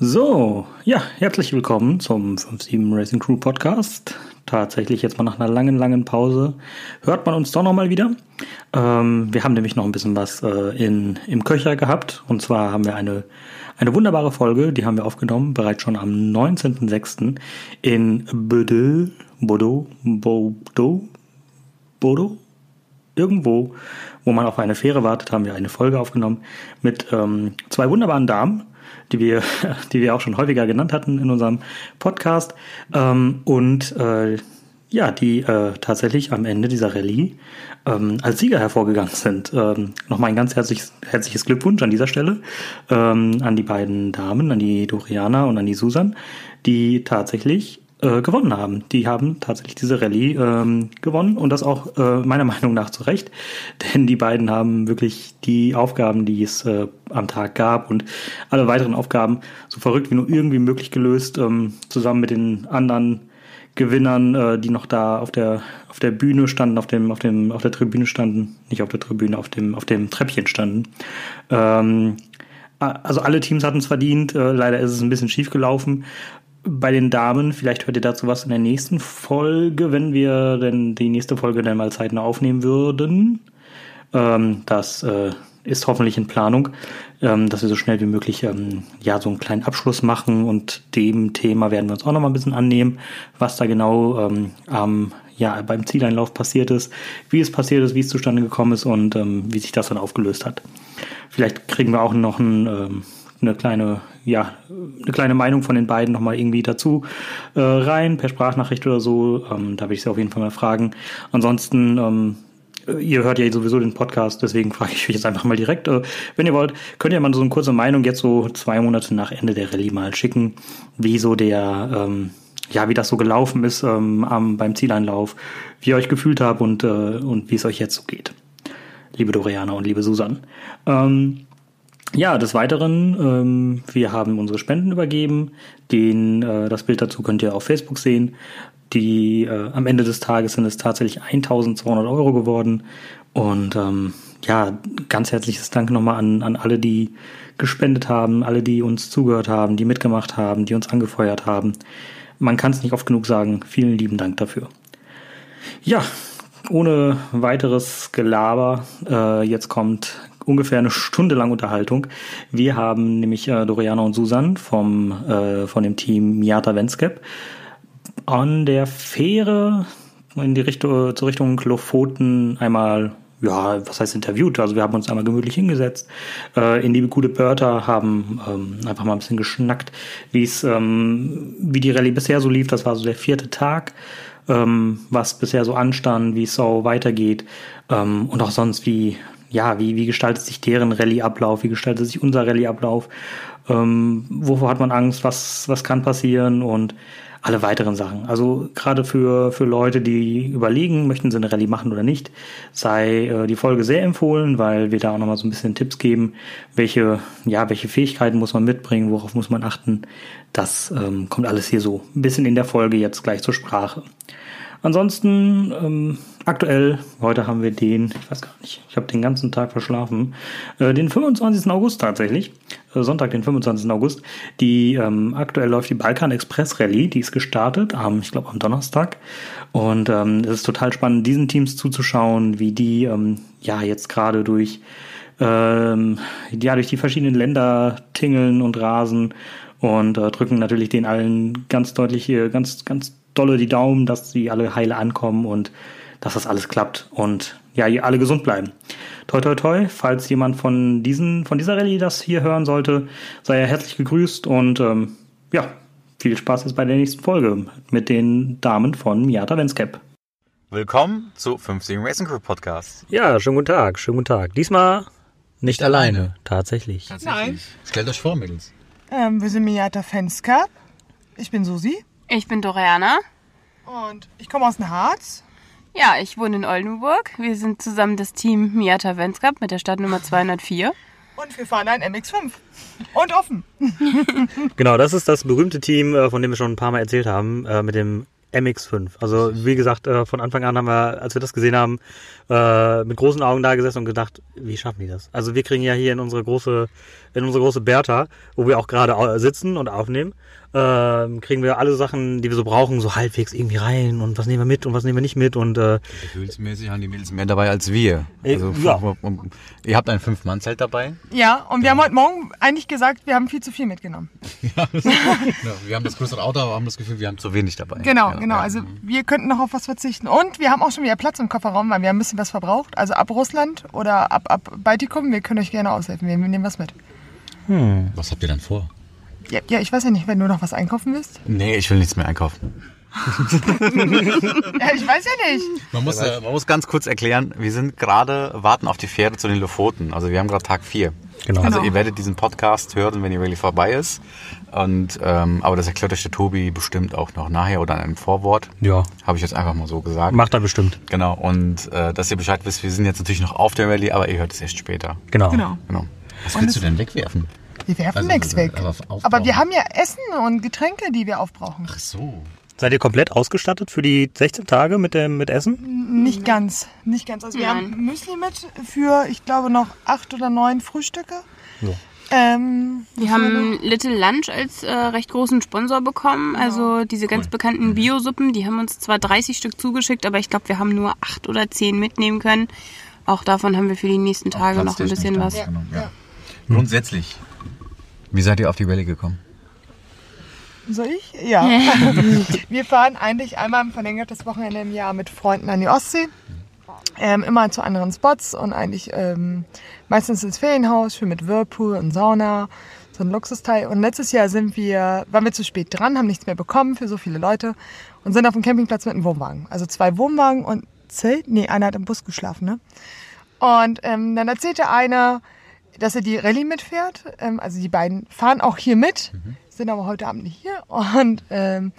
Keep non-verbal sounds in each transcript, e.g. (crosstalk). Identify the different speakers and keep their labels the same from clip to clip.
Speaker 1: So, ja, herzlich willkommen zum 57 Racing Crew Podcast. Tatsächlich jetzt mal nach einer langen, langen Pause hört man uns doch nochmal wieder. Ähm, wir haben nämlich noch ein bisschen was äh, in, im Köcher gehabt. Und zwar haben wir eine, eine wunderbare Folge, die haben wir aufgenommen, bereits schon am 19.06. in Bödö, Bodo, Bodo, Bodo, irgendwo, wo man auf eine Fähre wartet, haben wir eine Folge aufgenommen mit ähm, zwei wunderbaren Damen, die wir, (laughs) die wir auch schon häufiger genannt hatten in unserem Podcast. Ähm, und äh, ja, die äh, tatsächlich am Ende dieser Rallye ähm, als Sieger hervorgegangen sind. Ähm, Nochmal ein ganz herzliches, herzliches Glückwunsch an dieser Stelle ähm, an die beiden Damen, an die Doriana und an die Susan, die tatsächlich äh, gewonnen haben. Die haben tatsächlich diese Rallye ähm, gewonnen und das auch äh, meiner (laughs) Meinung nach zu Recht, denn die beiden haben wirklich die Aufgaben, die es äh, am Tag gab und alle weiteren Aufgaben so verrückt wie nur irgendwie möglich gelöst, ähm, zusammen mit den anderen Gewinnern, äh, die noch da auf der auf der Bühne standen, auf dem auf dem auf der Tribüne standen, nicht auf der Tribüne, auf dem auf dem Treppchen standen. Ähm, a- also alle Teams hatten es verdient. Äh, leider ist es ein bisschen schief gelaufen. Bei den Damen, vielleicht hört ihr dazu was in der nächsten Folge, wenn wir denn die nächste Folge dann mal zeitnah aufnehmen würden. Ähm, das äh, ist hoffentlich in Planung, ähm, dass wir so schnell wie möglich ähm, ja so einen kleinen Abschluss machen und dem Thema werden wir uns auch noch mal ein bisschen annehmen, was da genau ähm, am ja beim Zieleinlauf passiert ist, wie es passiert ist, wie es zustande gekommen ist und ähm, wie sich das dann aufgelöst hat. Vielleicht kriegen wir auch noch ein, ähm, eine kleine ja eine kleine Meinung von den beiden noch mal irgendwie dazu äh, rein per Sprachnachricht oder so. Ähm, da will ich sie auf jeden Fall mal fragen. Ansonsten ähm, Ihr hört ja sowieso den Podcast, deswegen frage ich euch jetzt einfach mal direkt. äh, Wenn ihr wollt, könnt ihr mal so eine kurze Meinung jetzt so zwei Monate nach Ende der Rallye mal schicken, wie so der, ähm, ja, wie das so gelaufen ist ähm, am, beim Zieleinlauf, wie ihr euch gefühlt habt und, äh, und wie es euch jetzt so geht. Liebe Doriana und liebe Susan. Ähm, ja, des Weiteren, ähm, wir haben unsere Spenden übergeben. Den, äh, das Bild dazu könnt ihr auf Facebook sehen. Die, äh, am Ende des Tages sind es tatsächlich 1200 Euro geworden. Und ähm, ja, ganz herzliches Dank nochmal an, an alle, die gespendet haben, alle, die uns zugehört haben, die mitgemacht haben, die uns angefeuert haben. Man kann es nicht oft genug sagen. Vielen lieben Dank dafür. Ja, ohne weiteres Gelaber, äh, jetzt kommt ungefähr eine Stunde lang Unterhaltung. Wir haben nämlich äh, Doriana und Susan vom, äh, von dem Team Miata Venscap an der Fähre in die Richtung, zur Richtung Lofoten einmal, ja, was heißt interviewt? Also wir haben uns einmal gemütlich hingesetzt, äh, in die gute Börter, haben ähm, einfach mal ein bisschen geschnackt, wie es, ähm, wie die Rallye bisher so lief. Das war so der vierte Tag, ähm, was bisher so anstand, wie es so weitergeht ähm, und auch sonst wie, ja, wie, wie gestaltet sich deren Rallye-Ablauf, wie gestaltet sich unser Rallye-Ablauf, ähm, wovor hat man Angst, was, was kann passieren und alle weiteren Sachen. Also gerade für, für Leute, die überlegen, möchten sie eine Rallye machen oder nicht, sei äh, die Folge sehr empfohlen, weil wir da auch nochmal so ein bisschen Tipps geben, welche, ja, welche Fähigkeiten muss man mitbringen, worauf muss man achten. Das ähm, kommt alles hier so ein bisschen in der Folge jetzt gleich zur Sprache. Ansonsten ähm, aktuell, heute haben wir den, ich weiß gar nicht, ich habe den ganzen Tag verschlafen, äh, den 25. August tatsächlich, äh, Sonntag, den 25. August. Die ähm, aktuell läuft die Balkan Express Rallye, die ist gestartet am, ich glaube, am Donnerstag. Und ähm, es ist total spannend, diesen Teams zuzuschauen, wie die ähm, ja jetzt gerade durch ähm, ja, durch die verschiedenen Länder tingeln und rasen und äh, drücken natürlich den allen ganz deutlich hier, ganz, ganz dolle die Daumen, dass sie alle heile ankommen und dass das alles klappt und ja, ihr alle gesund bleiben. Toi, toi, toi, falls jemand von diesen, von dieser Rallye das hier hören sollte, sei er herzlich gegrüßt und ähm, ja, viel Spaß jetzt bei der nächsten Folge mit den Damen von Miata Venscap.
Speaker 2: Willkommen zu 50 Racing Crew Podcast.
Speaker 1: Ja, schönen guten Tag, schönen guten Tag. Diesmal
Speaker 3: Nicht alleine.
Speaker 1: tatsächlich.
Speaker 4: Nein.
Speaker 3: Stellt euch vor, Mädels.
Speaker 4: Ähm, wir sind Miata Fans Cup. Ich bin Susi
Speaker 5: Ich bin Doriana.
Speaker 4: und ich komme aus dem Harz.
Speaker 5: Ja, ich wohne in Oldenburg. Wir sind zusammen das Team Miata Venscap mit der Stadtnummer 204.
Speaker 4: Und wir fahren ein MX5. Und offen.
Speaker 1: Genau, das ist das berühmte Team, äh, von dem wir schon ein paar Mal erzählt haben, äh, mit dem MX5. Also wie gesagt, äh, von Anfang an haben wir, als wir das gesehen haben, äh, mit großen Augen da gesessen und gedacht, wie schaffen die das? Also wir kriegen ja hier in unsere große
Speaker 6: in unsere große Bertha, wo wir auch gerade au- sitzen und aufnehmen, ähm, kriegen wir alle Sachen, die wir so brauchen, so halbwegs irgendwie rein und was nehmen wir mit und was nehmen wir nicht mit und äh,
Speaker 3: Gefühlsmäßig haben die Mädels mehr dabei als wir.
Speaker 6: Äh,
Speaker 3: Also,
Speaker 6: ja.
Speaker 3: um- um- Ihr habt ein Fünf-Mann-Zelt dabei.
Speaker 4: Ja, und wir haben heute Morgen eigentlich gesagt, wir haben viel zu viel mitgenommen.
Speaker 3: Ja, wir haben das größere Auto, aber haben das Gefühl, wir haben zu wenig dabei.
Speaker 4: Genau,
Speaker 3: Ja,
Speaker 4: genau.
Speaker 3: ja.
Speaker 4: Also wir könnten noch auf was verzichten. Und wir haben auch schon wieder Platz im Kofferraum, weil wir haben ein bisschen was verbraucht. Also ab Russland oder ab, ab Baltikum, wir können euch gerne aushelfen. Wir nehmen was mit.
Speaker 3: Was habt ihr dann vor?
Speaker 4: Ja, ja, ich weiß ja nicht, wenn du noch was einkaufen willst.
Speaker 3: Nee, ich will nichts mehr einkaufen.
Speaker 4: (laughs) Ja, ich weiß ja nicht.
Speaker 3: Man muss, äh,
Speaker 2: Man muss ganz kurz erklären, wir sind gerade, warten auf die Fähre zu den Lofoten. Also wir haben gerade Tag 4.
Speaker 6: Genau.
Speaker 2: Also
Speaker 4: Genau.
Speaker 2: ihr werdet diesen Podcast hören, wenn die Rallye vorbei ist. Und, ähm, aber das erklärt euch der Tobi bestimmt auch noch nachher oder in einem Vorwort.
Speaker 6: ja,
Speaker 2: Habe ich jetzt einfach mal so gesagt.
Speaker 6: macht er bestimmt.
Speaker 2: Genau. Und äh, dass ihr Bescheid wisst, wir sind jetzt natürlich noch auf der Rallye, aber ihr hört es erst später.
Speaker 6: Genau.
Speaker 4: Genau.
Speaker 2: Genau.
Speaker 3: was willst du denn wegwerfen?
Speaker 4: Wir werfen
Speaker 3: Also,
Speaker 4: nichts weg.
Speaker 2: äh,
Speaker 3: aber aufbrauchen.
Speaker 4: Aber wir haben ja Essen und Getränke, die wir aufbrauchen.
Speaker 3: Ach so.
Speaker 6: Seid ihr komplett ausgestattet für die 16 Tage mit dem mit Essen?
Speaker 4: Nicht ganz. Nicht ganz. Also wir haben Müsli mit für, ich glaube, noch acht oder neun Frühstücke. Ähm,
Speaker 5: Wir haben Little Lunch als äh, recht großen Sponsor bekommen. Also diese ganz bekannten Biosuppen, die haben uns zwar 30 Stück zugeschickt, aber ich glaube, wir haben nur acht oder zehn mitnehmen können. Auch davon haben wir für die nächsten Tage noch ein bisschen was.
Speaker 3: Grundsätzlich.
Speaker 2: Genau, Wie seid ihr auf die Rallye gekommen?
Speaker 4: soll ich? Ja. (laughs) wir fahren eigentlich einmal ein verlängertes Wochenende im Jahr mit Freunden an die Ostsee. Ähm, immer zu anderen Spots und eigentlich ähm, meistens ins Ferienhaus, schön mit Whirlpool und Sauna, so ein Luxusteil. Und letztes Jahr sind wir, waren wir zu spät dran, haben nichts mehr bekommen für so viele Leute und sind auf dem Campingplatz mit einem Wohnwagen. Also zwei Wohnwagen und Zelt? Nee, einer hat im Bus geschlafen, ne? Und ähm, dann erzählte einer, dass er die Rallye mitfährt. Ähm, also die beiden fahren auch hier mit, sind aber heute Abend nicht hier. Und ähm,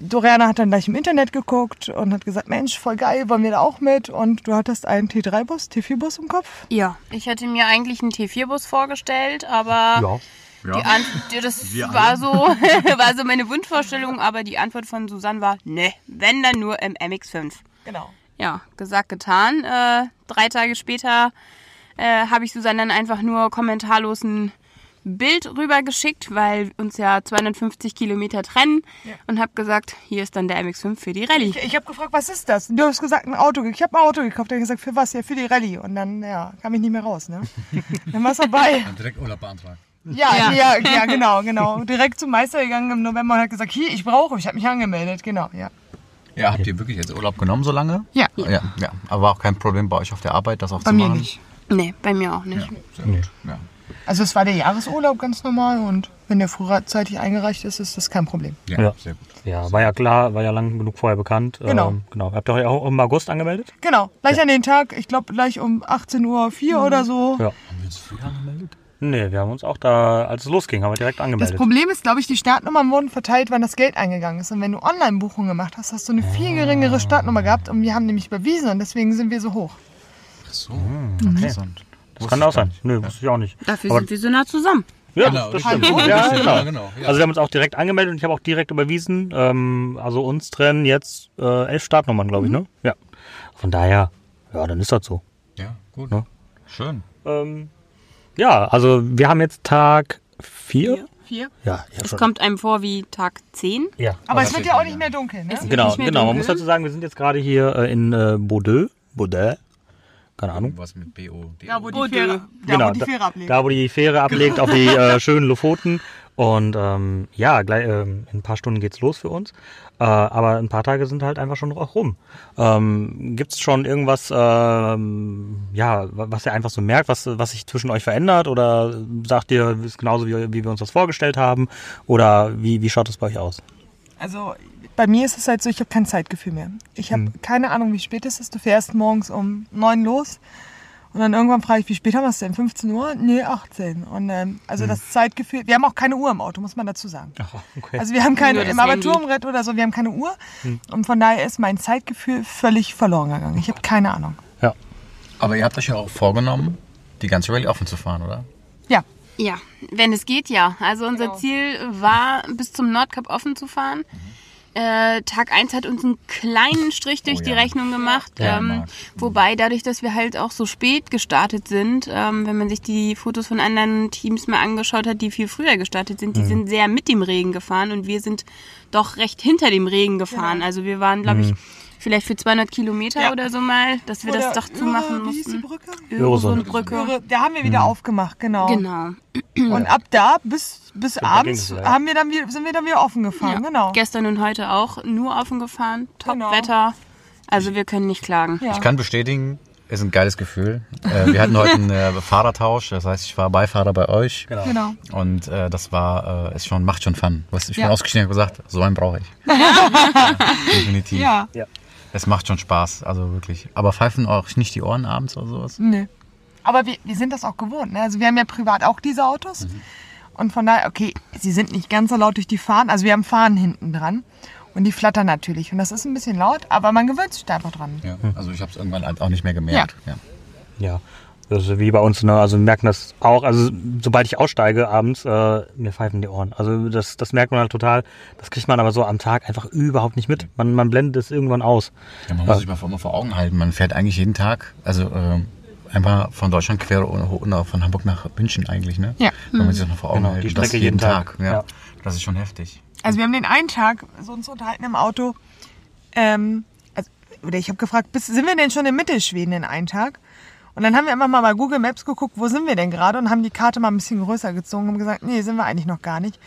Speaker 4: Doriana hat dann gleich im Internet geguckt und hat gesagt, Mensch, voll geil, wollen wir da auch mit? Und du hattest einen T3-Bus, T4-Bus im Kopf.
Speaker 5: Ja. Ich hatte mir eigentlich einen T4-Bus vorgestellt, aber die Ant- das war so, (laughs) war so meine Wunschvorstellung, aber die Antwort von Susanne war, ne, wenn dann nur im MX5.
Speaker 4: Genau.
Speaker 5: ja, gesagt, getan. Äh, drei Tage später äh, habe ich Susanne dann einfach nur kommentarlos ein Bild rübergeschickt, weil uns ja 250 Kilometer trennen und habe gesagt, hier ist dann der MX5 für die Rallye.
Speaker 4: Ich habe gefragt, was ist das? Und du hast gesagt, ein Auto. ge- Ich habe ein Auto gekauft. Er hat gesagt, für was? Ja, für die Rallye. Und dann, ja, kam ich nicht mehr raus, ne? Dann war's vorbei.
Speaker 3: Direkt Urlaub beantragen.
Speaker 4: Ja, ja, ja, genau, genau. Direkt zum Meister gegangen im November und hat gesagt, hier, ich brauche, ich habe mich angemeldet, genau, ja.
Speaker 2: Ja, habt ihr wirklich jetzt Urlaub genommen so lange?
Speaker 4: Ja.
Speaker 2: Ja, ja. Aber war auch kein Problem bei euch auf der Arbeit, das auch
Speaker 4: Bei
Speaker 2: zu
Speaker 4: mir
Speaker 2: machen?
Speaker 4: nicht.
Speaker 5: Nee, bei mir auch nicht.
Speaker 2: Sehr gut. Ja.
Speaker 4: Also es war der Jahresurlaub ganz normal und wenn der frühzeitig eingereicht ist, ist das kein Problem.
Speaker 3: Ja,
Speaker 6: Ja.
Speaker 3: sehr gut.
Speaker 6: Ja, war ja klar, war ja lang genug vorher bekannt.
Speaker 4: Genau.
Speaker 6: Ähm, genau. Habt ihr euch auch im August angemeldet?
Speaker 4: Genau, gleich an den Tag, ich glaube gleich um 18.04 Uhr oder so.
Speaker 6: Mhm. Ja.
Speaker 3: Haben wir uns früher angemeldet?
Speaker 6: Nee, wir haben uns auch da, als es losging, haben wir direkt
Speaker 4: Das
Speaker 6: angemeldet.
Speaker 4: Problem ist, glaube ich, die Startnummern wurden verteilt, wann das Geld eingegangen ist. Und wenn du Online-Buchungen gemacht hast, hast du eine viel
Speaker 6: Ah.
Speaker 4: geringere Startnummer gehabt und wir haben nämlich überwiesen und deswegen sind wir so hoch.
Speaker 3: Ach so.
Speaker 2: Interessant.
Speaker 6: Das kann auch sein. Nö, wusste ich auch nicht.
Speaker 5: Dafür
Speaker 6: Aber-
Speaker 5: sind wir so nah zusammen.
Speaker 6: Ja,
Speaker 3: Genau,
Speaker 6: das
Speaker 3: richtig.
Speaker 6: stimmt.
Speaker 3: Hallo?
Speaker 6: Ja,
Speaker 3: Richtig,
Speaker 6: genau.
Speaker 3: ja, genau, ja.
Speaker 6: Also wir haben uns auch direkt angemeldet und ich habe auch direkt überwiesen. Ähm, also uns trennen jetzt äh, elf Startnummern, glaube ich, ne? Ja. Von daher, ja, dann ist das so.
Speaker 3: Ja, gut.
Speaker 6: Ja.
Speaker 3: Schön.
Speaker 6: Ähm, ja, also wir haben jetzt Tag vier.
Speaker 5: Vier.
Speaker 6: Ja, ja,
Speaker 5: Es
Speaker 6: schon.
Speaker 5: kommt einem vor wie Tag 10.
Speaker 6: Oh, ja.
Speaker 4: Aber es wird ja auch nicht mehr dunkel, ne?
Speaker 6: Genau,
Speaker 5: nicht mehr
Speaker 6: genau. Man
Speaker 5: dunkel.
Speaker 6: muss dazu sagen, wir sind jetzt gerade hier äh, in äh, Bordeaux. Bordeaux. Keine
Speaker 2: Hm?
Speaker 6: Ahnung.
Speaker 3: Was mit BO.
Speaker 5: Oh, du.
Speaker 6: genau, da, da, wo die Fähre ablegt, auf die äh, schönen Lofoten. Und ähm, ja, gleich, ähm, in ein paar Stunden geht's los für uns. Äh, aber ein paar Tage sind halt einfach schon auch rum. Ähm, gibt's schon irgendwas, ähm, ja, wa- was ihr einfach so merkt, was, was sich zwischen euch verändert? Oder sagt ihr, ist genauso wie, wie wir uns das vorgestellt haben? Oder wie, wie schaut es bei euch aus?
Speaker 4: Also bei mir ist es halt so, ich habe kein Zeitgefühl mehr. Ich
Speaker 6: Hm.
Speaker 4: habe keine Ahnung, wie spät es ist. Du fährst morgens um neun los und dann irgendwann frage ich, wie spät haben wir es denn? 15 Uhr? Nee, 18. Und ähm, also
Speaker 6: Hm.
Speaker 4: das Zeitgefühl, wir haben auch keine Uhr im Auto, muss man dazu sagen.
Speaker 6: Okay. Hm.
Speaker 4: Also wir haben keine,
Speaker 5: Nur das
Speaker 4: im
Speaker 5: Handy.
Speaker 4: Armaturenbrett oder so, wir haben keine Uhr. Und von daher ist mein Zeitgefühl völlig verloren gegangen. Ich habe keine Ahnung.
Speaker 6: ja.
Speaker 2: Aber ihr habt euch ja auch vorgenommen, die ganze Rallye offen zu fahren, oder?
Speaker 4: Ja,
Speaker 5: Ja, wenn es geht, ja. Also unser Ziel war, bis zum Nordkap offen zu fahren. Äh, Tag 1 hat uns einen kleinen Strich durch
Speaker 2: Oh
Speaker 5: die
Speaker 2: ja.
Speaker 5: Rechnung gemacht.
Speaker 2: Ja,
Speaker 5: ähm,
Speaker 2: Marc.
Speaker 5: wobei dadurch, dass wir halt auch so spät gestartet sind, ähm, wenn man sich die Fotos von anderen Teams mal angeschaut hat, die viel früher gestartet sind, die sind sehr mit dem Regen gefahren und wir sind doch recht hinter dem Regen gefahren. Also wir waren, glaube ich, vielleicht für 200 Kilometer
Speaker 4: Ja.
Speaker 5: oder so mal, dass wir das doch zumachen
Speaker 4: Wie hieß die
Speaker 5: mussten.
Speaker 4: Brücke?
Speaker 5: Öresundbrücke.
Speaker 4: Öre, da haben wir wieder
Speaker 6: Hm.
Speaker 4: aufgemacht, genau.
Speaker 5: Genau.
Speaker 4: Und ab da bis, bis
Speaker 6: da ging
Speaker 4: abends
Speaker 6: es leider.
Speaker 4: haben wir dann, wieder- sind wir dann wieder offen gefahren, genau.
Speaker 5: Gestern und heute auch nur offen gefahren.
Speaker 4: Genau.
Speaker 5: Top-Wetter. Also wir können nicht klagen.
Speaker 4: Ja.
Speaker 2: Ich kann bestätigen, ist ein geiles Gefühl. Äh, wir hatten heute einen
Speaker 4: (laughs)
Speaker 2: äh, Fahrertausch, das heißt, ich war Beifahrer bei euch.
Speaker 4: Genau.
Speaker 2: Und äh, das war, äh, ist schon, macht schon Fun. Weißt, du, ich
Speaker 4: Ja.
Speaker 2: bin ausgestiegen und hab gesagt, so einen brauche
Speaker 4: (laughs)
Speaker 2: ich. ja, definitiv.
Speaker 4: Ja.
Speaker 2: Es macht schon Spaß, also wirklich. Aber pfeifen auch nicht die Ohren abends oder sowas?
Speaker 4: Nee. Aber wir, wir sind das auch gewohnt. Ne? Also wir haben ja privat auch diese Autos.
Speaker 2: Mhm.
Speaker 4: Und von daher, okay, sie sind nicht ganz so laut durch die Fahnen. Also wir haben Fahnen hinten dran. Und die flattern natürlich. Und das ist ein bisschen laut, aber man gewöhnt sich da einfach dran.
Speaker 2: Ja. Also ich habe es irgendwann halt auch nicht mehr gemerkt. Ja.
Speaker 6: Ja, das ist wie bei uns, ne? Also wir merken das auch. Also sobald ich aussteige abends, äh, mir pfeifen die Ohren. Also das, das merkt man halt total. Das kriegt man aber so am Tag einfach überhaupt nicht mit. Man, man blendet es irgendwann aus.
Speaker 2: Ja, man muss sich mal vor, immer vor Augen halten. Man fährt eigentlich jeden Tag, also ähm, einmal von Deutschland quer und und auch von Hamburg nach München eigentlich, ne?
Speaker 4: Ja.
Speaker 2: Wenn man sich das mal vor Augen
Speaker 6: Genau,
Speaker 2: hält.
Speaker 6: die
Speaker 2: Und das
Speaker 6: Strecke jeden Tag.
Speaker 2: Ja.
Speaker 6: Ja.
Speaker 2: Das ist schon heftig.
Speaker 4: Also wir haben den einen Tag so uns unterhalten im Auto. Ähm, also, oder ich habe gefragt, bist, sind wir denn schon in Mittelschweden den einen Tag? Und dann haben wir einfach mal bei Google Maps geguckt, wo sind wir denn gerade und haben die Karte mal ein bisschen größer gezogen und haben gesagt, nee, sind wir eigentlich noch gar nicht.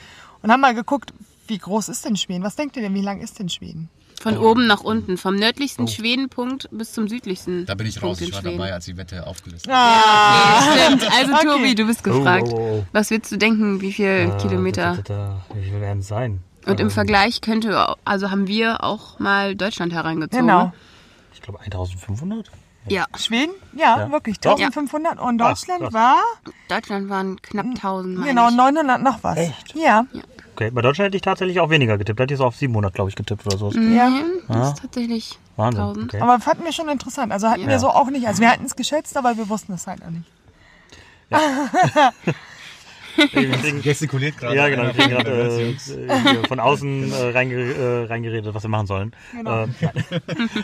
Speaker 4: Und haben mal geguckt, wie groß ist denn Schweden? Was denkt ihr denn, wie lang ist denn Schweden?
Speaker 5: Von
Speaker 2: Oh.
Speaker 5: oben nach unten, vom nördlichsten Schwedenpunkt bis zum südlichsten.
Speaker 2: Da bin ich raus,
Speaker 5: Punkt in
Speaker 2: ich war
Speaker 5: Schweden.
Speaker 2: dabei, als die Wette aufgelistet
Speaker 5: Ah, (laughs) stimmt. Also
Speaker 4: Okay.
Speaker 5: Tobi, du bist gefragt.
Speaker 6: Oh, oh, oh.
Speaker 5: Was willst du denken, wie
Speaker 2: Ah,
Speaker 5: viel Kilometer?
Speaker 6: Äh, Da, da, da, wie viel werden es sein?
Speaker 5: Und im
Speaker 6: Ähm,
Speaker 5: Vergleich könnte, also haben wir auch mal Deutschland herangezogen.
Speaker 4: Genau.
Speaker 6: Ich glaube 1500.
Speaker 5: Ja,
Speaker 4: Schweden? Ja,
Speaker 6: Ja.
Speaker 4: wirklich.
Speaker 6: Doch.
Speaker 4: 1500. Und
Speaker 6: Ach,
Speaker 4: Deutschland
Speaker 6: krass.
Speaker 4: war
Speaker 5: Deutschland waren knapp 1000. meine
Speaker 4: genau
Speaker 5: ich.
Speaker 4: 900 noch was.
Speaker 6: Echt?
Speaker 4: Ja.
Speaker 6: Okay, bei Deutschland hätte ich tatsächlich auch weniger getippt. Hätte ich so auf 700, glaube ich, getippt oder so.
Speaker 5: Mhm.
Speaker 4: ja.
Speaker 5: Hm,
Speaker 2: Ah.
Speaker 5: Das ist tatsächlich
Speaker 6: Wahnsinn.
Speaker 5: 1000.
Speaker 6: Okay.
Speaker 4: Aber fanden wir schon interessant. Also hatten wir so auch nicht. Also wir hatten es geschätzt, aber wir wussten es halt auch nicht.
Speaker 2: Gestikuliert gerade.
Speaker 6: Ja, genau. Ich bin gerade äh, hier
Speaker 2: (laughs)
Speaker 6: von außen
Speaker 2: Genau.
Speaker 6: äh, reinge äh, reingeredet, was wir machen sollen. Äh, nein.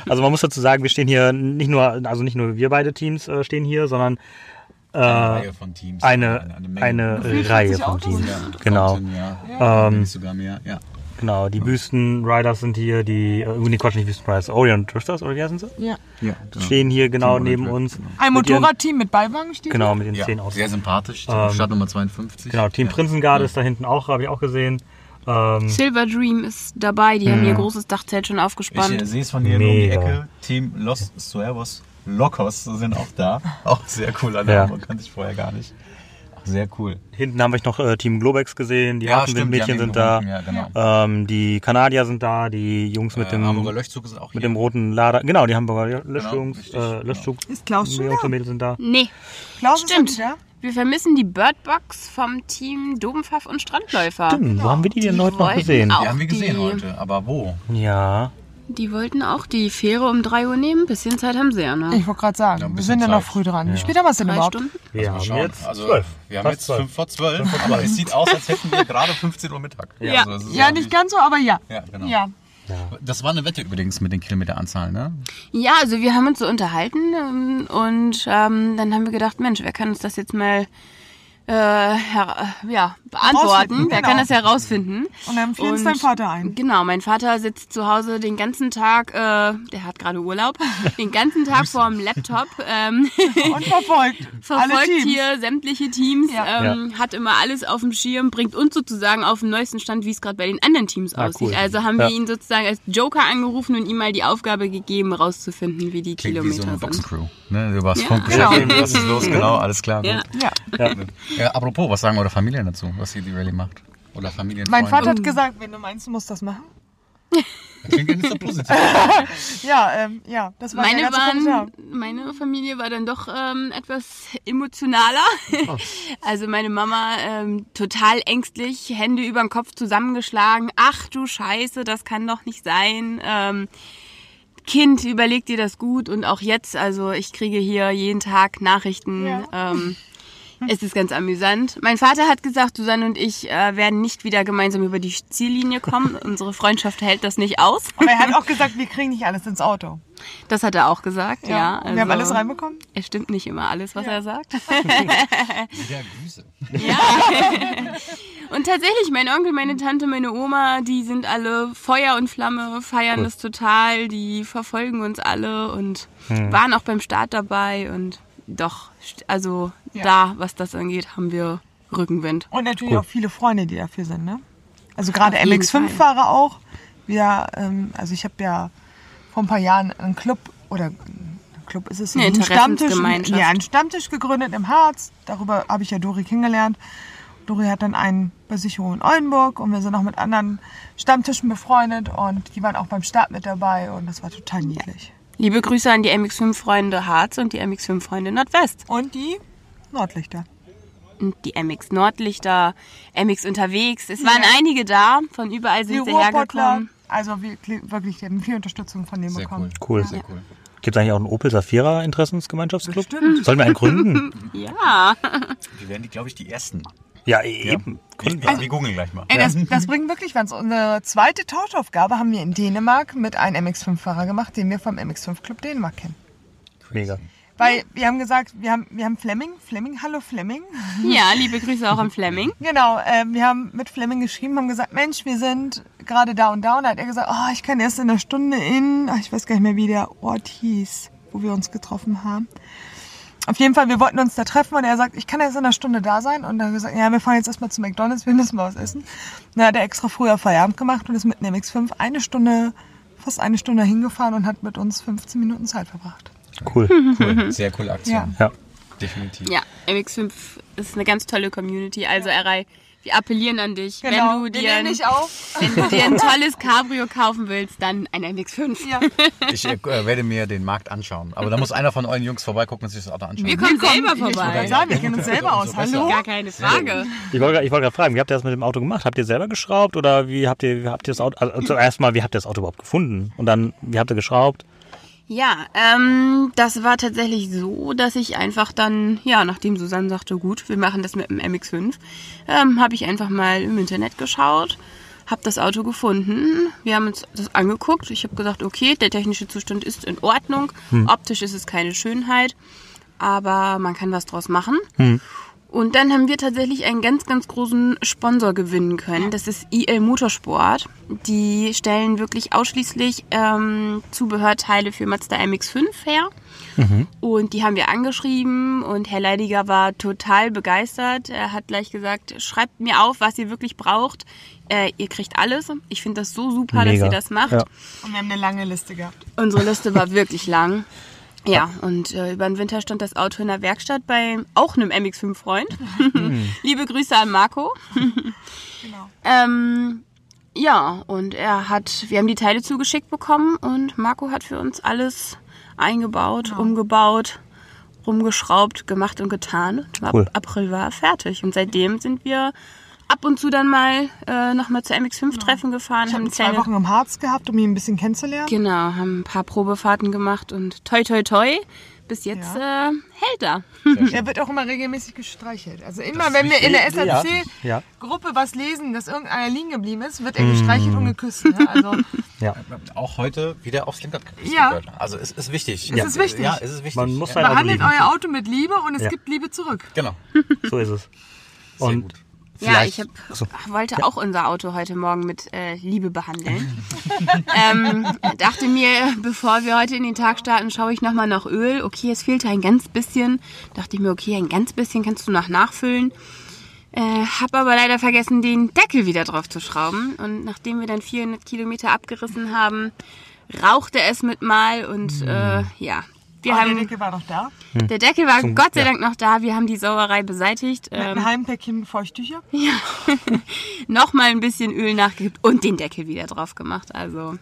Speaker 6: also man muss dazu sagen, wir stehen hier nicht nur, also nicht nur wir beide Teams äh, stehen hier, sondern äh,
Speaker 2: Eine Reihe von Teams.
Speaker 6: eine,
Speaker 2: Menge.
Speaker 6: eine äh, Reihe von Teams. Genau.
Speaker 2: 15, ja. Ja. äh, Ähm, sogar mehr, ja.
Speaker 6: Genau, die Wüstenriders sind hier, die, äh, nee, Quatsch, nicht Wüstenriders, Orion Drifters, oder wie heißen sie?
Speaker 4: Ja.
Speaker 2: ja genau.
Speaker 6: Stehen hier genau
Speaker 2: Team
Speaker 6: neben
Speaker 2: Orion
Speaker 6: uns.
Speaker 4: Ein
Speaker 6: Mit ihren-
Speaker 4: Motorradteam mit Beiwagenstiefel?
Speaker 6: Genau, mit den
Speaker 2: Ja,
Speaker 6: zehn Autos.
Speaker 2: sehr sympathisch.
Speaker 6: Ähm,
Speaker 2: Startnummer 52.
Speaker 6: Genau, Team Prinzengarde ist da hinten auch, habe ich auch gesehen. Ähm,
Speaker 5: Silver Dream ist dabei, die haben ihr großes Dachzelt schon
Speaker 2: Hm. Ich äh,
Speaker 5: aufgespannt.
Speaker 2: sehe es von hier nur um die
Speaker 6: Mega.
Speaker 2: Ecke. Team Los Suevos Locos sind auch
Speaker 6: (laughs)
Speaker 2: da. Auch sehr cooler
Speaker 6: Ja.
Speaker 2: Name, kannte ich vorher gar nicht. Auch sehr cool.
Speaker 6: hinten haben wir noch äh, Team Globex gesehen, die Hafenwindmädchen sind da.
Speaker 2: Ja, genau. Äh,
Speaker 6: Ähm, die Kanadier sind da, die Jungs mit, dem,
Speaker 2: Hamburger Löchzug ist auch hier.
Speaker 6: mit dem roten Lader. Genau, die Hamburger Löschjungs,
Speaker 2: richtig,
Speaker 6: äh,
Speaker 2: genau.
Speaker 6: Löschzug.
Speaker 4: Ist Klaus schon
Speaker 6: Jungs
Speaker 4: da?
Speaker 6: und Mädels sind da.
Speaker 5: Nee,
Speaker 4: Klaus
Speaker 5: Stimmt.
Speaker 4: ist heute da?
Speaker 5: wir vermissen die Birdbox vom Team Dobenpfaff und Strandläufer.
Speaker 6: Hm, wo haben wir die denn heute noch
Speaker 5: wollten
Speaker 6: gesehen?
Speaker 5: auch
Speaker 2: Die haben wir gesehen
Speaker 5: die-
Speaker 2: heute, aber wo?
Speaker 6: Ja.
Speaker 5: Die wollten auch die Fähre um 3 Uhr nehmen. Bisschen Zeit haben sie ja noch.
Speaker 4: Ich wollte gerade sagen,
Speaker 2: ein
Speaker 4: wir
Speaker 2: bisschen
Speaker 4: sind ja noch
Speaker 2: Zeit.
Speaker 4: früh dran. Wie spät haben wir es denn
Speaker 5: Drei
Speaker 4: überhaupt?
Speaker 5: Stunden.
Speaker 6: Wir haben
Speaker 2: Schauen.
Speaker 6: jetzt
Speaker 2: also,
Speaker 6: zwölf.
Speaker 2: Wir haben
Speaker 6: Fast
Speaker 2: jetzt
Speaker 6: zwölf.
Speaker 2: 5 vor 12, aber es sieht aus, als hätten wir gerade 15 Uhr Mittag.
Speaker 5: Ja.
Speaker 2: das ist
Speaker 4: Ja,
Speaker 2: auch
Speaker 4: nicht ganz so, aber ja.
Speaker 2: Ja, genau.
Speaker 4: Ja.
Speaker 2: Das war eine Wette übrigens mit den Kilometeranzahlen, ne?
Speaker 5: Ja, also wir haben uns so unterhalten ähm, und ähm, dann haben wir gedacht, Mensch, wer kann uns das jetzt mal äh, her- äh, ja, beantworten?
Speaker 4: Rausfinden,
Speaker 5: Wer
Speaker 4: genau.
Speaker 5: kann das herausfinden?
Speaker 4: Und dann fiel uns dein Vater ein.
Speaker 5: Genau, mein Vater sitzt zu Hause den ganzen Tag, äh, der hat gerade Urlaub, den ganzen Tag vorm Laptop, ähm,
Speaker 4: Und verfolgt. Alle
Speaker 5: verfolgt
Speaker 4: Teams.
Speaker 5: hier sämtliche Teams,
Speaker 4: Ja.
Speaker 5: ähm, hat immer alles auf dem Schirm, bringt uns sozusagen auf den neuesten Stand, wie es gerade bei den anderen Teams
Speaker 6: Ah,
Speaker 5: aussieht.
Speaker 6: cool.
Speaker 5: Also haben wir
Speaker 6: Ja.
Speaker 5: ihn sozusagen als Joker angerufen und ihm mal die Aufgabe gegeben, rauszufinden, wie die
Speaker 2: Klingt wie so
Speaker 5: Kilometer
Speaker 2: eine
Speaker 5: sind.
Speaker 2: Boxencrew. Ne? Du warst
Speaker 4: Genau.
Speaker 2: Funkgeschäft, was ist los? Genau, alles klar.
Speaker 5: Ja.
Speaker 2: Gut.
Speaker 4: Ja.
Speaker 2: Ja, Äh, apropos, was sagen eure Familien dazu, was ihr die Rallye macht? Oder Familien.
Speaker 4: Mein Vater hat gesagt, wenn du meinst, du musst das machen.
Speaker 2: Klingt ja nicht so positiv.
Speaker 4: Ja, ähm, ja, das war
Speaker 5: Meine,
Speaker 4: der ganze Kommentar.
Speaker 5: waren, meine Familie war dann doch ähm, etwas emotionaler. (laughs) Also meine Mama ähm, total ängstlich, Hände über den Kopf zusammengeschlagen. Ach du Scheiße, das kann doch nicht sein. Ähm, kind, überleg dir das gut. Und auch jetzt, also ich kriege hier jeden Tag Nachrichten.
Speaker 4: Ja.
Speaker 5: Ähm, (laughs) Es ist ganz amüsant. Mein Vater hat gesagt, Susanne und ich äh, werden nicht wieder gemeinsam über die Ziellinie kommen. Unsere Freundschaft hält das nicht aus.
Speaker 4: Aber er hat auch gesagt, wir kriegen nicht alles ins Auto.
Speaker 5: Das hat er auch gesagt, ja.
Speaker 4: Und
Speaker 5: also,
Speaker 4: wir haben alles reinbekommen.
Speaker 5: Es stimmt nicht immer alles, was er sagt.
Speaker 3: Ja, Grüße.
Speaker 5: Und tatsächlich, mein Onkel, meine Tante, meine Oma, die sind alle Feuer und Flamme, feiern das total, die verfolgen uns alle und waren auch beim Start dabei und doch, st- also da, was das angeht, haben wir Rückenwind.
Speaker 4: Und natürlich auch viele Freunde, die dafür sind, ne? Also gerade
Speaker 5: jeden
Speaker 4: MX5-Fahrer auch. Wir, ähm, also ich habe ja vor ein paar Jahren einen Club oder ein Club ist es
Speaker 5: Eine
Speaker 4: nicht, einen Stammtisch,
Speaker 5: Interessensgemeinschaft.
Speaker 4: ja, einen Stammtisch gegründet im Harz. Darüber habe ich ja Dori kennengelernt. Dori hat dann einen bei sich hier in Oldenburg und wir sind auch mit anderen Stammtischen befreundet und die waren auch beim Start mit dabei und das war total niedlich.
Speaker 5: Liebe Grüße an die MX5-Freunde Harz und die MX5-Freunde Nordwest.
Speaker 4: Und die Nordlichter.
Speaker 5: Und die MX Nordlichter, MX unterwegs. Es waren einige da, von überall
Speaker 4: Die
Speaker 5: sind sie
Speaker 4: Ruhrbottler.
Speaker 5: hergekommen.
Speaker 4: Also wir, wirklich, wir haben viel Unterstützung von denen
Speaker 3: Sehr
Speaker 4: bekommen.
Speaker 3: cool.
Speaker 6: Cool.
Speaker 3: Sehr cool.
Speaker 6: Gibt es eigentlich auch einen Opel Safira Interessensgemeinschaftsclub? Sollen wir einen (laughs) gründen?
Speaker 5: Ja.
Speaker 2: Wir werden, glaube ich, die Ersten. also
Speaker 6: ja, eben. Gründen wir.
Speaker 2: wir googeln gleich mal.
Speaker 4: Ey, das, das bringt wirklich was. Unsere zweite Tauschaufgabe haben wir in Dänemark mit einem MX5-Fahrer gemacht, den wir vom MX5-Club Dänemark kennen.
Speaker 6: Mega.
Speaker 4: Weil wir haben gesagt, wir haben, wir haben Fleming, Fleming, hallo Fleming.
Speaker 5: Ja, liebe Grüße auch an Fleming.
Speaker 4: Genau, äh, wir haben mit Fleming geschrieben, haben gesagt, Mensch, wir sind gerade da und da. Und da hat er gesagt, oh, ich kann erst in einer Stunde in, ach, ich weiß gar nicht mehr, wie der Ort hieß, wo wir uns getroffen haben. Auf jeden Fall, wir wollten uns da treffen und er sagt, ich kann erst in einer Stunde da sein. Und dann haben wir gesagt, ja, wir fahren jetzt erstmal zu McDonalds, wir müssen mal was essen. Dann hat er extra früher Feierabend gemacht und ist mit einem X5 eine Stunde, fast eine Stunde hingefahren und hat mit uns 15 Minuten Zeit verbracht.
Speaker 6: Cool.
Speaker 3: cool. Sehr coole Aktion.
Speaker 6: Ja.
Speaker 5: (laughs)
Speaker 3: Definitiv.
Speaker 5: Ja, MX5 ist eine ganz tolle Community. Also, Eray, wir appellieren an Genau, dich. wenn, du
Speaker 4: Genau. wir
Speaker 5: dir
Speaker 4: nehmen
Speaker 5: ein,
Speaker 4: dich auf.
Speaker 5: wenn du dir ein tolles Cabrio kaufen willst, dann ein MX5.
Speaker 4: Ja.
Speaker 2: Ich äh, werde mir den Markt anschauen. Aber da muss einer von euren Jungs vorbeigucken und sich das Auto anschauen.
Speaker 5: Wir kommen selber
Speaker 4: Ich
Speaker 5: vorbei.
Speaker 4: sagen, wir kennen uns selber aus. Hallo?
Speaker 5: Gar keine Frage.
Speaker 6: Ich wollte gerade wollt grad fragen, wie habt ihr das mit dem Auto gemacht? Habt ihr selber geschraubt oder wie habt ihr, wie habt ihr das Auto, also zuerst mal, wie habt ihr das Auto überhaupt gefunden? Und dann, wie habt ihr geschraubt?
Speaker 5: Ja, ähm, das war tatsächlich so, dass ich einfach dann, ja, nachdem Susanne sagte, gut, wir machen das mit dem MX5, ähm, habe ich einfach mal im Internet geschaut, habe das Auto gefunden, wir haben uns das angeguckt, ich habe gesagt, okay, der technische Zustand ist in Ordnung, optisch ist es keine Schönheit, aber man kann was draus machen. Und dann haben wir tatsächlich einen ganz, ganz großen Sponsor gewinnen können. Das ist IL Motorsport. Die stellen wirklich ausschließlich ähm, Zubehörteile für Mazda MX5 her.
Speaker 6: Mhm.
Speaker 5: Und die haben wir angeschrieben und Herr Leidiger war total begeistert. Er hat gleich gesagt, schreibt mir auf, was ihr wirklich braucht. Äh, ihr kriegt alles. Ich finde das so super, dass
Speaker 6: Mega.
Speaker 5: ihr das macht.
Speaker 6: Ja.
Speaker 4: Und wir haben eine lange Liste gehabt.
Speaker 5: Unsere Liste war wirklich lang. Ja, und äh, über den Winter stand das Auto in der Werkstatt bei auch einem MX5-Freund. (laughs) Liebe Grüße an Marco.
Speaker 4: Genau.
Speaker 5: (laughs) ähm, ja, und er hat, wir haben die Teile zugeschickt bekommen und Marco hat für uns alles eingebaut,
Speaker 4: Genau.
Speaker 5: umgebaut, rumgeschraubt, gemacht und getan. Und ab
Speaker 6: Cool.
Speaker 5: April war er fertig. Und seitdem sind wir ab und zu dann mal äh, nochmal zu MX5-Treffen
Speaker 4: Genau.
Speaker 5: gefahren,
Speaker 4: Ich
Speaker 5: haben
Speaker 4: habe
Speaker 5: eine
Speaker 4: zwei
Speaker 5: kleine
Speaker 4: Wochen im Harz gehabt, um ihn ein bisschen kennenzulernen.
Speaker 5: Genau, haben ein paar Probefahrten gemacht und toi toi toi, bis jetzt äh, hält er.
Speaker 4: Er wird auch immer regelmäßig gestreichelt. Also immer, wenn wir in der
Speaker 6: Ja.
Speaker 4: SAC-Gruppe was lesen, dass irgendeiner liegen geblieben ist, wird er gestreichelt und geküsst. Ne? Also,
Speaker 6: Ja.
Speaker 2: Auch heute wieder aufs Lenkrad gekriegt.
Speaker 4: Ja.
Speaker 2: die Leute. Also es ist wichtig.
Speaker 4: Es ist wichtig.
Speaker 2: Ja, es ist wichtig.
Speaker 6: Man muss
Speaker 2: ja.
Speaker 6: halt-
Speaker 4: behandelt euer Auto mit Liebe und es
Speaker 6: Ja.
Speaker 4: gibt Liebe zurück.
Speaker 2: Genau.
Speaker 6: So ist es.
Speaker 2: Sehr
Speaker 6: Und
Speaker 2: gut.
Speaker 5: Ja, ich hab,
Speaker 6: Achso.
Speaker 5: wollte auch unser Auto heute Morgen mit äh, Liebe behandeln. ähm, dachte mir, bevor wir heute in den Tag starten, schaue ich nochmal nach Öl. Okay, es fehlte ein ganz bisschen. Dachte ich mir, okay, ein ganz bisschen kannst du noch nachfüllen. Äh, hab aber leider vergessen, den Deckel wieder drauf zu schrauben. Und nachdem wir dann 400 Kilometer abgerissen haben, rauchte es mit mal und äh, ja. Wir
Speaker 4: Aber
Speaker 5: haben
Speaker 4: Oh, der Dicke war noch da.
Speaker 5: Der Deckel war Gott sei Dank noch da. Wir haben die Sauerei beseitigt.
Speaker 4: Ein
Speaker 5: Ähm,
Speaker 4: halben Päckchen Feuchttücher.
Speaker 5: (laughs) Nochmal ein bisschen Öl nachgekippt und den Deckel wieder drauf gemacht. Also,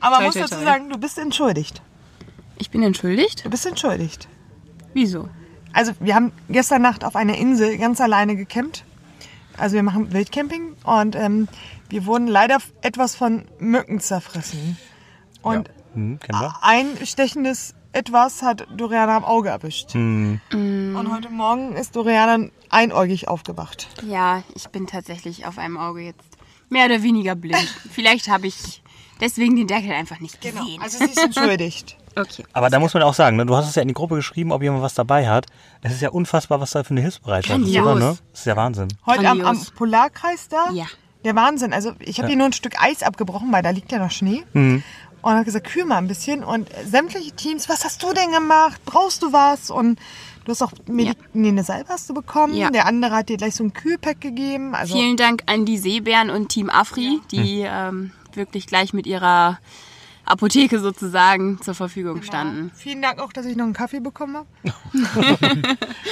Speaker 4: Aber
Speaker 5: Toi,
Speaker 4: man muss
Speaker 5: toi,
Speaker 4: dazu
Speaker 5: toi.
Speaker 4: sagen, du bist entschuldigt.
Speaker 5: ich bin entschuldigt.
Speaker 4: Du bist entschuldigt.
Speaker 5: Wieso?
Speaker 4: Also wir haben gestern Nacht auf einer Insel ganz alleine gecampt. Also wir machen Wildcamping und ähm, wir wurden leider f- etwas von Mücken zerfressen. Und
Speaker 6: Hm, kennen wir.
Speaker 4: ein stechendes etwas hat Doriana am Auge erwischt.
Speaker 5: Mm.
Speaker 4: Und heute Morgen ist Doriana einäugig aufgewacht.
Speaker 5: Ja, ich bin tatsächlich auf einem Auge jetzt mehr oder weniger blind. Vielleicht habe ich deswegen den Deckel einfach nicht gesehen.
Speaker 4: Also sie ist entschuldigt.
Speaker 5: (laughs) Okay.
Speaker 6: Aber da muss man auch sagen, ne? du hast es ja in die Gruppe geschrieben, ob jemand was dabei hat. Es ist ja unfassbar, was da für eine Hilfsbereitschaft ist, oder?
Speaker 5: Grandios.
Speaker 6: Ne? Das ist ja Wahnsinn.
Speaker 4: Heute am, am
Speaker 5: Grandios.
Speaker 4: Polarkreis da?
Speaker 5: Ja.
Speaker 4: Der Wahnsinn. Also ich habe hier nur ein Stück Eis abgebrochen, weil da liegt ja noch Schnee. Und habe gesagt, kühl mal ein bisschen. Und sämtliche Teams, was hast du denn gemacht? Brauchst du was? Und du hast auch Medi
Speaker 5: Ja.
Speaker 4: nee, eine Salbe hast du bekommen.
Speaker 5: Ja.
Speaker 4: Der andere hat dir gleich so ein Kühlpack gegeben. Also
Speaker 5: Vielen Dank an die Seebären und Team Afri, die ähm, wirklich gleich mit ihrer Apotheke sozusagen zur Verfügung standen.
Speaker 4: vielen Dank auch, dass ich noch einen Kaffee bekommen habe.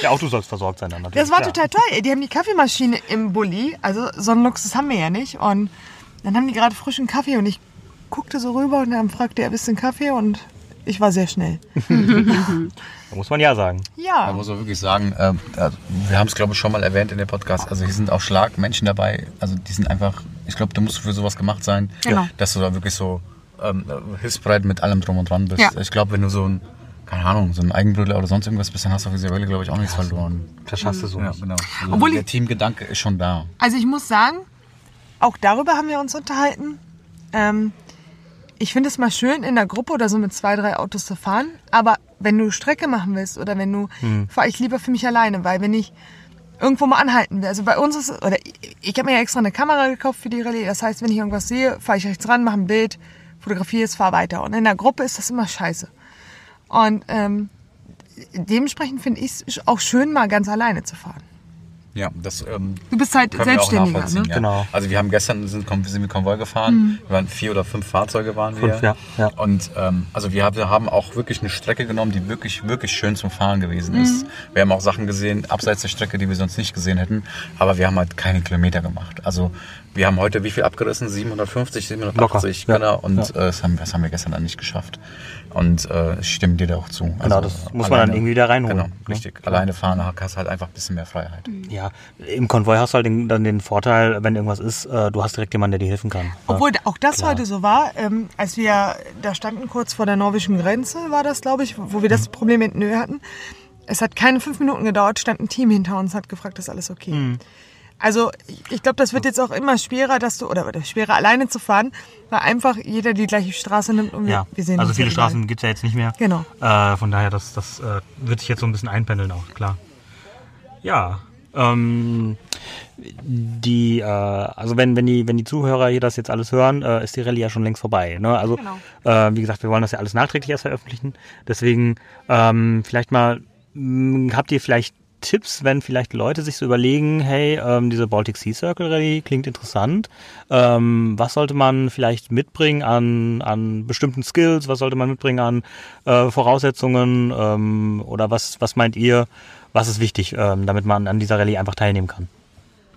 Speaker 6: Ja, auch du sollst versorgt sein dann natürlich.
Speaker 4: Das war
Speaker 6: klar.
Speaker 4: total toll. ey. Die haben die Kaffeemaschine im Bulli. Also so einen Luxus haben wir ja nicht. Und dann haben die gerade frischen Kaffee und ich guckte so rüber und dann fragte er, bist du ein Kaffee? Und ich war sehr schnell.
Speaker 6: Da muss man ja sagen.
Speaker 4: Ja.
Speaker 2: Da muss man wirklich sagen, ähm, also wir haben es glaube ich schon mal erwähnt in dem Podcast, also hier sind auch Schlagmenschen dabei, also die sind einfach, ich glaube, da musst du für sowas gemacht sein,
Speaker 4: Genau.
Speaker 2: dass du da wirklich so ähm, hilfsbereit mit allem drum und dran bist.
Speaker 4: Ja.
Speaker 2: Ich glaube, wenn du so ein, keine Ahnung, so ein Eigenbrötler oder sonst irgendwas bist, dann hast du auf dieser Welle, glaube ich, auch nichts verloren.
Speaker 6: Das schaffst du so
Speaker 2: Ja,
Speaker 6: nicht.
Speaker 2: genau. Also
Speaker 4: Obwohl
Speaker 2: der
Speaker 4: ich-
Speaker 2: Teamgedanke ist schon da.
Speaker 4: Also ich muss sagen, auch darüber haben wir uns unterhalten. Ähm, ich finde es mal schön, in der Gruppe oder so mit zwei, drei Autos zu fahren. Aber wenn du Strecke machen willst oder wenn du, fahre ich lieber für mich alleine, weil wenn ich irgendwo mal anhalten will, also bei uns ist, oder ich, ich habe mir ja extra eine Kamera gekauft für die Rallye. Das heißt, wenn ich irgendwas sehe, fahre ich rechts ran, mache ein Bild, fotografiere es, fahre weiter. Und in der Gruppe ist das immer scheiße. Und ähm, dementsprechend finde ich es auch schön, mal ganz alleine zu fahren.
Speaker 2: Ja, das ähm,
Speaker 4: Du bist halt
Speaker 2: können wir auch
Speaker 4: Selbstständiger,
Speaker 2: nachvollziehen.
Speaker 4: ne? Mhm.
Speaker 2: Ja.
Speaker 6: Genau.
Speaker 2: Also wir haben gestern sind, kom- sind wir Konvoi gefahren. Wir waren vier oder fünf Fahrzeuge waren
Speaker 6: Fünf,
Speaker 2: wir.
Speaker 6: ja, ja.
Speaker 2: Und ähm, also wir hab- haben auch wirklich eine Strecke genommen, die wirklich wirklich schön zum Fahren gewesen ist.
Speaker 4: Mhm.
Speaker 2: Wir haben auch Sachen gesehen abseits der Strecke, die wir sonst nicht gesehen hätten. Aber wir haben halt keine Kilometer gemacht. Also wir haben heute wie viel abgerissen? 750, 780,
Speaker 6: Locker, ja,
Speaker 2: genau. Und Äh, das, haben, das haben wir gestern dann nicht geschafft. Und äh, ich stimme dir da auch zu. Also
Speaker 6: Genau, das muss man dann irgendwie da reinholen,
Speaker 2: Genau,
Speaker 6: ne?
Speaker 2: richtig. Alleine fahren hast halt einfach ein bisschen mehr Freiheit.
Speaker 6: Ja, im Konvoi hast du halt den, dann den Vorteil, wenn irgendwas ist, äh, du hast direkt jemanden, der dir helfen kann.
Speaker 4: Obwohl auch das heute so war, ähm, als wir da standen, kurz vor der norwegischen Grenze war das, glaube ich, wo wir
Speaker 6: Mhm.
Speaker 4: das Problem in Nö hatten. Es hat keine fünf Minuten gedauert, stand ein Team hinter uns, hat gefragt, ist alles okay.
Speaker 6: Mhm.
Speaker 4: Also ich- ich glaube, das wird jetzt auch immer schwerer, dass du, oder wird schwerer alleine zu fahren, weil einfach jeder die gleiche Straße nimmt und wir,
Speaker 6: ja,
Speaker 4: wir sehen
Speaker 6: also
Speaker 4: uns
Speaker 6: viele
Speaker 4: ja überall.
Speaker 6: Straßen gibt es ja jetzt nicht mehr.
Speaker 4: Genau.
Speaker 6: Äh, von daher, das, das äh, wird sich jetzt so ein bisschen einpendeln auch, klar. Ja. Ähm, die, äh, also wenn, wenn, die, wenn die Zuhörer hier das jetzt alles hören, äh, ist die Rallye ja schon längst vorbei. Ne? Also, äh, wie gesagt, wir wollen das ja alles nachträglich erst veröffentlichen. Deswegen, ähm, vielleicht mal, mh, habt ihr vielleicht Tipps, wenn vielleicht Leute sich so überlegen, hey, ähm, diese Baltic Sea Circle Rallye klingt interessant. Ähm, was sollte man vielleicht mitbringen an, an bestimmten Skills? Was sollte man mitbringen an äh, Voraussetzungen? Ähm, oder was, was meint ihr, was ist wichtig, ähm, damit man an dieser Rallye einfach teilnehmen kann?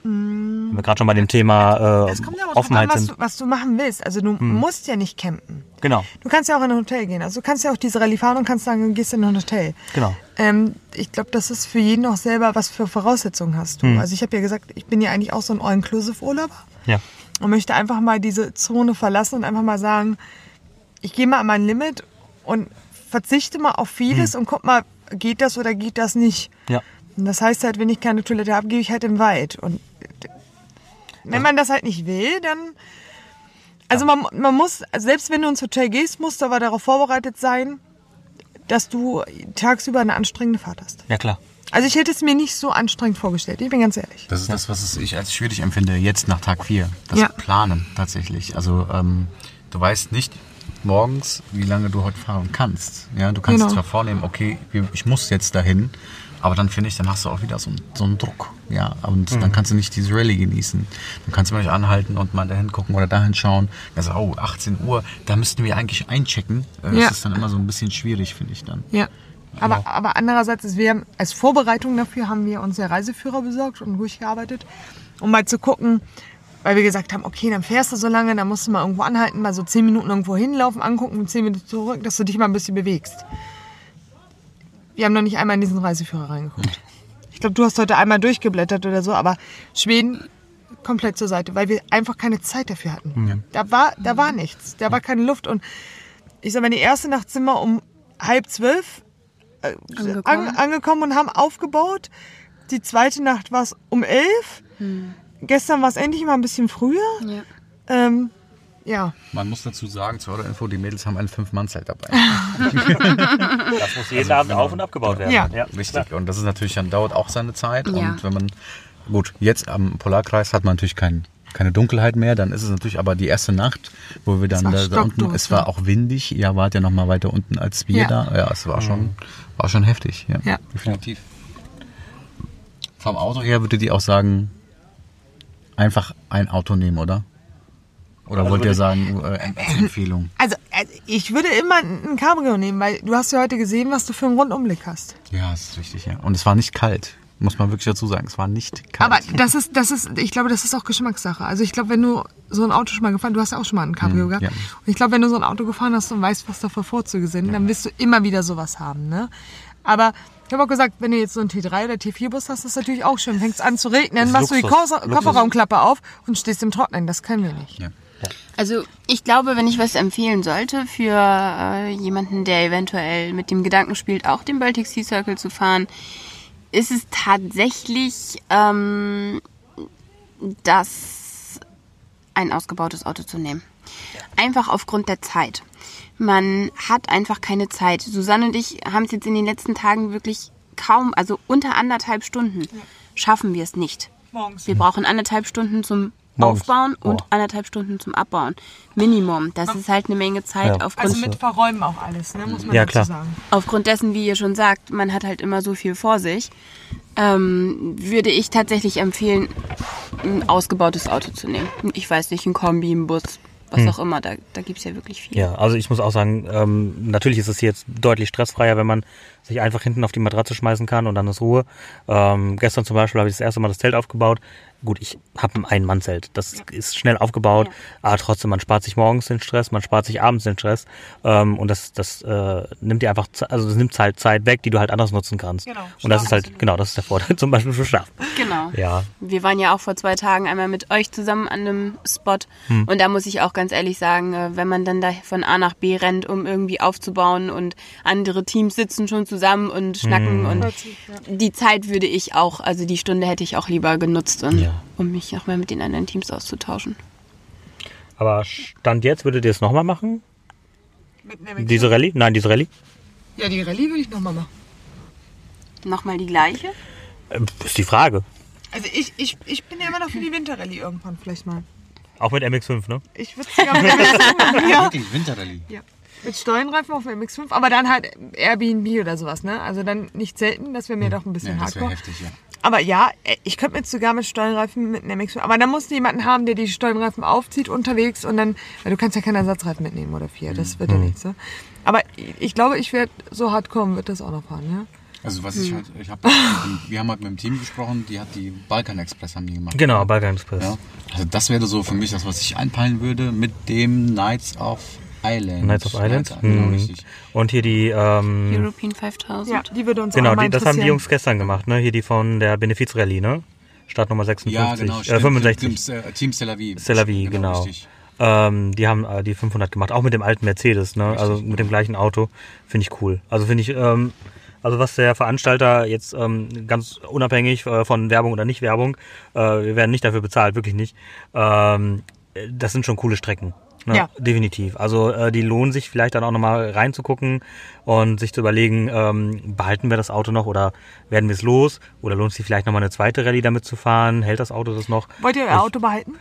Speaker 6: Wenn wir gerade schon bei dem Thema äh,
Speaker 4: Es kommt aber drauf an,
Speaker 6: Offenheit
Speaker 4: was
Speaker 6: sind. Mhm.
Speaker 4: du, was du machen willst. Also du musst ja nicht campen.
Speaker 6: Genau,
Speaker 4: Du kannst ja auch in ein Hotel gehen. Also du kannst ja auch diese Rallye fahren und kannst sagen, du gehst in ein Hotel.
Speaker 6: Genau.
Speaker 4: Ähm, ich glaube, das ist für jeden auch selber, was für Voraussetzungen hast du. Also ich habe ja gesagt, ich bin ja eigentlich auch so ein All-Inclusive-Urlauber
Speaker 6: ja.
Speaker 4: und möchte einfach mal diese Zone verlassen und einfach mal sagen, ich gehe mal an mein Limit und verzichte mal auf vieles und guck mal, geht das oder geht das nicht.
Speaker 6: ja.
Speaker 4: Und das heißt halt, wenn ich keine Toilette habe, gehe ich halt im Wald. Und d- wenn man das halt nicht will, dann. Also man, man muss, also selbst wenn du ins Hotel gehst, musst du aber darauf vorbereitet sein, dass du tagsüber eine anstrengende Fahrt hast.
Speaker 6: Ja, klar.
Speaker 4: Also ich hätte es mir nicht so anstrengend vorgestellt, ich bin ganz ehrlich.
Speaker 2: Das ist das, was es ich als schwierig empfinde, jetzt nach Tag 4. Das
Speaker 4: Ja.
Speaker 2: Planen tatsächlich. Also ähm, du weißt nicht morgens, wie lange du heute fahren kannst. Ja, du kannst
Speaker 4: Genau.
Speaker 2: zwar vornehmen, okay, wir- ich muss jetzt dahin, aber dann finde ich, dann hast du auch wieder so, einen- so einen Druck. Ja, und
Speaker 4: Mhm.
Speaker 2: dann kannst du nicht diese Rallye genießen. Dann kannst du mal nicht anhalten und mal dahin gucken oder dahin schauen. Also, oh, 18 Uhr, da müssten wir eigentlich einchecken. Äh,
Speaker 4: Ja.
Speaker 2: Das ist dann immer so ein bisschen schwierig, finde ich dann.
Speaker 4: Ja. Aber, aber andererseits, ist, wir haben, als Vorbereitung dafür haben wir uns ja Reiseführer besorgt und ruhig gearbeitet, um mal zu gucken, weil wir gesagt haben, okay, dann fährst du so lange, dann musst du mal irgendwo anhalten, mal so zehn Minuten irgendwo hinlaufen, angucken und zehn Minuten zurück, dass du dich mal ein bisschen bewegst. Wir haben noch nicht einmal in diesen Reiseführer reingeguckt. Ich glaube, du hast heute einmal durchgeblättert oder so, aber Schweden komplett zur Seite, weil wir einfach keine Zeit dafür hatten. Da, war, da war nichts, da war keine Luft und ich sag mal, die erste Nacht sind wir um halb zwölf äh,
Speaker 5: Angekommen.
Speaker 4: angekommen. An, angekommen und haben aufgebaut. Die zweite Nacht war es um elf. Gestern war es endlich mal ein bisschen früher.
Speaker 5: Ja.
Speaker 4: Ähm, ja,
Speaker 2: Man muss dazu sagen, zur Info, die Mädels haben ein Fünf-Mann-Zelt dabei.
Speaker 6: Das muss jeden Abend auf- und abgebaut werden.
Speaker 4: Ja.
Speaker 2: Richtig. Und das ist natürlich dann dauert auch seine Zeit.
Speaker 5: Ja.
Speaker 2: Und wenn man gut jetzt am Polarkreis hat man natürlich kein, keine Dunkelheit mehr. Dann ist es natürlich aber die erste Nacht, wo wir dann
Speaker 4: war
Speaker 2: da, da unten.
Speaker 4: stockdunkel.
Speaker 2: Es war auch windig. Ihr wart ja noch mal weiter unten als wir
Speaker 4: Ja.
Speaker 2: da. Ja, es war schon war schon heftig. Ja.
Speaker 4: Ja.
Speaker 2: Mhm. Definitiv. Vom Auto her würdet ihr auch sagen, einfach ein Auto nehmen, oder? Oder wollt ihr sagen, äh, als Empfehlung?
Speaker 4: also, also ich würde immer ein ein Cabrio nehmen, weil du hast ja heute gesehen, was du für einen Rundumblick hast.
Speaker 2: Ja, das ist richtig, ja. Und es war nicht kalt, muss man wirklich dazu sagen. Es war nicht kalt.
Speaker 4: Aber das ist, das ist, ich glaube, das ist auch Geschmackssache. Also ich glaube, wenn du so ein Auto schon mal gefahren, du hast ja auch schon mal ein Cabrio
Speaker 6: Mhm,
Speaker 4: gehabt.
Speaker 2: ja.
Speaker 4: Und ich glaube, wenn du so ein Auto gefahren hast und weißt, was da für Vorzüge sind, dann wirst du immer wieder sowas haben, ne? Aber ich habe auch gesagt, wenn du jetzt so einen T3 oder T4-Bus hast, ist natürlich auch schön. Fängst an zu regnen,
Speaker 6: Ist
Speaker 4: machst du die
Speaker 6: Luxus.
Speaker 4: Koffer-
Speaker 6: Luxus.
Speaker 4: Kofferraumklappe auf und stehst im Trocknen. Das können wir nicht.
Speaker 5: Also ich glaube, wenn ich was empfehlen sollte für äh, jemanden, der eventuell mit dem Gedanken spielt, auch den Baltic Sea Circle zu fahren, ist es tatsächlich ähm, das ein ausgebautes Auto zu nehmen. Einfach aufgrund der Zeit. Man hat einfach keine Zeit. Susanne und ich haben es jetzt in den letzten Tagen wirklich kaum, also unter anderthalb Stunden schaffen wir es nicht.
Speaker 4: Morgens.
Speaker 5: Wir brauchen anderthalb Stunden zum
Speaker 6: Hm. Morgens.
Speaker 5: Aufbauen und
Speaker 6: Oh.
Speaker 5: anderthalb Stunden zum Abbauen. Minimum. Das ist halt eine Menge Zeit
Speaker 6: Ja.
Speaker 4: Also
Speaker 5: aufgrund,
Speaker 4: Verräumen auch alles, ne? Muss man
Speaker 6: Ja, dazu klar.
Speaker 4: sagen.
Speaker 5: aufgrund dessen, wie ihr schon sagt, man hat halt immer so viel vor sich. Ähm, würde ich tatsächlich empfehlen, ein ausgebautes Auto zu nehmen. Ich weiß nicht, ein Kombi, ein Bus, was
Speaker 6: Hm.
Speaker 5: auch immer. Da, da gibt es ja wirklich viel.
Speaker 6: Ja, also ich muss auch sagen, ähm, natürlich ist es hier jetzt deutlich stressfreier, wenn man sich einfach hinten auf die Matratze schmeißen kann und dann ist Ruhe. Ähm, gestern zum Beispiel habe ich das erste Mal das Zelt aufgebaut. Gut, ich habe ein Ein-Mann-Zelt. Das ist schnell aufgebaut, aber trotzdem, man spart sich morgens den Stress, man spart sich abends den Stress ähm, und das, das äh, nimmt dir einfach, Ze- also das nimmt halt Zeit weg, die du halt anders nutzen kannst.
Speaker 4: Genau,
Speaker 6: und das ist
Speaker 4: Schlaf
Speaker 6: halt, genau, das ist der Vorteil (laughs) zum Beispiel für Schlaf.
Speaker 5: Genau.
Speaker 6: Ja,
Speaker 5: Wir waren ja auch vor zwei Tagen einmal mit euch zusammen an einem Spot.
Speaker 6: Hm.
Speaker 5: Und da muss ich auch ganz ehrlich sagen, äh, wenn man dann da von A nach B rennt, um irgendwie aufzubauen und andere Teams sitzen schon zusammen und
Speaker 6: Hm.
Speaker 5: schnacken und die Zeit würde ich auch, also die Stunde hätte ich auch lieber genutzt, und,
Speaker 6: Ja.
Speaker 5: um mich auch mal mit den anderen Teams auszutauschen.
Speaker 6: aber Stand jetzt, würdet ihr es nochmal machen?
Speaker 4: Mit einem
Speaker 6: Diese Rallye? Nein, diese Rallye?
Speaker 4: ja, die Rallye würde ich nochmal machen.
Speaker 5: Nochmal die gleiche?
Speaker 6: Ähm, Ist die Frage.
Speaker 4: Also ich, ich, ich bin ja immer noch für die Winterrallye irgendwann vielleicht mal.
Speaker 6: Auch mit MX5, ne?
Speaker 4: Ich
Speaker 6: (laughs)
Speaker 4: würde es sogar mit ja.
Speaker 3: Wirklich, Winterrallye.
Speaker 4: Ja. Mit Steuernreifen auf dem MX5, aber dann halt Airbnb oder sowas, ne? Also dann nicht selten, das wäre
Speaker 6: Hm.
Speaker 4: mir doch ein bisschen
Speaker 3: Ja, das wäre
Speaker 4: hardcore.
Speaker 3: heftig, ja.
Speaker 4: Aber ja, äh, ich könnte mir sogar mit Steuernreifen mit einem MX5, aber dann musst du jemanden haben, der die Steuernreifen aufzieht unterwegs und dann, weil du kannst ja keinen Ersatzreifen mitnehmen oder vier, das wird ja
Speaker 6: Hm.
Speaker 4: nichts, ne? Aber ich ich glaube, ich werde so hardcore wird das auch noch fahren, ja?
Speaker 3: Also was
Speaker 6: Hm.
Speaker 3: ich halt, ich hab, wir haben halt mit dem Team gesprochen, die hat die Balkan Express haben die gemacht.
Speaker 6: Genau, Balkan Express.
Speaker 3: Ja? Also das wäre so für mich das, was ich einpeilen würde mit dem Knights of Island.
Speaker 6: Nights of Island.
Speaker 3: Knights, genau,
Speaker 6: Mhm.
Speaker 3: richtig.
Speaker 6: Und hier die, ähm,
Speaker 5: European 5000.
Speaker 4: Ja, Also die würde uns
Speaker 6: genau,
Speaker 4: auch mal
Speaker 6: die, das haben die
Speaker 4: interessieren.
Speaker 6: Jungs gestern gemacht, ne? Hier die von der Benefizrallye, ne? Startnummer 56,
Speaker 3: Ja, genau.
Speaker 6: äh,
Speaker 3: stimmt.
Speaker 6: 65,
Speaker 3: Team, äh, Team Tel Aviv.
Speaker 6: Tel Aviv, genau. Ähm, die haben äh, die 500 gemacht, auch mit dem alten Mercedes, ne? Also mit dem gleichen Auto, finde ich cool. Also finde ich, ähm, also was der Veranstalter jetzt ähm, ganz unabhängig äh, von Werbung oder nicht Werbung, äh, wir werden nicht dafür bezahlt, wirklich nicht. Ähm, äh, das sind schon coole Strecken. Ne?
Speaker 4: Ja.
Speaker 6: Definitiv. Also äh, die lohnen sich vielleicht dann auch nochmal reinzugucken und sich zu überlegen, ähm, behalten wir das Auto noch oder werden wir es los? Oder lohnt es sich vielleicht nochmal eine zweite Rallye damit zu fahren? Hält das Auto das noch? Also
Speaker 4: Wollt ihr euer Auto behalten?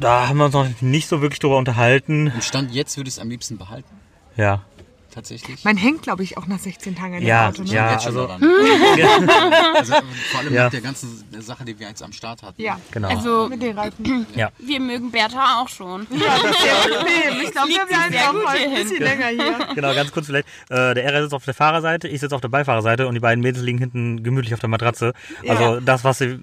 Speaker 6: Da haben wir uns noch nicht so wirklich drüber unterhalten.
Speaker 3: Im Stand jetzt würde ich es am liebsten behalten,
Speaker 6: Ja.
Speaker 3: tatsächlich.
Speaker 4: Man hängt, glaube ich, auch nach 16 Tagen in
Speaker 6: Ja,
Speaker 4: dem Auto, ne?
Speaker 6: ja.
Speaker 3: Jetzt schon
Speaker 6: also- (laughs)
Speaker 3: daran. also, äh, vor allem
Speaker 6: Ja.
Speaker 3: mit der ganzen Sache, die wir jetzt am Start hatten.
Speaker 4: Ja,
Speaker 6: Genau.
Speaker 5: Also
Speaker 4: mit den Reifen.
Speaker 5: wir mögen Bertha auch schon.
Speaker 4: Nee, ich glaube, wir bleiben auch mal ein bisschen länger hier.
Speaker 6: genau, ganz kurz vielleicht. Äh, der Ära sitzt auf der Fahrerseite, ich sitze auf der Beifahrerseite und die beiden Mädels liegen hinten gemütlich auf der Matratze. Also das, was sie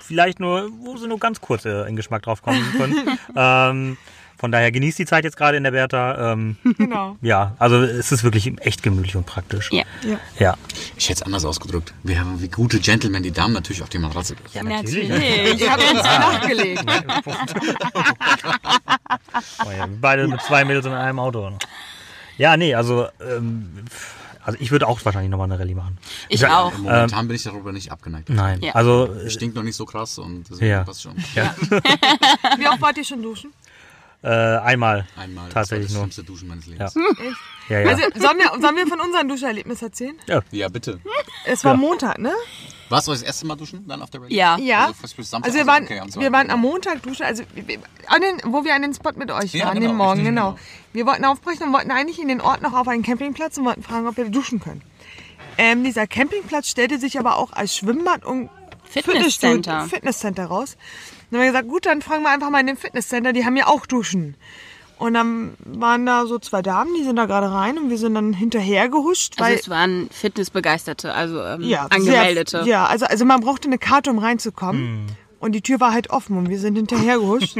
Speaker 6: vielleicht nur, wo sie nur ganz kurz äh, in Geschmack drauf kommen
Speaker 5: (laughs)
Speaker 6: können. ähm, von daher genießt die Zeit jetzt gerade in der Bertha. Ähm,
Speaker 4: Genau.
Speaker 6: ja, also es ist wirklich echt gemütlich und praktisch.
Speaker 5: Ja.
Speaker 4: Ja.
Speaker 6: Ja.
Speaker 3: Ich hätte es anders ausgedrückt. Wir haben wie gute Gentlemen die Damen natürlich auf die Matratze.
Speaker 6: ja
Speaker 4: Ihr habt uns nachgelegt.
Speaker 6: Oh ja, beide mit zwei Mädels in einem Auto. Ja, nee, also, ähm, also ich würde auch wahrscheinlich nochmal eine Rallye machen.
Speaker 5: Ich auch.
Speaker 3: Momentan bin ich darüber nicht abgeneigt.
Speaker 6: Ähm, Nein,
Speaker 5: Ja.
Speaker 6: also
Speaker 3: Ich stink noch nicht so krass und deswegen
Speaker 6: Ja.
Speaker 3: passt schon.
Speaker 4: Wie oft wollt ihr schon duschen?
Speaker 6: äh, einmal.
Speaker 3: Einmal.
Speaker 6: Tatsächlich
Speaker 3: das war
Speaker 6: nur.
Speaker 3: das schlimmste Duschen meines Lebens.
Speaker 6: Ja, ja.
Speaker 4: Also, sollen wir, sollen wir von unserem Duscherlebnis erzählen?
Speaker 3: Ja, bitte.
Speaker 4: Es war Montag, ne?
Speaker 3: Warst du euch das erste Mal duschen dann auf der Rallye?
Speaker 5: Ja.
Speaker 4: Ja.
Speaker 3: Also, fast bis Samstag,
Speaker 4: Also wir
Speaker 3: also,
Speaker 4: waren,
Speaker 3: okay, am Sonntag.
Speaker 4: wir waren am Montag duschen, also wir- wir- an den, wo wir an den Spot mit euch
Speaker 3: Ja,
Speaker 4: waren,
Speaker 3: genau,
Speaker 4: den Morgen,
Speaker 3: richtig,
Speaker 4: genau.
Speaker 3: genau.
Speaker 4: Wir wollten aufbrechen und wollten eigentlich in den Ort noch auf einen Campingplatz und wollten fragen, ob wir duschen können. Ähm, dieser Campingplatz stellte sich aber auch als Schwimmbad und
Speaker 5: Fitnesscenter.
Speaker 4: Fitnessstudio- Fitnesscenter raus. Dann haben wir gesagt, gut, dann fragen wir einfach mal in dem Fitnesscenter, die haben ja auch Duschen. Und dann waren da so zwei Damen, die sind da gerade rein und wir sind dann hinterher gehuscht,
Speaker 5: Also
Speaker 4: weil
Speaker 5: es waren Fitnessbegeisterte, also ähm,
Speaker 4: ja,
Speaker 5: Angemeldete. Hm.
Speaker 4: Sehr, ja, also, also man brauchte eine Karte, um reinzukommen. Und die Tür war halt offen und wir sind hinterhergehuscht.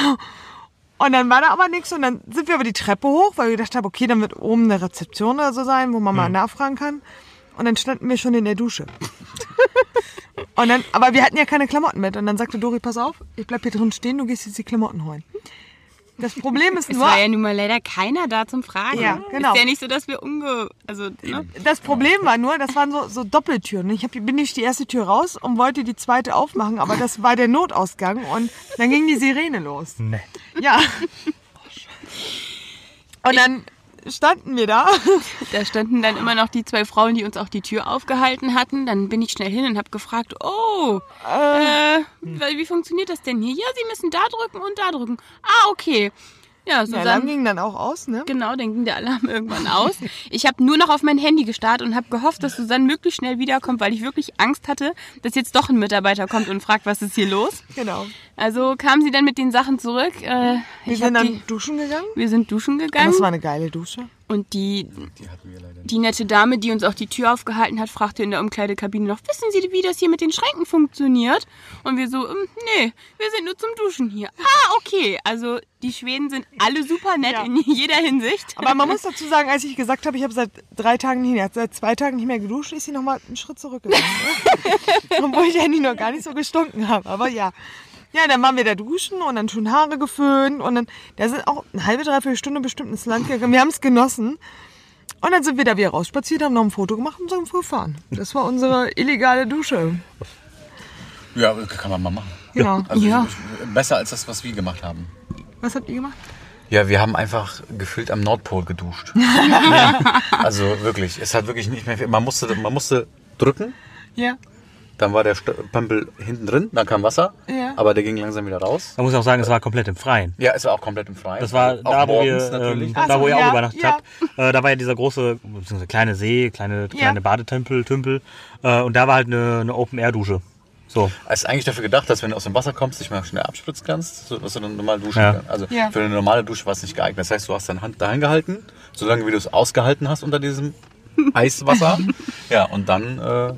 Speaker 4: (laughs) und dann war da aber nichts und dann sind wir aber die Treppe hoch, weil wir gedacht haben, okay, dann wird oben eine Rezeption oder so sein, wo man
Speaker 5: Hm.
Speaker 4: mal nachfragen kann. Und dann standen wir schon in der Dusche. (laughs) und dann, aber wir hatten ja keine Klamotten mit. Und dann sagte Dori, pass auf, ich bleib hier drin stehen, du gehst jetzt die Klamotten holen. Das Problem ist
Speaker 5: Es
Speaker 4: nur,
Speaker 5: war ja nun mal leider keiner da zum Fragen.
Speaker 4: Ja, genau.
Speaker 5: Ist ja nicht so, dass wir unge... Also, ne?
Speaker 4: das Problem war nur, das waren so, so Doppeltüren. Ich hab, bin nicht die erste Tür raus und wollte die zweite aufmachen, aber das war der Notausgang und dann ging die Sirene los.
Speaker 6: nee.
Speaker 4: Ja. Und dann standen wir da.
Speaker 5: Da standen dann immer noch die zwei Frauen, die uns auch die Tür aufgehalten hatten. Dann bin ich schnell hin und habe gefragt, oh, äh, weil- wie funktioniert das denn hier? Ja, Sie müssen da drücken und da drücken. Ah, okay. Ja, so
Speaker 4: Der
Speaker 5: dann
Speaker 4: Alarm ging dann auch aus, ne?
Speaker 5: Genau, dann ging der Alarm (laughs) irgendwann aus. Ich habe nur noch auf mein Handy gestarrt und habe gehofft, dass Susanne möglichst schnell wiederkommt, weil ich wirklich Angst hatte, dass jetzt doch ein Mitarbeiter kommt und fragt, was ist hier los.
Speaker 4: Genau.
Speaker 5: Also kam sie dann mit den Sachen zurück. Äh,
Speaker 4: Wir
Speaker 5: ich
Speaker 4: sind
Speaker 5: hab
Speaker 4: dann
Speaker 5: die,
Speaker 4: duschen gegangen.
Speaker 5: wir sind duschen
Speaker 4: Und
Speaker 5: gegangen
Speaker 4: das war eine geile Dusche.
Speaker 5: und die,
Speaker 3: Die hatten wir leider nicht.
Speaker 5: die nette Dame, die uns auch die Tür aufgehalten hat, fragte in der Umkleidekabine noch, wissen Sie, wie das hier mit den Schränken funktioniert? Und wir so, "Ähm, nee, wir sind nur zum Duschen hier. Ah, okay. Also die Schweden sind alle super nett
Speaker 4: Ja.
Speaker 5: in jeder Hinsicht.
Speaker 4: Aber man muss dazu sagen, als ich gesagt habe, ich habe seit drei Tagen nicht mehr, seit zwei Tagen nicht mehr geduscht, ist sie nochmal einen Schritt zurückgegangen. ne? Obwohl ich eigentlich noch gar nicht so gestunken habe. Aber ja. Ja, dann waren wir da duschen und dann schon Haare geföhnt und dann, da sind auch eine halbe, dreiviertel Stunde bestimmt ins Land gegangen. Wir haben es genossen. Und dann sind wir da wieder rausspaziert, haben noch ein Foto gemacht und sind vorgefahren. Das war unsere illegale Dusche.
Speaker 3: Ja, kann man mal machen.
Speaker 4: Genau.
Speaker 3: Also
Speaker 5: Ja.
Speaker 3: besser als das, was wir gemacht haben.
Speaker 4: Was habt ihr gemacht?
Speaker 2: Ja, wir haben einfach gefühlt am Nordpol
Speaker 4: (laughs)
Speaker 2: geduscht. Also wirklich, es hat wirklich nicht mehr viel. Man musste, man musste drücken,
Speaker 4: Ja.
Speaker 2: dann war der St- Pömpel hinten drin, dann kam Wasser,
Speaker 4: Ja.
Speaker 2: aber der ging langsam wieder raus.
Speaker 6: Man muss auch sagen, es war komplett im Freien.
Speaker 2: Ja, es war auch komplett im Freien. Also
Speaker 6: Das war
Speaker 2: auch
Speaker 6: da, wo
Speaker 2: morgens
Speaker 6: wir,
Speaker 2: natürlich.
Speaker 6: ähm, da,
Speaker 4: so,
Speaker 6: wo ihr
Speaker 4: ja,
Speaker 6: auch übernachtet
Speaker 4: ja.
Speaker 6: habt. Äh, da war ja dieser große, beziehungsweise kleine See, kleine, kleine Badetempel, Tümpel. Äh, und da war halt eine, eine Open-Air-Dusche. So.
Speaker 2: Es ist eigentlich dafür gedacht, dass wenn du aus dem Wasser kommst, dich mal schnell abspritzen kannst, so dass du dann normal duschen
Speaker 6: Ja.
Speaker 2: kannst. Also
Speaker 4: Ja.
Speaker 2: für eine normale Dusche war es nicht geeignet. Das heißt, du hast deine Hand dahin gehalten, solange wie du es ausgehalten hast unter diesem Eiswasser. ja, und dann äh,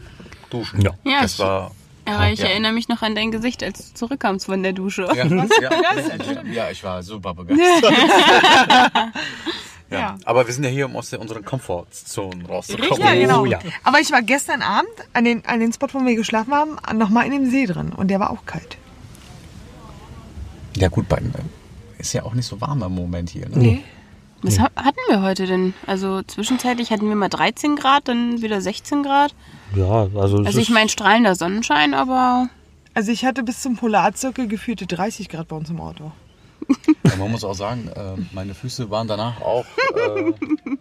Speaker 2: duschen.
Speaker 6: Ja.
Speaker 5: Ja,
Speaker 2: das
Speaker 5: ich-
Speaker 2: war.
Speaker 5: Aber ich
Speaker 2: Ja.
Speaker 5: erinnere mich noch an dein Gesicht, als du zurückkamst von der Dusche.
Speaker 2: Ja, ja, ja, ich war super begeistert. (laughs) ja.
Speaker 4: Ja.
Speaker 2: Aber wir sind ja hier, um aus der, unseren Komfortzonen rauszukommen.
Speaker 4: Ja, genau.
Speaker 6: Oh, ja.
Speaker 4: Aber ich war gestern Abend an den, an den Spot, wo wir geschlafen haben, nochmal in dem See drin. Und der war auch kalt.
Speaker 2: Ja, gut, bei ist ja auch nicht so warm im Moment hier. Ne?
Speaker 5: Was ha hatten wir heute denn? Also zwischenzeitlich hatten wir mal 13 Grad, dann wieder 16 Grad.
Speaker 6: Ja, also. es
Speaker 5: Also ich
Speaker 6: ist-
Speaker 5: meine strahlender Sonnenschein, aber
Speaker 4: Also ich hatte bis zum Polarzirkel gefühlte 30 Grad bei uns im Auto.
Speaker 2: Ja, man muss auch sagen, äh, meine Füße waren danach auch. Äh,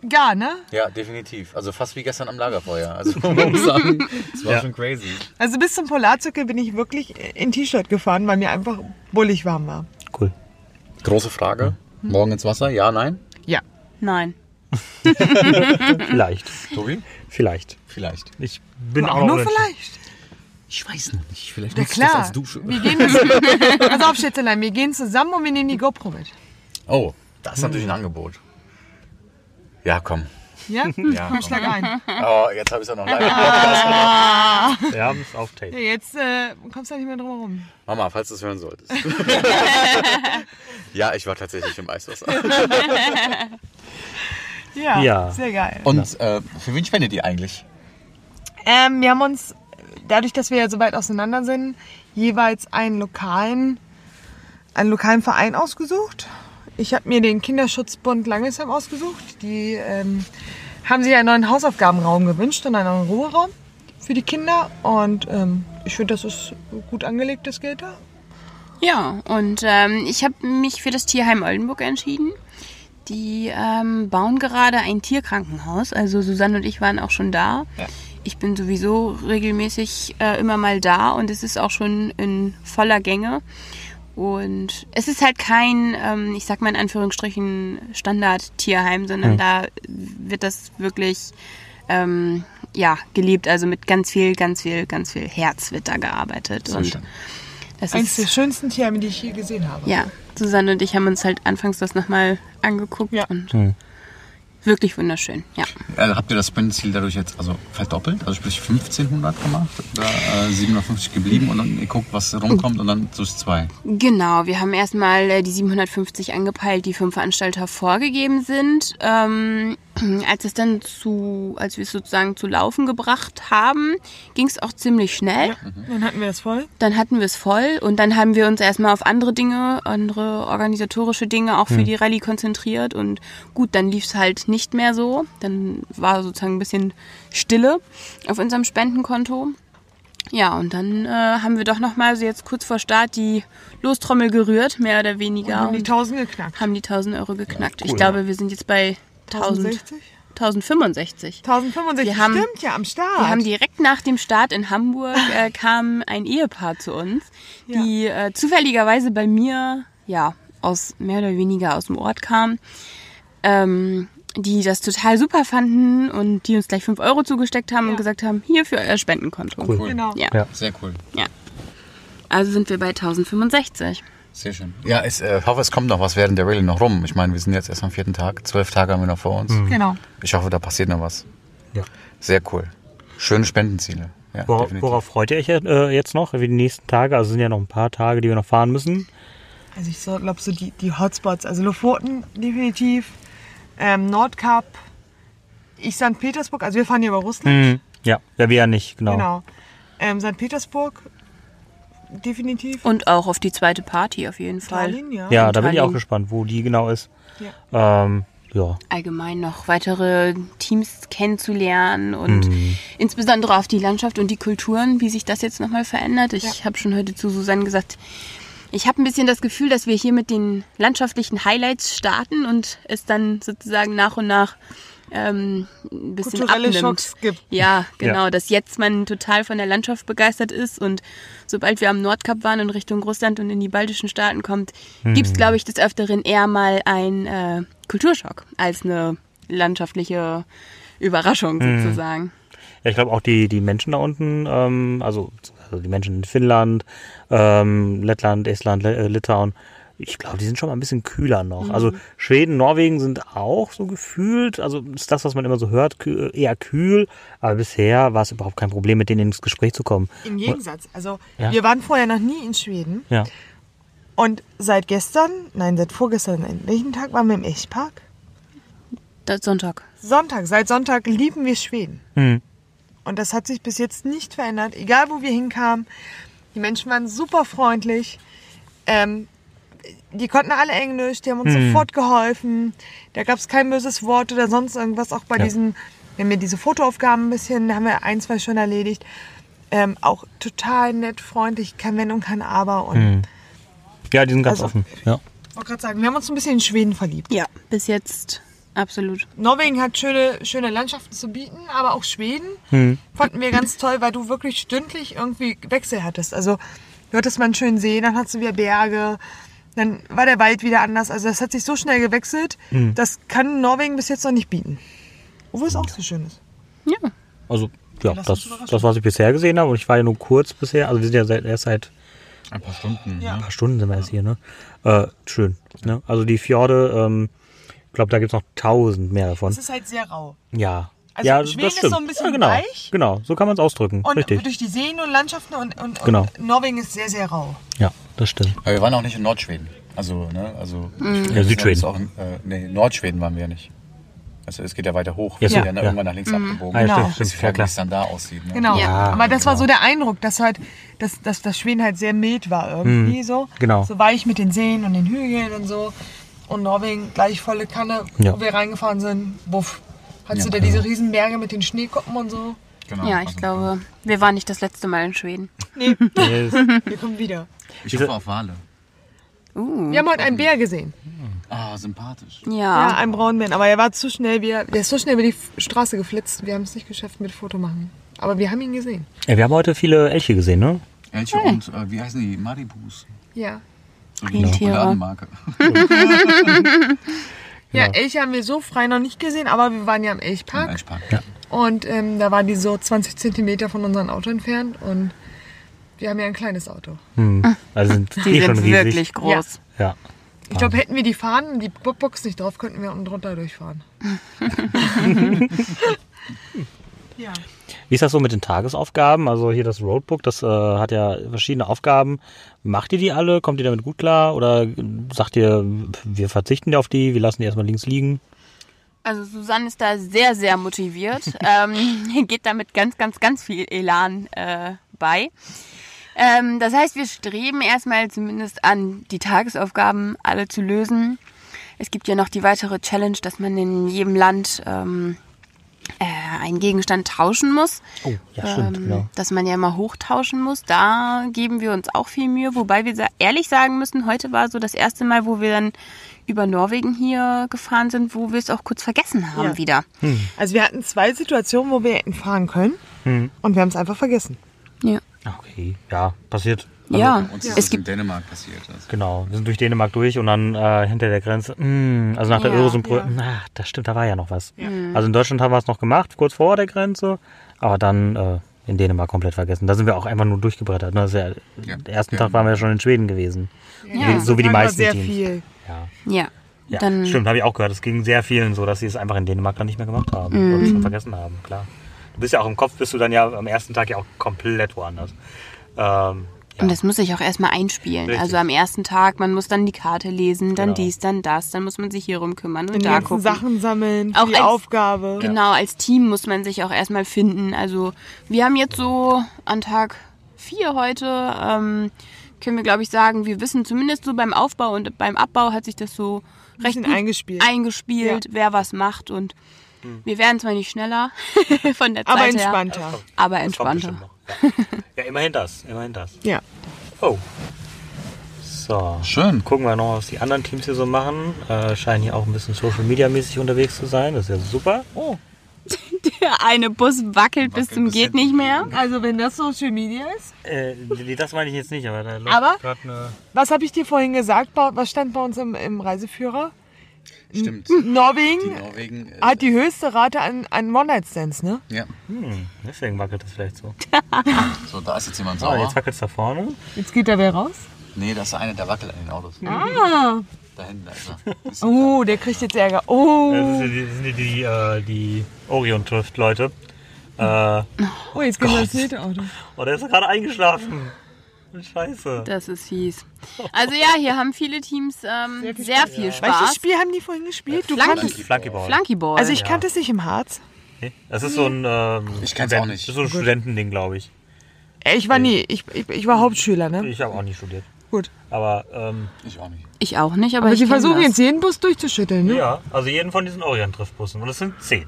Speaker 4: Gar, ne?
Speaker 2: Ja, definitiv. Also fast wie gestern am Lagerfeuer. (laughs) Also man muss sagen, es war
Speaker 6: Ja.
Speaker 2: schon crazy.
Speaker 4: Also bis zum Polarzirkel bin ich wirklich in T-Shirt gefahren, weil mir einfach bullig warm war.
Speaker 6: Cool.
Speaker 2: Große Frage. Mhm. Morgen ins Wasser? Ja, nein?
Speaker 4: Ja.
Speaker 5: nein.
Speaker 6: Vielleicht.
Speaker 2: Tobi?
Speaker 6: Vielleicht.
Speaker 2: Vielleicht.
Speaker 6: Ich bin
Speaker 4: Auch
Speaker 6: auch noch
Speaker 4: nur
Speaker 6: unentschieden.
Speaker 4: vielleicht.
Speaker 2: Ich weiß noch nicht. Vielleicht
Speaker 4: Ja
Speaker 2: nutze ich das
Speaker 4: klar.
Speaker 2: als Dusche.
Speaker 4: Wir gehen das, pass auf, Schätzelein, wir gehen zusammen und wir nehmen die GoPro mit.
Speaker 2: Oh, das ist natürlich ein Angebot. Ja, (laughs) komm.
Speaker 4: Ja?
Speaker 2: Ja,
Speaker 4: Komm, schlag ein.
Speaker 2: Oh, jetzt habe ich es ja noch leider.
Speaker 6: Wir haben es auf Tape.
Speaker 4: Ja, jetzt äh, kommst du da nicht mehr drum herum.
Speaker 2: (laughs) Mama, falls du es hören solltest. (laughs) ja, ich war tatsächlich im Eiswasser.
Speaker 4: Ja,
Speaker 6: Ja.
Speaker 4: Sehr geil.
Speaker 2: Und äh, für wen spendet ihr eigentlich?
Speaker 4: Ähm, wir haben uns, dadurch, dass wir ja so weit auseinander sind, jeweils einen lokalen, einen lokalen Verein ausgesucht. Ich habe mir den Kinderschutzbund Langesheim ausgesucht. Die ähm, haben sich einen neuen Hausaufgabenraum gewünscht und einen neuen Ruheraum für die Kinder. Und ähm, ich finde, das ist gut angelegtes Geld da.
Speaker 5: Ja, und ähm, ich habe mich für das Tierheim Oldenburg entschieden. Die ähm, bauen gerade ein Tierkrankenhaus. Also Susanne und ich waren auch schon da. Ich bin sowieso regelmäßig äh, immer mal da und es ist auch schon in voller Gänge. Und es ist halt kein, ähm, ich sag mal in Anführungsstrichen, Standard-Tierheim, sondern da wird das wirklich ähm, ja, gelebt. Also mit ganz viel, ganz viel, ganz viel Herz wird da gearbeitet. und das
Speaker 4: Eines
Speaker 5: ist,
Speaker 4: der schönsten Tierheime, die ich je gesehen habe.
Speaker 5: ja, Susanne und ich haben uns halt anfangs das nochmal angeguckt
Speaker 4: Ja.
Speaker 5: und wirklich wunderschön, ja.
Speaker 2: Also habt ihr das Spendenziel dadurch jetzt also verdoppelt? Also sprich 1500 gemacht oder äh, 750 geblieben und dann ihr guckt, was rumkommt und dann so ist zwei.
Speaker 5: Genau, wir haben erstmal äh, die 750 angepeilt, die vom Veranstalter vorgegeben sind. Ähm, (clears throat) als es dann zu, als wir es sozusagen zu laufen gebracht haben, ging es auch ziemlich schnell.
Speaker 4: Dann hatten wir das voll.
Speaker 5: Dann hatten wir es voll und dann haben wir uns erstmal auf andere Dinge, andere organisatorische Dinge auch für die Rallye konzentriert und gut, dann lief es halt nicht mehr so. Dann war sozusagen ein bisschen Stille auf unserem Spendenkonto. Ja, und dann äh, haben wir doch nochmal so jetzt kurz vor Start die Lostrommel gerührt, mehr oder
Speaker 4: Wir
Speaker 5: weniger.
Speaker 4: haben die
Speaker 5: Und
Speaker 4: 1000 geknackt.
Speaker 5: haben die 1000 Euro geknackt. ich glaube, wir sind jetzt bei 1000,
Speaker 4: 1060?
Speaker 5: 1065.
Speaker 4: 1065.
Speaker 5: Wir haben-
Speaker 4: Stimmt, ja, am Start.
Speaker 5: Wir haben direkt nach dem Start in Hamburg
Speaker 4: (laughs)
Speaker 5: äh, kam ein Ehepaar zu uns, die äh, zufälligerweise bei mir, ja, aus mehr oder weniger aus dem Ort kam, ähm, die das total super fanden und die uns gleich 5 Euro zugesteckt haben und gesagt haben, hier für euer Spendenkonto.
Speaker 6: Cool.
Speaker 4: genau.
Speaker 5: Ja.
Speaker 6: Ja.
Speaker 2: Sehr cool.
Speaker 5: Also sind wir bei 1065.
Speaker 2: Sehr schön. Ja, ich äh, hoffe, es kommt noch was während der Rallye noch rum. Ich meine, wir sind jetzt erst am vierten Tag. Zwölf Tage haben wir noch vor uns.
Speaker 4: Genau.
Speaker 2: Ich hoffe, da passiert noch was.
Speaker 6: Mhm. Ja.
Speaker 2: Sehr cool. Schöne Spendenziele. Ja,
Speaker 6: Wor
Speaker 2: definitiv.
Speaker 6: worauf freut ihr euch äh, jetzt noch? Wie die nächsten Tage? Also sind ja noch ein paar Tage, die wir noch fahren müssen.
Speaker 4: Also ich so, glaube so die, die Hotspots, also Lofoten definitiv, ähm, Nordkap, ich St. Petersburg, also wir fahren hier über Russland,
Speaker 6: Ja, ja, wir ja nicht, genau.
Speaker 4: genau. Ähm, St. Petersburg definitiv,
Speaker 5: Und auch auf die zweite Party auf jeden Fall.
Speaker 4: Tallinn, ja.
Speaker 6: Ja, da bin ich auch
Speaker 5: Tallinn.
Speaker 6: gespannt, wo die genau ist. Ja. Ähm, ja.
Speaker 5: allgemein noch weitere Teams kennenzulernen und insbesondere auf die Landschaft und die Kulturen, wie sich das jetzt nochmal verändert. Ich habe schon heute zu Susanne gesagt, ich habe ein bisschen das Gefühl, dass wir hier mit den landschaftlichen Highlights starten und es dann sozusagen nach und nach ähm, ein bisschen
Speaker 4: Kulturelle
Speaker 5: abnimmt.
Speaker 4: Schocks gibt.
Speaker 5: Ja, genau,
Speaker 6: Ja.
Speaker 5: dass jetzt man total von der Landschaft begeistert ist und sobald wir am Nordkap waren und Richtung Russland und in die baltischen Staaten kommt, gibt's gibt es, glaube ich, des Öfteren eher mal einen äh, Kulturschock als eine landschaftliche Überraschung sozusagen.
Speaker 6: Ja, ich glaube auch die, die Menschen da unten, ähm, also, also die Menschen in Finnland, ähm, Lettland, Estland, Le äh, Litauen, ich glaube, die sind schon mal ein bisschen kühler noch. Also Schweden, Norwegen sind auch so gefühlt, also ist das, was man immer so hört, kü äh, eher kühl. Aber bisher war es überhaupt kein Problem, mit denen ins Gespräch zu kommen.
Speaker 4: Im Gegensatz, also
Speaker 6: Oh. Ja.
Speaker 4: wir waren vorher noch nie in Schweden
Speaker 6: Ja,
Speaker 4: und seit gestern, nein, seit vorgestern, an welchem Tag waren wir im Echtpark?
Speaker 5: Das Sonntag.
Speaker 4: Sonntag, seit Sonntag lieben wir Schweden.
Speaker 6: Mhm.
Speaker 4: Und das hat sich bis jetzt nicht verändert. Egal, wo wir hinkamen, die Menschen waren super freundlich. Ähm, die konnten alle Englisch, die haben uns sofort geholfen. Da gab es kein böses Wort oder sonst irgendwas. Auch bei diesen, wenn wir diese Fotoaufgaben ein bisschen, haben wir ein, zwei schon erledigt. Ähm, auch total nett, freundlich, kein Wenn und kein Aber. Und
Speaker 6: ja die sind ganz
Speaker 4: Also-
Speaker 6: offen. Ja.
Speaker 4: ich wollte gerade sagen, wir haben uns ein bisschen in Schweden verliebt.
Speaker 5: Ja, bis jetzt absolut.
Speaker 4: Norwegen hat schöne, schöne Landschaften zu bieten, aber auch Schweden
Speaker 6: Hm.
Speaker 4: fanden wir ganz toll, weil du wirklich stündlich irgendwie Wechsel hattest. Also du hattest mal einen schönen See, dann hattest du wieder Berge, dann war der Wald wieder anders. Also das hat sich so schnell gewechselt,
Speaker 6: Hm.
Speaker 4: das kann Norwegen bis jetzt noch nicht bieten. Obwohl es auch so schön ist.
Speaker 5: Ja.
Speaker 6: Also, ja,
Speaker 4: lass uns
Speaker 6: das, das, was ich bisher gesehen habe. Und ich war ja nur kurz bisher, also wir sind ja seit, erst seit
Speaker 2: Ein paar Stunden.
Speaker 6: ein paar Stunden sind wir jetzt hier, ne? Äh, schön. Ne? Also die Fjorde, ähm, ich glaube, da gibt es noch tausend mehr davon.
Speaker 4: Es ist halt sehr rau.
Speaker 6: Ja.
Speaker 4: Also
Speaker 6: ja,
Speaker 4: Schweden ist so ein bisschen
Speaker 6: genau.
Speaker 4: weich.
Speaker 6: Genau, so kann man es ausdrücken.
Speaker 4: Und
Speaker 6: Richtig.
Speaker 4: durch die Seen und Landschaften und, und, und
Speaker 6: Genau.
Speaker 4: Norwegen ist sehr, sehr rau.
Speaker 6: Ja, das stimmt.
Speaker 2: Aber wir waren auch nicht in Nordschweden. Also, ne? Also,
Speaker 4: Mhm.
Speaker 2: ich-
Speaker 6: Ja, Südschweden.
Speaker 2: ist Auch, in- äh, nee, Nordschweden waren wir ja nicht. Also, es geht ja weiter hoch.
Speaker 6: Ja,
Speaker 2: Wir
Speaker 6: so,
Speaker 2: sind ja, ne,
Speaker 6: ja.
Speaker 2: irgendwann nach links abgebogen.
Speaker 6: Ah, ja,
Speaker 4: Genau.
Speaker 6: stimmt,
Speaker 2: Bis die
Speaker 6: stimmt, ja,
Speaker 2: Flagge, wie
Speaker 6: klar.
Speaker 2: es dann da aussieht. Ne?
Speaker 4: Genau.
Speaker 5: Ja.
Speaker 4: Aber das war so der Eindruck, dass halt, dass, dass das Schweden halt sehr mild war irgendwie so.
Speaker 6: genau.
Speaker 4: So weich mit den Seen und den Hügeln und so. und Norwegen gleich volle Kanne,
Speaker 6: Ja.
Speaker 4: wo wir reingefahren sind, wuff. Hattest
Speaker 2: Ja.
Speaker 4: du da diese riesen Berge mit den Schneekuppen und so?
Speaker 2: Genau.
Speaker 5: Ja, ich
Speaker 2: Also,
Speaker 5: glaube, wir waren nicht das letzte Mal in Schweden.
Speaker 6: Yes.
Speaker 4: Wir kommen wieder.
Speaker 3: Ich hoffe auf Wale.
Speaker 5: Uh.
Speaker 4: Wir haben heute einen Bär gesehen.
Speaker 3: Ah, sympathisch.
Speaker 4: Ja,
Speaker 5: Ja.
Speaker 4: einen braunen Bären. Aber er war zu schnell, wir, der ist so schnell über die F- Straße geflitzt. Wir haben es nicht geschafft mit Foto machen. Aber wir haben ihn gesehen.
Speaker 6: ja, wir haben heute viele Elche gesehen, ne?
Speaker 3: Elche und, äh, wie heißen die? Maribus.
Speaker 4: Ja.
Speaker 3: So wie die
Speaker 5: Rentiere.
Speaker 3: Schokoladenmarke.
Speaker 4: Ja, Elche haben wir so frei noch nicht gesehen, aber wir waren ja im Elchpark.
Speaker 3: Im Elchpark.
Speaker 4: Und ähm, da war die so 20 Zentimeter von unserem Auto entfernt und wir haben ja ein kleines Auto. Ah.
Speaker 6: Also sind
Speaker 5: Die
Speaker 6: eh schon
Speaker 5: sind
Speaker 6: riesig.
Speaker 5: wirklich groß.
Speaker 6: Ja.
Speaker 4: Ich
Speaker 6: Also
Speaker 4: glaube, hätten wir die Fahnen, die Box nicht drauf, könnten wir unten drunter durchfahren. (laughs) ja.
Speaker 6: Wie ist das so mit den Tagesaufgaben? Also hier das Roadbook, das äh, hat ja verschiedene Aufgaben. Macht ihr die alle? Kommt ihr damit gut klar? Oder sagt ihr, wir verzichten auf die, wir lassen die erstmal links liegen?
Speaker 5: Also Susanne ist da sehr, sehr (laughs) motiviert. ähm, geht damit ganz, ganz, ganz viel Elan äh, bei. Ähm, das heißt, wir streben erstmal zumindest an, die Tagesaufgaben alle zu lösen. Es gibt ja noch die weitere Challenge, dass man in jedem Land ähm, äh, einen Gegenstand tauschen muss.
Speaker 6: Oh, ja, stimmt,
Speaker 5: ähm,
Speaker 6: genau.
Speaker 5: Dass man ja immer hochtauschen muss. Da geben wir uns auch viel Mühe. Wobei wir sa- ehrlich sagen müssen, heute war so das erste Mal, wo wir dann über Norwegen hier gefahren sind, wo wir es auch kurz vergessen haben
Speaker 4: Ja.
Speaker 5: wieder.
Speaker 4: Also wir hatten zwei Situationen, wo wir hätten fahren können und wir haben es einfach vergessen.
Speaker 5: Ja.
Speaker 6: Ah, Okay, ja, passiert.
Speaker 2: um
Speaker 5: ja.
Speaker 3: Uns ist
Speaker 5: Es
Speaker 3: das in
Speaker 5: gibt
Speaker 3: Dänemark passiert. also? Das
Speaker 6: Genau, wir sind durch Dänemark durch und dann äh, hinter der Grenze, mm, also nach der
Speaker 5: Ja,
Speaker 6: Öresundbrücke,
Speaker 4: ja.
Speaker 6: na, das stimmt, da war ja noch was. Also in Deutschland haben wir es noch gemacht, kurz vor der Grenze, aber dann äh, in Dänemark komplett vergessen. Da sind wir auch einfach nur durchgebrettert. Ne? Das ist ja,
Speaker 3: Ja.
Speaker 6: Den ersten
Speaker 3: Ja.
Speaker 6: Tag waren wir ja schon in Schweden gewesen.
Speaker 5: Ja.
Speaker 6: Wie, so wie die
Speaker 4: Das war
Speaker 6: meisten
Speaker 4: sehr
Speaker 6: Teams.
Speaker 4: viel.
Speaker 6: Ja,
Speaker 5: ja.
Speaker 6: ja
Speaker 5: Dann-
Speaker 6: stimmt, habe ich auch gehört. Es ging sehr vielen so, dass sie es einfach in Dänemark dann nicht mehr gemacht haben
Speaker 5: Mhm.
Speaker 6: oder schon vergessen haben, klar. Du bist ja auch im Kopf, bist du dann ja am ersten Tag ja auch komplett woanders. Ähm, ja.
Speaker 5: Und das muss ich auch erstmal einspielen.
Speaker 6: Richtig.
Speaker 5: Also am ersten Tag, man muss dann die Karte lesen, dann
Speaker 6: Genau.
Speaker 5: dies, dann das, dann muss man sich hier rumkümmern
Speaker 4: Und
Speaker 5: und
Speaker 4: die
Speaker 5: da
Speaker 4: ganzen
Speaker 5: gucken.
Speaker 4: Sachen sammeln,
Speaker 5: Auch
Speaker 4: die
Speaker 5: als-
Speaker 4: Aufgabe.
Speaker 5: Genau, als Team muss man sich auch erstmal finden. Also wir haben jetzt so an Tag vier heute, ähm, können wir glaube ich sagen, wir wissen zumindest so beim Aufbau und beim Abbau hat sich das so recht
Speaker 4: bisschen
Speaker 5: gut
Speaker 4: eingespielt.
Speaker 5: eingespielt, wer was macht und wir werden zwar nicht schneller (laughs) von der Zeit
Speaker 4: Aber
Speaker 5: her,
Speaker 4: entspannter.
Speaker 5: aber
Speaker 6: Das kommt bestimmt
Speaker 5: entspannter.
Speaker 6: noch. Ja. ja, immerhin das, immerhin das.
Speaker 4: Ja.
Speaker 6: Oh. So.
Speaker 3: Schön.
Speaker 6: Gucken wir noch, was die anderen Teams hier so machen. Äh, scheinen hier auch ein bisschen Social Media mäßig unterwegs zu sein. Das ist ja super.
Speaker 4: Oh.
Speaker 5: Der (laughs) eine Bus wackelt bis zum
Speaker 3: bis
Speaker 5: geht
Speaker 3: hinten.
Speaker 5: nicht mehr.
Speaker 4: Also wenn das Social Media ist.
Speaker 6: Äh, nee, das meine ich jetzt nicht, aber da läuft
Speaker 4: Aber-
Speaker 6: gerade eine.
Speaker 4: Was habe ich dir vorhin gesagt? Ba- Was stand bei uns im, im Reiseführer?
Speaker 3: Stimmt.
Speaker 5: Mhm.
Speaker 3: Die
Speaker 4: Norwegen
Speaker 3: Norwegen. Äh,
Speaker 4: hat die höchste Rate an, an One-Night-Stands, ne?
Speaker 3: ja.
Speaker 6: Hm, deswegen wackelt das vielleicht so.
Speaker 3: So, da ist jetzt jemand
Speaker 6: Oh,
Speaker 3: sauer.
Speaker 6: jetzt wackelt es da vorne.
Speaker 4: Jetzt geht da wer raus?
Speaker 3: nee, das ist einer, der wackelt an den Autos.
Speaker 4: Ah.
Speaker 3: Da hinten, da ist er. Ist
Speaker 4: Oh, der kriegt jetzt Ärger.
Speaker 6: Das
Speaker 4: Oh,
Speaker 6: sind die, das sind die, die, äh, die Orion-Trift-Leute. Äh,
Speaker 4: oh jetzt geht das nächste Auto.
Speaker 6: oh, der ist gerade eingeschlafen. Scheiße.
Speaker 5: Das ist fies. Also ja, hier haben viele Teams ähm, sehr viel Spaß.
Speaker 4: Welches Spiel haben die vorhin gespielt? Du
Speaker 5: Flanken.
Speaker 4: kanntest,
Speaker 6: Flankyball.
Speaker 5: Flunkyball.
Speaker 4: also ich kannte es nicht im Harz.
Speaker 6: Nee, das ist so ein. Ähm,
Speaker 3: Ich kann's auch
Speaker 6: Student-
Speaker 3: nicht.
Speaker 6: Das ist so ein Studentending, glaube ich.
Speaker 4: Ey, Äh, Ich war nie, ich, ich, ich war Hauptschüler, ne?
Speaker 6: Ich habe auch nicht studiert.
Speaker 4: Gut.
Speaker 6: Aber ähm,
Speaker 3: Ich auch nicht.
Speaker 5: ich auch nicht, aber,
Speaker 4: Aber
Speaker 5: ich
Speaker 4: die
Speaker 5: kenn
Speaker 4: versuchen
Speaker 5: das.
Speaker 4: Also jetzt jeden Bus durchzuschütteln, ne?
Speaker 6: Ja, also jeden von diesen Orient-Triftbussen. Und es sind zehn.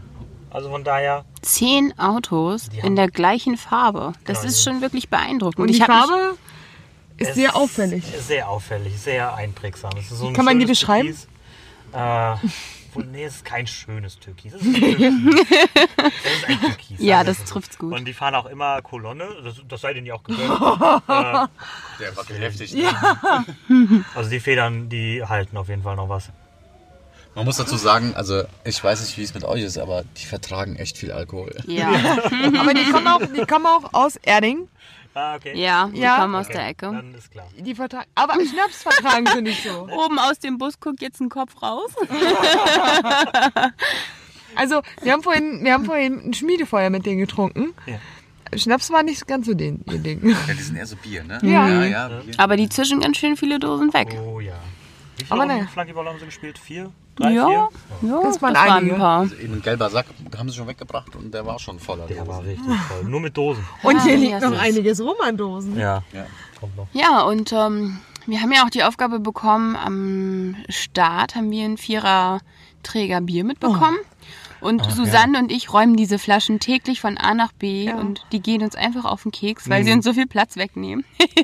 Speaker 6: Also von daher,
Speaker 5: zehn Autos in
Speaker 6: haben-
Speaker 5: der gleichen Farbe. Das
Speaker 6: Genau,
Speaker 5: ist
Speaker 6: ja.
Speaker 5: schon wirklich beeindruckend.
Speaker 4: Und die
Speaker 5: hab mich-
Speaker 4: Farbe ist sehr auffällig.
Speaker 6: sehr auffällig, sehr einprägsam. Es ist so ein
Speaker 4: Kann man die
Speaker 6: schönes
Speaker 4: beschreiben?
Speaker 6: Türkis. Äh, wohl, nee, es ist kein schönes Türkis. Es ist ein Türkis. Es ist ein Türkis.
Speaker 5: Ja,
Speaker 6: sagen wir
Speaker 5: das
Speaker 6: mal so.
Speaker 5: trifft's gut.
Speaker 6: Und die fahren auch immer Kolonne. Das, das sei denn ja auch Äh, gewöhnt.
Speaker 3: Der wackelt heftig.
Speaker 6: Also die Federn, die halten auf jeden Fall noch was.
Speaker 3: Man muss dazu sagen, also ich weiß nicht, wie es mit euch ist, aber die vertragen echt viel Alkohol.
Speaker 5: Ja,
Speaker 4: Aber die kommen auch, die kommen auch aus Erding.
Speaker 6: Ah, okay.
Speaker 4: (laughs)
Speaker 5: ja, die
Speaker 4: Ja.
Speaker 5: kommen aus
Speaker 6: Okay,
Speaker 5: der Ecke.
Speaker 6: Dann ist klar.
Speaker 4: Die vertragen, aber Schnaps vertragen sie nicht so.
Speaker 5: Oben aus dem Bus guckt jetzt ein Kopf raus.
Speaker 4: Also, wir haben vorhin, wir haben vorhin ein Schmiedefeuer mit denen getrunken.
Speaker 6: Ja.
Speaker 4: Schnaps war nicht ganz so den, ihr Ding.
Speaker 3: Ja, die sind eher so Bier, ne?
Speaker 4: Ja.
Speaker 5: Mhm.
Speaker 3: ja, Bier.
Speaker 5: Aber die zischen ganz schön viele Dosen weg.
Speaker 6: Oh ja. Wie viele
Speaker 4: Aber
Speaker 6: Runden
Speaker 4: naja.
Speaker 6: Flankyball haben sie gespielt? Vier?
Speaker 5: Ja,
Speaker 6: Drei,
Speaker 5: ja,
Speaker 6: vier?
Speaker 5: das,
Speaker 4: waren
Speaker 5: waren
Speaker 4: einige.
Speaker 5: ein paar.
Speaker 3: Eben ein gelber Sack haben sie schon weggebracht und der war schon voller. Also,
Speaker 6: Der war richtig voll. Nur mit Dosen.
Speaker 4: Und
Speaker 5: Ah,
Speaker 4: hier
Speaker 5: ja,
Speaker 4: liegt noch
Speaker 5: süß.
Speaker 4: einiges rum an Dosen.
Speaker 6: Ja.
Speaker 3: Ja.
Speaker 6: Kommt noch.
Speaker 5: Ja, und ähm, Wir haben ja auch die Aufgabe bekommen, am Start haben wir einen Vierer-Träger Bier mitbekommen. Und Susanne und ich räumen diese Flaschen täglich von A nach B und die gehen uns einfach auf den Keks, weil sie uns so viel Platz wegnehmen. (laughs)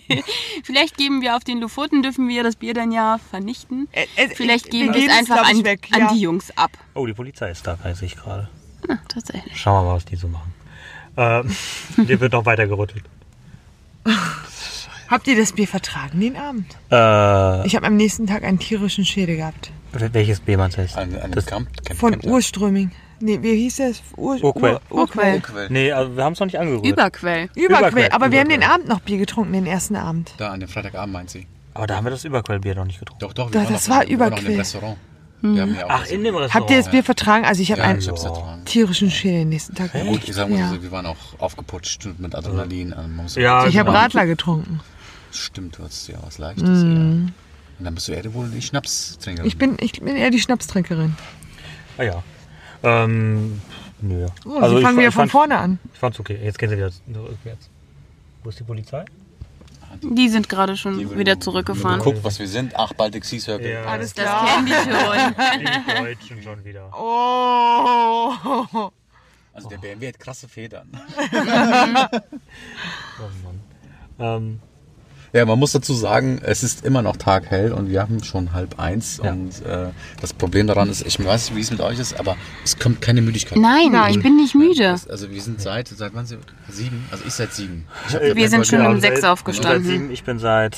Speaker 5: Vielleicht geben wir auf den Lofoten, dürfen wir das Bier dann ja vernichten.
Speaker 4: Äh, äh,
Speaker 5: Vielleicht
Speaker 4: wir
Speaker 5: geben wir
Speaker 4: geben's,
Speaker 5: es einfach
Speaker 4: glaub ich,
Speaker 5: an,
Speaker 4: weg,
Speaker 5: an
Speaker 4: ja.
Speaker 5: die Jungs ab.
Speaker 6: Oh, die Polizei ist da, weiß ich gerade.
Speaker 5: Ah, tatsächlich.
Speaker 6: Schauen wir mal, was die so machen. Äh, dir wird noch weiter gerüttelt.
Speaker 4: Habt ihr das Bier vertragen den Abend?
Speaker 6: Äh,
Speaker 4: Ich habe am nächsten Tag einen tierischen Schädel gehabt.
Speaker 6: welches B man heißt?
Speaker 2: An, an
Speaker 6: Das-
Speaker 2: das Kamp Kamp
Speaker 4: Von
Speaker 2: Kamp-
Speaker 4: Urströming. Nee, wie hieß das? Ur
Speaker 6: Urquell.
Speaker 4: Ur Urquell.
Speaker 2: Quell.
Speaker 6: Nee, also wir haben es noch nicht angerührt.
Speaker 5: Überquell.
Speaker 4: Überquell.
Speaker 6: Überquell,
Speaker 4: Aber wir haben
Speaker 6: Überquell.
Speaker 4: den Abend noch Bier getrunken, den ersten Abend.
Speaker 2: Da an dem Freitagabend meint sie.
Speaker 6: Aber da haben wir das Überquellbier noch nicht getrunken.
Speaker 2: Doch, doch,
Speaker 4: Doch,
Speaker 2: waren
Speaker 4: das
Speaker 2: noch-
Speaker 4: war Hm.
Speaker 2: wir waren noch in
Speaker 4: Überquell.
Speaker 2: dem Restaurant. Wir haben ja auch
Speaker 6: Ach,
Speaker 2: was-
Speaker 6: in dem Restaurant.
Speaker 4: Habt ihr das Bier vertragen? Also ich habe
Speaker 2: Ja,
Speaker 4: einen
Speaker 2: ich hab's ertragen.
Speaker 4: tierischen Schädel den nächsten Tag.
Speaker 2: Gut, ich sag mal
Speaker 4: Ja.
Speaker 2: so, wir waren auch aufgeputscht und mit Adrenalin. Also man muss
Speaker 6: Ja,
Speaker 4: Ich habe
Speaker 6: genau.
Speaker 4: Radler getrunken.
Speaker 2: Stimmt, du hattest ja was Leichtes. Ja. Und dann bist du eher wohl die Schnapstrinkerin.
Speaker 4: Hm. Ich bin, ich bin eher die Schnapstrinkerin.
Speaker 6: Ah ja. Ähm, nö.
Speaker 4: Oh, sie fangen
Speaker 6: fa-
Speaker 4: wieder von
Speaker 6: fand-
Speaker 4: vorne an.
Speaker 6: Ich fand's okay. Jetzt gehen sie wieder rückwärts. Wo ist die Polizei?
Speaker 5: Die sind gerade schon wieder zurückgefahren.
Speaker 2: Guck, was wir sind. Ach, Baltic Sea Circle.
Speaker 4: Alles
Speaker 5: Das
Speaker 4: klar.
Speaker 5: kennen die schon.
Speaker 6: (laughs) die Deutschen schon wieder.
Speaker 4: Oh.
Speaker 2: Also der BMW hat krasse Federn.
Speaker 6: Ähm,
Speaker 2: Ja, man muss dazu sagen, es ist immer noch taghell und wir haben schon halb eins. Und äh, das Problem daran ist, ich weiß nicht, wie es mit euch ist, aber es kommt keine Müdigkeit.
Speaker 5: Nein, ich bin nicht müde.
Speaker 2: Das- Also wir sind seit, seit wann sind wir? Sieben? Also ich seit sieben. Ich hab-
Speaker 5: Wir sind schon
Speaker 6: ja,
Speaker 5: um
Speaker 6: seit-
Speaker 5: sechs
Speaker 6: Seit
Speaker 5: aufgestanden.
Speaker 6: sieben, ich bin seit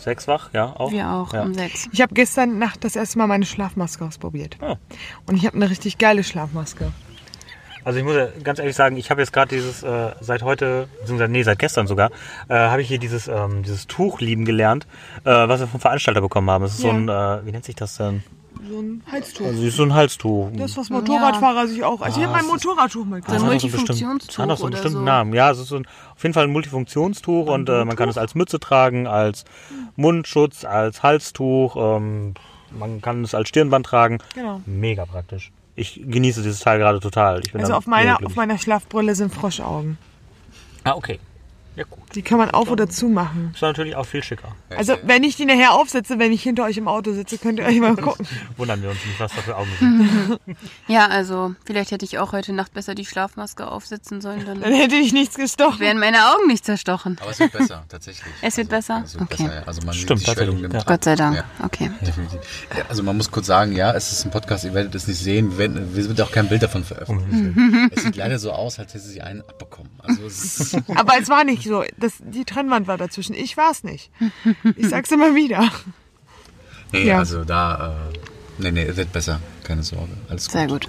Speaker 6: sechs wach, ja, auch.
Speaker 5: Wir auch
Speaker 6: Ja.
Speaker 5: um sechs.
Speaker 4: Ich habe gestern Nacht das erste Mal meine Schlafmaske ausprobiert.
Speaker 6: Ah.
Speaker 4: Und ich habe eine richtig geile Schlafmaske.
Speaker 6: Also ich muss ja ganz ehrlich sagen, ich habe jetzt gerade dieses, äh, seit heute, beziehungsweise nee, seit gestern sogar, äh, habe ich hier dieses, ähm, dieses Tuch lieben gelernt, äh, was wir vom Veranstalter bekommen haben. Das ist
Speaker 4: Ja.
Speaker 6: so ein, äh, wie nennt sich das denn?
Speaker 4: So ein Heiztuch.
Speaker 6: Also Ah, es ist so ein Halstuch.
Speaker 4: Das, was Motorradfahrer sich auch. Also hier mein Motorradtuch mal
Speaker 5: So
Speaker 6: Das
Speaker 5: ein
Speaker 6: hat doch so bestimmt-
Speaker 5: Multifunktionstuch
Speaker 6: das hat doch so einen
Speaker 5: oder
Speaker 6: bestimmten
Speaker 5: so.
Speaker 6: Namen. Ja, es ist so ein, auf jeden Fall ein Multifunktionstuch und äh, man kann es als Mütze tragen, als Mundschutz, als Halstuch, ähm, man kann es als Stirnband tragen.
Speaker 4: Genau.
Speaker 6: Mega praktisch. Ich genieße dieses Teil gerade total. Ich bin
Speaker 4: Also
Speaker 6: damit
Speaker 4: auf meiner,
Speaker 6: mega
Speaker 4: auf
Speaker 6: glücklich.
Speaker 4: meiner Schlafbrille sind Froschaugen.
Speaker 6: Ah, okay. Ja, gut.
Speaker 4: Die kann man auf oder zu machen.
Speaker 6: Ist natürlich auch viel schicker.
Speaker 4: Also wenn ich die nachher aufsetze, wenn ich hinter euch im Auto sitze, könnt ihr euch mal gucken.
Speaker 6: Wundern wir uns nicht, was da für Augen sind.
Speaker 5: Ja, also vielleicht hätte ich auch heute Nacht besser die Schlafmaske aufsetzen sollen, dann
Speaker 4: Dann hätte ich nichts gestochen.
Speaker 5: wären meine Augen nicht zerstochen.
Speaker 2: Aber es wird besser, tatsächlich.
Speaker 5: Es wird besser?
Speaker 2: Es wird
Speaker 5: Okay.
Speaker 2: besser, ja. Also man
Speaker 6: Stimmt,
Speaker 2: die Schwellung
Speaker 6: tatsächlich,
Speaker 2: nimmt
Speaker 6: ja.
Speaker 2: ab.
Speaker 5: Gott sei Dank.
Speaker 2: Ja.
Speaker 5: Okay.
Speaker 2: Definitiv. Ja, Also man muss kurz sagen, ja, es ist ein Podcast, ihr werdet es nicht sehen, wir, werden, wir wird auch kein Bild davon
Speaker 5: Mhm. (laughs)
Speaker 2: veröffentlichen. es sieht leider so aus, als hätte sie einen abbekommen. Also es ist,
Speaker 4: Aber es war nicht so. Das, die Trennwand war dazwischen. Ich war es nicht. Ich sag's immer wieder.
Speaker 2: nee,
Speaker 4: Ja.
Speaker 2: also da, äh, nee, nee, es wird besser, keine Sorge, alles gut.
Speaker 5: Sehr gut.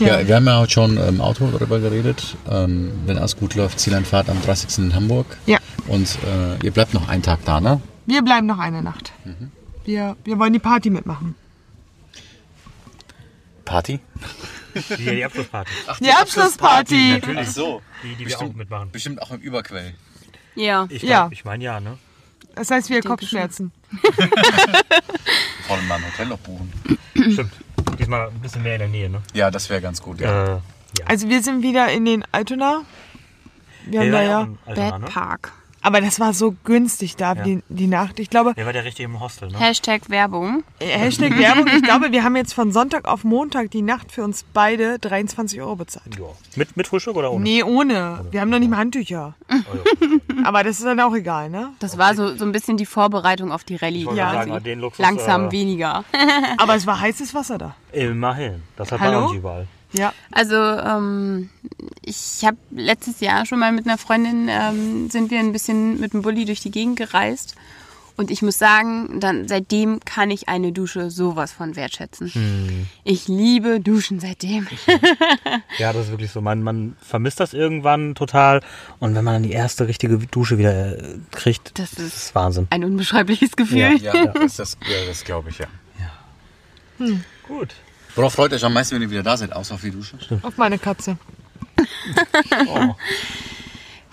Speaker 2: Ja, wir haben ja heute schon im Auto darüber geredet, ähm, wenn alles gut läuft, Zieleinfahrt am 30. in Hamburg.
Speaker 4: Ja.
Speaker 2: Und äh, ihr bleibt noch einen Tag da, ne?
Speaker 4: Wir bleiben noch eine Nacht. Wir, wir wollen die Party mitmachen.
Speaker 2: Party?
Speaker 6: Die, die Abschlussparty.
Speaker 4: die Abschlussparty.
Speaker 2: Ach so.
Speaker 6: Die, die wir
Speaker 2: Bestimmt.
Speaker 6: auch mitmachen.
Speaker 2: Bestimmt auch im Überquell.
Speaker 5: Ja.
Speaker 6: Ich,
Speaker 4: Ja.
Speaker 6: glaub, ich meine ja, ne?
Speaker 4: Das heißt, wir Kopfschmerzen.
Speaker 2: Vor allem mal ein Hotel noch buchen.
Speaker 6: Stimmt. Diesmal ein bisschen mehr in der Nähe, ne?
Speaker 2: Ja, das wäre ganz gut, ja.
Speaker 6: Äh, ja.
Speaker 4: Also wir sind wieder in den Altona. Wir haben
Speaker 6: Der
Speaker 4: da
Speaker 6: war ja auch
Speaker 4: ja.
Speaker 6: im Altona,
Speaker 5: Bad
Speaker 6: ne?
Speaker 5: Park.
Speaker 4: Aber das war so günstig da, die, die Nacht. Ich glaube,
Speaker 6: Der war der richtig im Hostel, ne?
Speaker 5: Hashtag Werbung.
Speaker 4: äh, Hashtag Werbung, ich glaube, wir haben jetzt von Sonntag auf Montag die Nacht für uns beide 23 Euro bezahlt.
Speaker 6: Ja. Mit, mit Frühstück oder ohne?
Speaker 4: Nee, ohne. Wir haben noch nicht mal Handtücher. (laughs) Aber das ist dann auch egal, ne?
Speaker 5: Das war so, so ein bisschen die Vorbereitung auf die Rallye.
Speaker 6: wollte
Speaker 4: Ja,
Speaker 6: gerade sagen, den Luxus,
Speaker 5: Langsam
Speaker 6: äh,
Speaker 5: weniger.
Speaker 4: Aber es war heißes Wasser da.
Speaker 6: Immerhin. Das hat
Speaker 4: Hallo?
Speaker 6: man auch nicht überall.
Speaker 4: Ja.
Speaker 5: Also ähm, ich habe letztes Jahr schon mal mit einer Freundin, ähm, sind wir ein bisschen mit dem Bulli durch die Gegend gereist. Und ich muss sagen, dann, seitdem kann ich eine Dusche sowas von wertschätzen.
Speaker 6: Hm.
Speaker 5: Ich liebe Duschen seitdem.
Speaker 6: Ja, das ist wirklich so. Man, man vermisst das irgendwann total. Und wenn man dann die erste richtige Dusche wieder äh, kriegt,
Speaker 5: Das
Speaker 6: das
Speaker 5: ist-
Speaker 6: ist, Wahnsinn.
Speaker 5: Ein unbeschreibliches Gefühl.
Speaker 2: Ja, ja, das, das, ja, das glaube ich, ja.
Speaker 6: Gut.
Speaker 2: Worauf freut euch am meisten, wenn ihr wieder da seid, außer auf die Dusche?
Speaker 4: Auf meine Katze.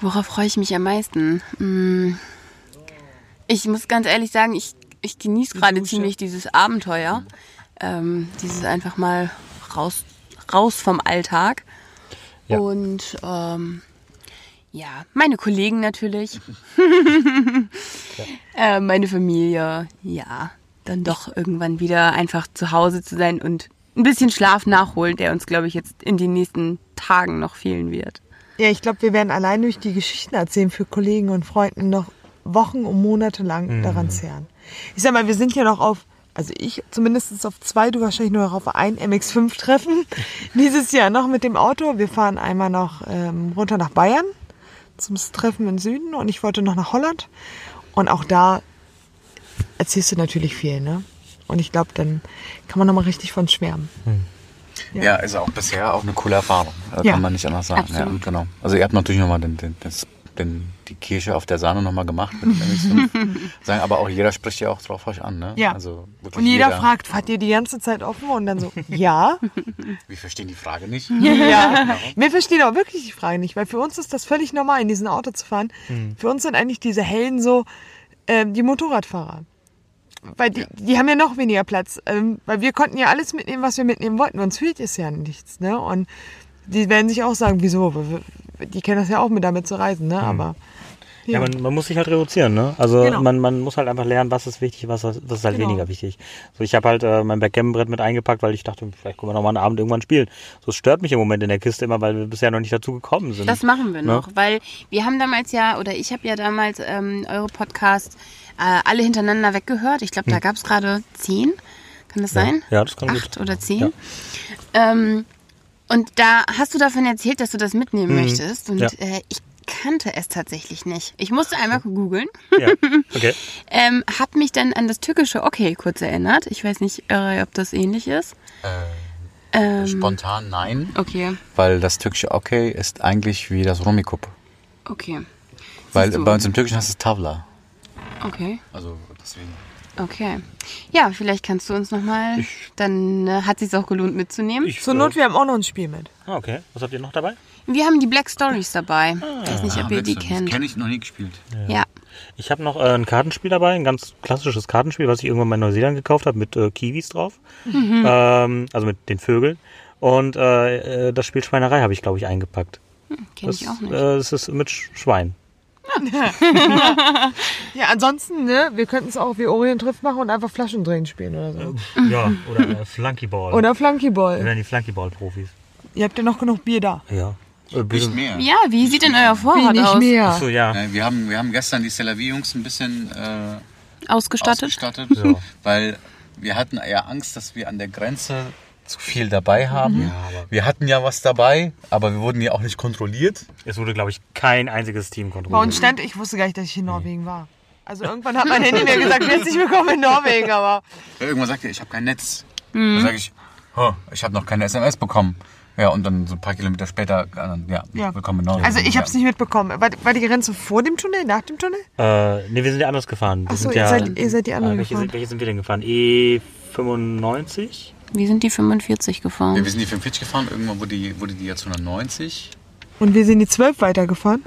Speaker 5: Worauf freue ich mich am meisten? Hm, Ich muss ganz ehrlich sagen, ich, ich genieße gerade ziemlich dieses Abenteuer. Ähm, dieses einfach mal raus, raus vom Alltag.
Speaker 6: Ja.
Speaker 5: Und ähm, Ja, meine Kollegen natürlich. äh, meine Familie, ja. Dann doch irgendwann wieder einfach zu Hause zu sein und ein bisschen Schlaf nachholen, der uns, glaube ich, jetzt in den nächsten Tagen noch fehlen wird.
Speaker 4: Ja, ich glaube, wir werden allein durch die Geschichten erzählen für Kollegen und Freunden noch Wochen und Monate lang daran zehren. Ich sag mal, wir sind ja noch auf, also ich zumindest auf zwei, du wahrscheinlich nur noch auf ein MX5-Treffen dieses Jahr noch mit dem Auto. Wir fahren einmal noch ähm, runter nach Bayern zum Treffen im Süden und ich wollte noch nach Holland. Und auch da erzählst du natürlich viel, ne? Und ich glaube, dann kann man nochmal richtig von schwärmen.
Speaker 2: Ja. ist auch bisher auch eine coole Erfahrung. Das
Speaker 4: Ja.
Speaker 2: Kann man nicht anders sagen. Ja,
Speaker 5: Absolut.
Speaker 2: genau. Also ihr habt natürlich nochmal den, den, das, den, die Kirsche auf der Sahne nochmal gemacht. Mit dem
Speaker 4: (laughs)
Speaker 2: MX5. sagen, aber auch jeder spricht ja auch drauf euch an. Ne?
Speaker 4: Ja.
Speaker 2: Also wirklich
Speaker 4: Und jeder fragt, fahrt ihr die ganze Zeit offen? Und (laughs) dann so, ja.
Speaker 2: Wir verstehen die Frage nicht.
Speaker 4: ja. Wir verstehen auch wirklich die Frage nicht, weil für uns ist das völlig normal, in diesem Auto zu fahren. Für uns sind eigentlich diese Hellen so ähm, die Motorradfahrer. Weil die, die haben ja noch weniger Platz. Ähm, weil wir konnten ja alles mitnehmen, was wir mitnehmen wollten. Uns fehlt es ja nichts. Ne? Und die werden sich auch sagen, wieso? Wir- wir- Die kennen das ja auch mit damit zu reisen. Ne? Aber
Speaker 6: Ja, man, man muss sich halt reduzieren, ne? Also
Speaker 4: Genau.
Speaker 6: man, man muss halt einfach lernen, was ist wichtig, was, was ist halt
Speaker 4: Genau.
Speaker 6: weniger wichtig. So, ich habe halt äh, mein Backgammon-Brett mit eingepackt, weil ich dachte, vielleicht können wir noch mal einen Abend irgendwann spielen. So, es stört mich im Moment in der Kiste immer, weil wir bisher noch nicht dazu gekommen sind.
Speaker 5: Das machen wir
Speaker 6: Ne?
Speaker 5: noch, weil wir haben damals ja, oder ich habe ja damals ähm, eure Podcasts äh, alle hintereinander weggehört. Ich glaube, da gab es gerade zehn. Kann das sein?
Speaker 6: Hm. Ja, das kann
Speaker 5: Acht
Speaker 6: gut.
Speaker 5: oder zehn.
Speaker 6: Ja.
Speaker 5: Ähm, und da hast du davon erzählt, dass du das mitnehmen möchtest. Und
Speaker 6: Hm. Ja.
Speaker 5: äh, ich kannte es tatsächlich nicht. Ich musste einmal googeln. (laughs)
Speaker 6: Ja. Okay.
Speaker 5: Ähm, hab mich dann an das türkische Okay kurz erinnert. Ich weiß nicht, äh, ob das ähnlich ist. Ähm,
Speaker 2: Äh, Spontan nein,
Speaker 5: okay,
Speaker 2: weil das türkische Okay ist eigentlich wie das Romikup.
Speaker 5: okay.
Speaker 2: Weil
Speaker 5: Siehst du.
Speaker 2: bei uns im Türkischen heißt es Tavla.
Speaker 5: Okay.
Speaker 2: Also deswegen.
Speaker 5: Okay. Ja, vielleicht kannst du uns nochmal. Dann äh, hat sich's auch gelohnt mitzunehmen.
Speaker 4: zur Not, wir haben auch noch ein Spiel mit.
Speaker 6: Ah, okay. Was habt ihr noch dabei?
Speaker 5: Wir haben die Black Stories dabei.
Speaker 4: Ah.
Speaker 5: Ich weiß nicht, ob ihr die kennt.
Speaker 2: Ah, ich noch nie gespielt.
Speaker 5: Ja.
Speaker 6: Ich habe noch äh, ein Kartenspiel dabei, ein ganz klassisches Kartenspiel, was ich irgendwann mal in Neuseeland gekauft habe, mit äh, Kiwis drauf.
Speaker 5: Mhm.
Speaker 6: Ähm, also mit den Vögeln. Und äh, äh, das Spiel Schweinerei habe ich, glaube ich, eingepackt.
Speaker 5: Kenn
Speaker 6: das,
Speaker 5: ich auch nicht.
Speaker 6: Äh, das ist mit Sch- Schwein.
Speaker 4: Ja, ansonsten, ne, wir könnten es auch wie Orient-Drift machen und einfach Flaschendrehen spielen oder so.
Speaker 6: Ja, oder äh, Flunkyball.
Speaker 4: Oder Flunkyball.
Speaker 6: die Flunkyball-Profis.
Speaker 4: Ihr habt ja noch genug Bier da.
Speaker 6: Ja.
Speaker 2: Nicht mehr.
Speaker 5: Ja, wie sieht denn euer Vorrat
Speaker 4: Wenig
Speaker 5: aus?
Speaker 4: mehr.
Speaker 6: Achso, ja.
Speaker 2: Äh, Wir haben, wir haben gestern die Selavi-Jungs ein bisschen äh,
Speaker 5: Ausgestattet?
Speaker 2: ausgestattet,
Speaker 6: Ja.
Speaker 2: weil wir hatten eher Angst, dass wir an der Grenze zu viel dabei haben. wir hatten ja was dabei, aber wir wurden ja auch nicht kontrolliert.
Speaker 6: Es wurde, glaube ich, kein einziges Team kontrolliert.
Speaker 4: Bei uns stand, ich wusste gar nicht, dass ich in Norwegen war. Also irgendwann hat (laughs) mein Handy mir gesagt, herzlich willkommen in Norwegen, aber
Speaker 2: Irgendwann sagt er, ich habe kein Netz. Dann sage ich, "Huh, ich habe noch keine SMS bekommen. Ja, und dann so ein paar Kilometer später, äh, ja,
Speaker 4: Ja.
Speaker 2: willkommen in Norwegen.
Speaker 4: also ich habe es
Speaker 2: Ja.
Speaker 4: nicht mitbekommen. War, war die Grenze vor dem Tunnel, nach dem Tunnel?
Speaker 6: Äh, nee, wir sind ja anders gefahren.
Speaker 4: Ach
Speaker 6: Wir
Speaker 4: so,
Speaker 6: sind
Speaker 4: ihr
Speaker 6: ja, äh,
Speaker 4: seid- ihr seid die andere
Speaker 6: welche,
Speaker 4: gefahren.
Speaker 6: Sind, welche sind wir denn gefahren? E E95?
Speaker 5: Wir sind die 45
Speaker 2: Ja,
Speaker 5: gefahren.
Speaker 2: wir sind die 45 gefahren, irgendwann wurde die, wurde die jetzt 190.
Speaker 4: Und wir sind die 12 weitergefahren.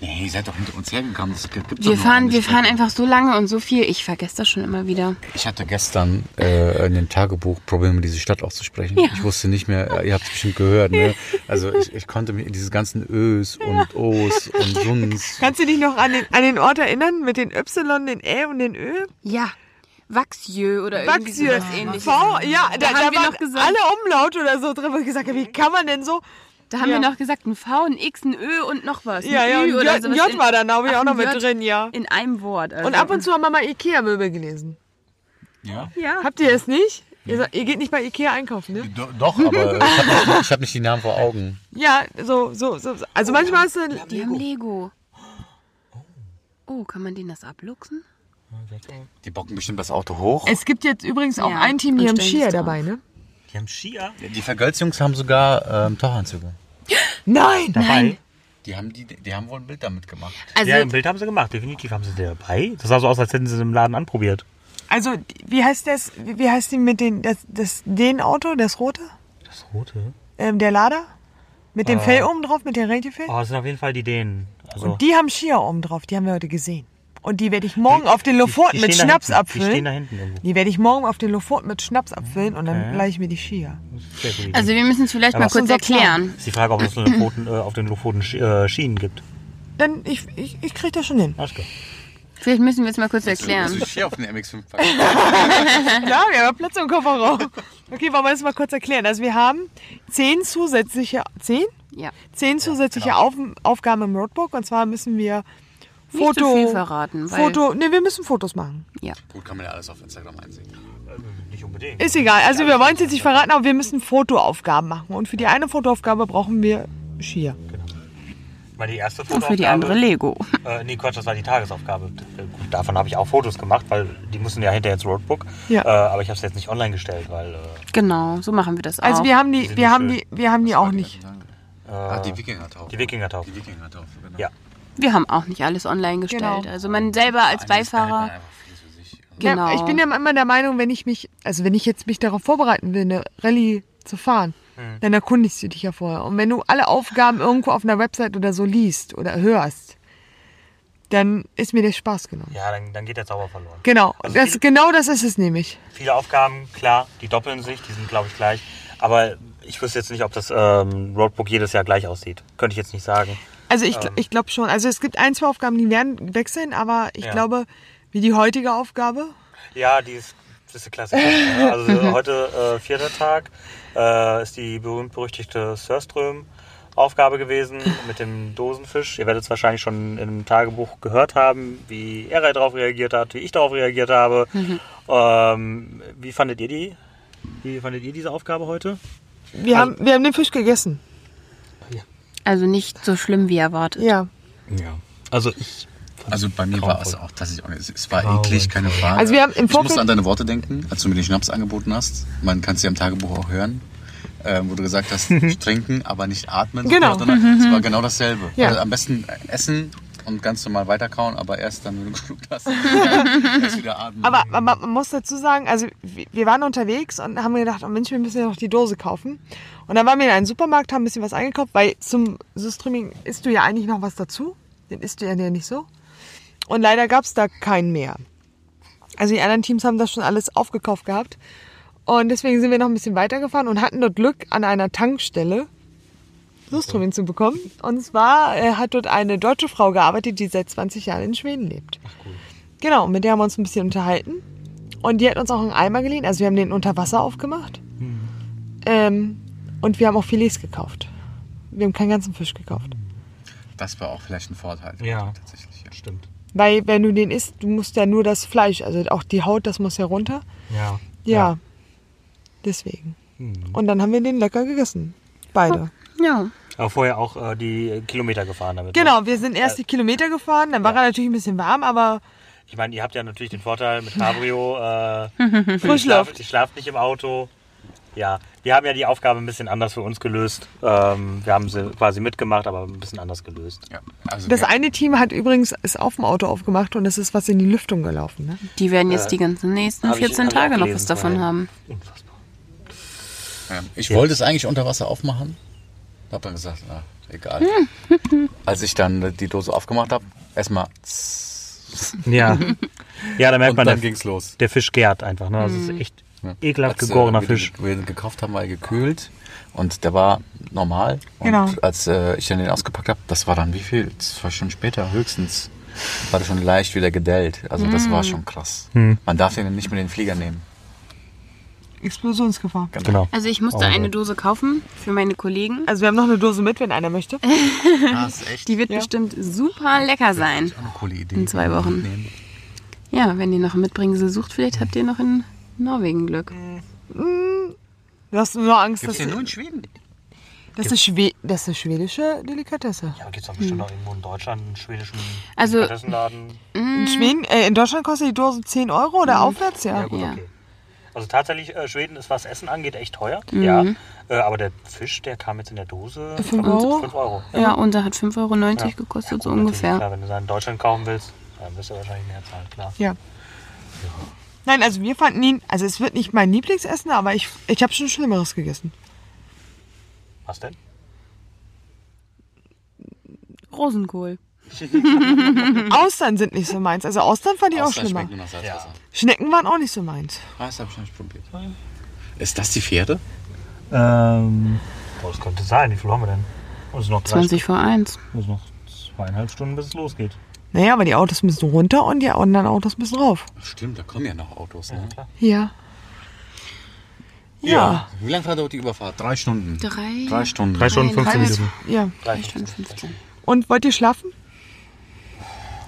Speaker 2: Nee, ihr seid doch hinter uns hergekommen. Das gibt- gibt's doch
Speaker 5: Wir
Speaker 2: nur
Speaker 5: fahren,
Speaker 2: eine
Speaker 5: wir fahren
Speaker 2: Strecke.
Speaker 5: einfach so lange und so viel. Ich vergesse das schon immer wieder.
Speaker 2: Ich hatte gestern äh, in dem Tagebuch Probleme, diese Stadt auszusprechen. Ich wusste nicht mehr, äh, ihr habt es bestimmt gehört, ne? Also ich, ich konnte mir diese ganzen Ös und Os und Suns.
Speaker 4: Kannst du dich noch an den, an den Ort erinnern mit den Y, den Ä und den Ö?
Speaker 5: Ja. Vaxieux oder irgendwie
Speaker 4: Baxio,
Speaker 5: sowas ähnliches.
Speaker 4: V, Oh, ja, da, da,
Speaker 5: haben wir
Speaker 4: waren
Speaker 5: noch gesagt.
Speaker 4: alle Umlaute oder so drin, wo ich gesagt habe, wie kann man denn so?
Speaker 5: Da haben
Speaker 4: Ja.
Speaker 5: wir noch gesagt, ein V, ein X, ein Ö und noch was. Ein
Speaker 4: Ja, ja,
Speaker 5: Ü
Speaker 4: ein
Speaker 5: oder
Speaker 4: J, ein
Speaker 5: sowas
Speaker 4: J
Speaker 5: in-
Speaker 4: war da, da habe ich
Speaker 5: Ach,
Speaker 4: auch noch
Speaker 5: ein
Speaker 4: mit
Speaker 5: J
Speaker 4: drin, ja.
Speaker 5: In einem Wort. Also.
Speaker 4: Und ab und zu haben wir mal Ikea-Möbel gelesen.
Speaker 2: Ja?
Speaker 5: Ja.
Speaker 4: Habt ihr es nicht? Ihr, sagt, ihr geht nicht bei Ikea einkaufen, ne?
Speaker 2: doch, aber ich habe nicht, ich hab nicht die Namen vor Augen.
Speaker 4: Ja, so, so, so. so. Also manchmal hast du
Speaker 5: Die haben Lego. Oh, kann man denen das abluchsen?
Speaker 2: Die bocken bestimmt das Auto hoch.
Speaker 4: Es gibt jetzt übrigens auch
Speaker 5: Ja,
Speaker 4: ein Team,
Speaker 5: und
Speaker 4: die haben
Speaker 5: stellen
Speaker 4: Skier
Speaker 5: das drauf.
Speaker 4: dabei, ne?
Speaker 6: Die haben Skia.
Speaker 2: Die Vergölzjungs haben sogar ähm, Tauchanzüge.
Speaker 4: Nein!
Speaker 6: Nein.
Speaker 2: Die haben, die, die haben wohl ein Bild damit gemacht.
Speaker 5: Also,
Speaker 6: Ja, ein Bild haben sie gemacht. Definitiv haben sie die dabei. Das sah so aus, als hätten sie es im Laden anprobiert.
Speaker 4: Also, wie heißt das, wie wie heißt die mit den, das, das, den Auto, das rote?
Speaker 6: Das rote.
Speaker 4: Ähm, der Lader? Mit
Speaker 6: Ah.
Speaker 4: dem Fell oben drauf, mit dem Rentiefell?
Speaker 6: Oh, das sind auf jeden Fall die Dänen. Also,
Speaker 4: Die haben Skier oben drauf, die haben wir heute gesehen. Und die werde ich morgen auf den
Speaker 6: Die
Speaker 4: Lofoten mit
Speaker 6: stehen da
Speaker 4: Schnaps
Speaker 6: hinten. Die stehen da
Speaker 4: abfüllen.
Speaker 6: hinten irgendwo.
Speaker 4: Die werde ich morgen auf den Lofoten mit Schnaps abfüllen und dann gleiche ich mir die Skier.
Speaker 6: Sehr gute Idee.
Speaker 5: Also wir müssen es vielleicht
Speaker 6: Aber
Speaker 5: mal
Speaker 6: was-
Speaker 5: kurz
Speaker 4: Unser Plan.
Speaker 5: erklären.
Speaker 6: ist die Frage, ob es auf den Lofoten, äh, auf den Lofoten Sch- äh, Schienen gibt.
Speaker 4: Dann, ich, ich, ich kriege das schon hin.
Speaker 6: Alles klar.
Speaker 5: Vielleicht müssen wir es mal kurz erklären.
Speaker 2: Also ich hier auf den MX5 packen.
Speaker 4: Ja, Ah, wir haben Platz im Kofferraum. Okay, wollen wir das mal kurz erklären. Also wir haben zehn zusätzliche, zehn?
Speaker 5: Ja.
Speaker 4: Zehn zusätzliche
Speaker 6: genau.
Speaker 4: Auf, Aufgaben im Roadbook. Und zwar müssen wir
Speaker 5: Nicht
Speaker 4: Foto,
Speaker 5: zu viel verraten, weil-
Speaker 4: Foto, nee, wir müssen Fotos machen.
Speaker 2: Gut, kann man ja alles auf Instagram einsehen.
Speaker 6: Hm, Nicht unbedingt.
Speaker 4: Ist egal. Also wir wollen es jetzt nicht verraten, aber wir müssen Fotoaufgaben machen. Und für die eine Fotoaufgabe brauchen wir Skier.
Speaker 6: Weil die erste
Speaker 5: Und für die
Speaker 6: Fotoaufgabe-
Speaker 5: andere Lego. (laughs)
Speaker 6: Äh, nee, Quatsch, das war die Tagesaufgabe. Äh, Gut, davon habe ich auch Fotos gemacht, weil die mussten ja hinterher ins Roadbook.
Speaker 4: Ja.
Speaker 6: Äh, aber ich habe es jetzt nicht online gestellt, weil äh,
Speaker 5: Genau, so machen wir das auch.
Speaker 4: Also wir haben die,
Speaker 6: sind
Speaker 4: wir haben
Speaker 6: schön.
Speaker 4: die, wir haben die auch nicht.
Speaker 2: Ah, die Wikingertaufe.
Speaker 6: die Wikingertaufe.
Speaker 2: Die Wikingertaufe, genau.
Speaker 6: Ja.
Speaker 5: Wir haben auch nicht alles online gestellt.
Speaker 4: Genau.
Speaker 5: Also man selber als
Speaker 2: Eigentlich behält man
Speaker 5: Beifahrer.
Speaker 2: einfach vieles für sich.
Speaker 5: Genau.
Speaker 4: Ja, ich bin ja immer der Meinung, wenn ich mich, also wenn ich jetzt mich darauf vorbereiten will, eine Rallye zu fahren,
Speaker 6: Mhm.
Speaker 4: dann erkundigst du dich ja vorher. Und wenn du alle Aufgaben irgendwo auf einer Website oder so liest oder hörst, dann ist mir der Spaß genommen.
Speaker 6: ja, dann, dann geht der Zauber verloren.
Speaker 4: Genau,
Speaker 6: Also
Speaker 4: das,
Speaker 6: viele-
Speaker 4: genau das ist es nämlich.
Speaker 6: Viele Aufgaben, klar, die doppeln sich, die sind, glaube ich, gleich. Aber ich wüsste jetzt nicht, ob das ähm, Roadbook jedes Jahr gleich aussieht. Könnte ich jetzt nicht sagen.
Speaker 4: Also ich, gl- ich glaube schon. Also es gibt ein, zwei Aufgaben, die werden wechseln, aber ich
Speaker 6: Ja.
Speaker 4: glaube, wie die heutige Aufgabe,
Speaker 6: Ja, die ist, das ist die Klassiker. ne? Also heute äh, vierter Tag äh, ist die berühmt-berüchtigte Sörström. Aufgabe gewesen mit dem Dosenfisch. Ihr werdet es wahrscheinlich schon im Tagebuch gehört haben, wie er darauf reagiert hat, wie ich darauf reagiert habe. Ähm, wie fandet ihr die? Wie fandet ihr diese Aufgabe heute?
Speaker 4: wir, haben, wir haben den Fisch gegessen.
Speaker 5: Also nicht so schlimm wie erwartet.
Speaker 4: Ja.
Speaker 6: Ja. Also ich.
Speaker 2: Also bei mir war es auch tatsächlich auch, es- es war eklig, keine Frage.
Speaker 4: Also wir haben im
Speaker 2: ich musste
Speaker 4: Vorfeld-
Speaker 2: an deine Worte denken, als du mir den Schnaps angeboten hast. Man kann es ja im Tagebuch auch hören. Ähm, wo du gesagt (laughs) hast, trinken, aber nicht atmen.
Speaker 4: Genau.
Speaker 2: Sondern Es war genau dasselbe.
Speaker 4: Ja.
Speaker 2: Also am besten essen und ganz normal weiterkauen, aber erst dann, wenn du (laughs) geschluckt
Speaker 4: (laughs)
Speaker 2: hast, erst wieder atmen.
Speaker 4: Aber man, man man muss dazu sagen, also wir wir waren unterwegs und haben gedacht, oh Mensch, wir müssen ja noch die Dose kaufen. Und dann waren wir in einen Supermarkt, haben ein bisschen was eingekauft, weil zum Streaming isst du ja eigentlich noch was dazu. Den isst du ja nicht so. Und leider gab es da keinen mehr. Also die anderen Teams haben das schon alles aufgekauft gehabt. Und deswegen sind wir noch ein bisschen weitergefahren und hatten dort Glück, an einer Tankstelle Soströming zu bekommen. Und zwar äh, hat dort eine deutsche Frau gearbeitet, die seit 20 Jahren in Schweden lebt. Genau, und mit der haben wir uns ein bisschen unterhalten. Und die hat uns auch einen Eimer geliehen. Also wir haben den unter Wasser aufgemacht. Ähm, und wir haben auch Filets gekauft. Wir haben keinen ganzen Fisch gekauft.
Speaker 2: Das war auch vielleicht ein Vorteil.
Speaker 6: Ja.
Speaker 2: Tatsächlich, ja.
Speaker 6: Stimmt.
Speaker 4: Weil wenn du den isst, du musst ja nur das Fleisch, also auch die Haut, das muss ja runter.
Speaker 6: Ja.
Speaker 4: Ja. Deswegen. Und dann haben wir den lecker gegessen. Beide.
Speaker 5: Ja.
Speaker 6: Aber vorher auch äh, die Kilometer gefahren damit. ne?
Speaker 4: Genau, wir sind erst die Kilometer gefahren, dann war er natürlich ein bisschen warm, aber
Speaker 6: Ich meine, ihr habt ja natürlich den Vorteil mit (laughs) Cabrio. Äh,
Speaker 4: Frischluft.
Speaker 6: Ich schlafe schlaf nicht im Auto. Ja, wir haben ja die Aufgabe ein bisschen anders für uns gelöst. Ähm, wir haben sie quasi mitgemacht, aber ein bisschen anders gelöst.
Speaker 2: Ja. Also
Speaker 4: das
Speaker 2: wir-
Speaker 4: eine Team hat übrigens ist auf dem Auto aufgemacht und es ist was in die Lüftung gelaufen. Ne?
Speaker 5: Die werden jetzt die ganzen nächsten
Speaker 6: hab ich-
Speaker 5: 14
Speaker 6: hab ich auch
Speaker 5: Tage noch was
Speaker 6: gelesen
Speaker 5: davon
Speaker 6: vorhin.
Speaker 5: haben.
Speaker 6: Unfassbar.
Speaker 2: Ja. Ich wollte es eigentlich unter Wasser aufmachen. Hab dann gesagt, na, egal.
Speaker 4: Hm. (laughs)
Speaker 2: Als ich dann die Dose aufgemacht habe, erstmal.
Speaker 6: Ja, (laughs) ja da merkt
Speaker 2: Und
Speaker 6: man,
Speaker 2: dann
Speaker 6: der,
Speaker 2: ging's los.
Speaker 6: der Fisch gärt einfach. Ne? Das ist echt ekelhaft
Speaker 2: Als, äh,
Speaker 6: gegorener
Speaker 2: wir den-
Speaker 6: Fisch.
Speaker 2: Wir den gekauft haben, war er gekühlt und der war normal.
Speaker 4: Genau.
Speaker 2: Und als äh, ich dann den ausgepackt habe, das war dann wie viel? Zwei Stunden später höchstens. War der schon leicht wieder gedellt. Also das
Speaker 4: Hm.
Speaker 2: war schon krass.
Speaker 6: Hm.
Speaker 2: Man darf den nicht mit den Flieger nehmen.
Speaker 4: Explosionsgefahr.
Speaker 6: Genau.
Speaker 5: Also ich musste eine Dose kaufen für meine Kollegen.
Speaker 4: Also wir haben noch eine Dose mit, wenn einer möchte.
Speaker 2: Das ist echt
Speaker 5: Die wird bestimmt super lecker sein.
Speaker 2: eine coole Idee.
Speaker 5: In zwei Wochen.
Speaker 2: Mitnehmen.
Speaker 5: Ja, wenn ihr noch ein Mitbringsel sucht, vielleicht habt ihr noch in Norwegen Glück.
Speaker 4: Du hast nur Angst,
Speaker 2: Gibt's
Speaker 4: dass,
Speaker 2: den nur in Schweden?
Speaker 4: das, ist Schwe das ist schwedische Delikatesse.
Speaker 6: Ja, aber gibt es doch bestimmt auch irgendwo in Deutschland einen schwedischen
Speaker 5: Also-
Speaker 6: Delikatessenladen?
Speaker 4: In Schweden, äh, in Deutschland kostet die Dose 10 Euro oder aufwärts, Mhm. ja.
Speaker 6: gut,
Speaker 5: Ja.
Speaker 6: okay. Also tatsächlich, äh, Schweden ist, was Essen angeht, echt teuer. Ja. Äh, aber der Fisch, der kam jetzt in der Dose.
Speaker 4: Fünf Euro?
Speaker 6: 5 Euro.
Speaker 5: Ja, unser hat 5,90 Euro
Speaker 6: Ja,
Speaker 5: gekostet,
Speaker 6: gut,
Speaker 5: so
Speaker 6: natürlich,
Speaker 5: ungefähr.
Speaker 6: Klar, wenn du es in Deutschland kaufen willst, dann wirst du wahrscheinlich mehr zahlen, klar.
Speaker 4: ja. Nein, also wir fanden ihn, also es wird nicht mein Lieblingsessen, aber ich, ich habe schon Schlimmeres gegessen.
Speaker 6: Was denn?
Speaker 5: Rosenkohl.
Speaker 4: Austern sind nicht so meins. Also Austern fand ich auch
Speaker 2: Mhm. Austern
Speaker 4: schlimmer.
Speaker 2: schmeckt nur nach Salzwasser.
Speaker 4: Schnecken waren auch nicht so meins.
Speaker 2: Ah, das habe ich noch nicht probiert. Ist das die Fähre?
Speaker 6: Ähm, boah, das könnte sein. Wie viel haben wir denn? Es sind noch, drei
Speaker 5: 20 vor 1.
Speaker 6: Stunden- es sind noch zweieinhalb Stunden, bis es losgeht.
Speaker 4: Naja, aber die Autos müssen runter und die anderen Autos müssen rauf.
Speaker 2: Ach, Stimmt, da kommen ja noch Autos. Ne?
Speaker 4: Ja. Ja.
Speaker 2: Wie lange dauert die Überfahrt?
Speaker 3: Drei Stunden.
Speaker 2: Drei
Speaker 5: 3
Speaker 2: Stunden.
Speaker 6: Drei Stunden,
Speaker 5: Nein,
Speaker 6: 15
Speaker 4: Halbes-
Speaker 6: Minuten.
Speaker 4: Ja.
Speaker 5: Stunden 15.
Speaker 4: Und wollt ihr schlafen?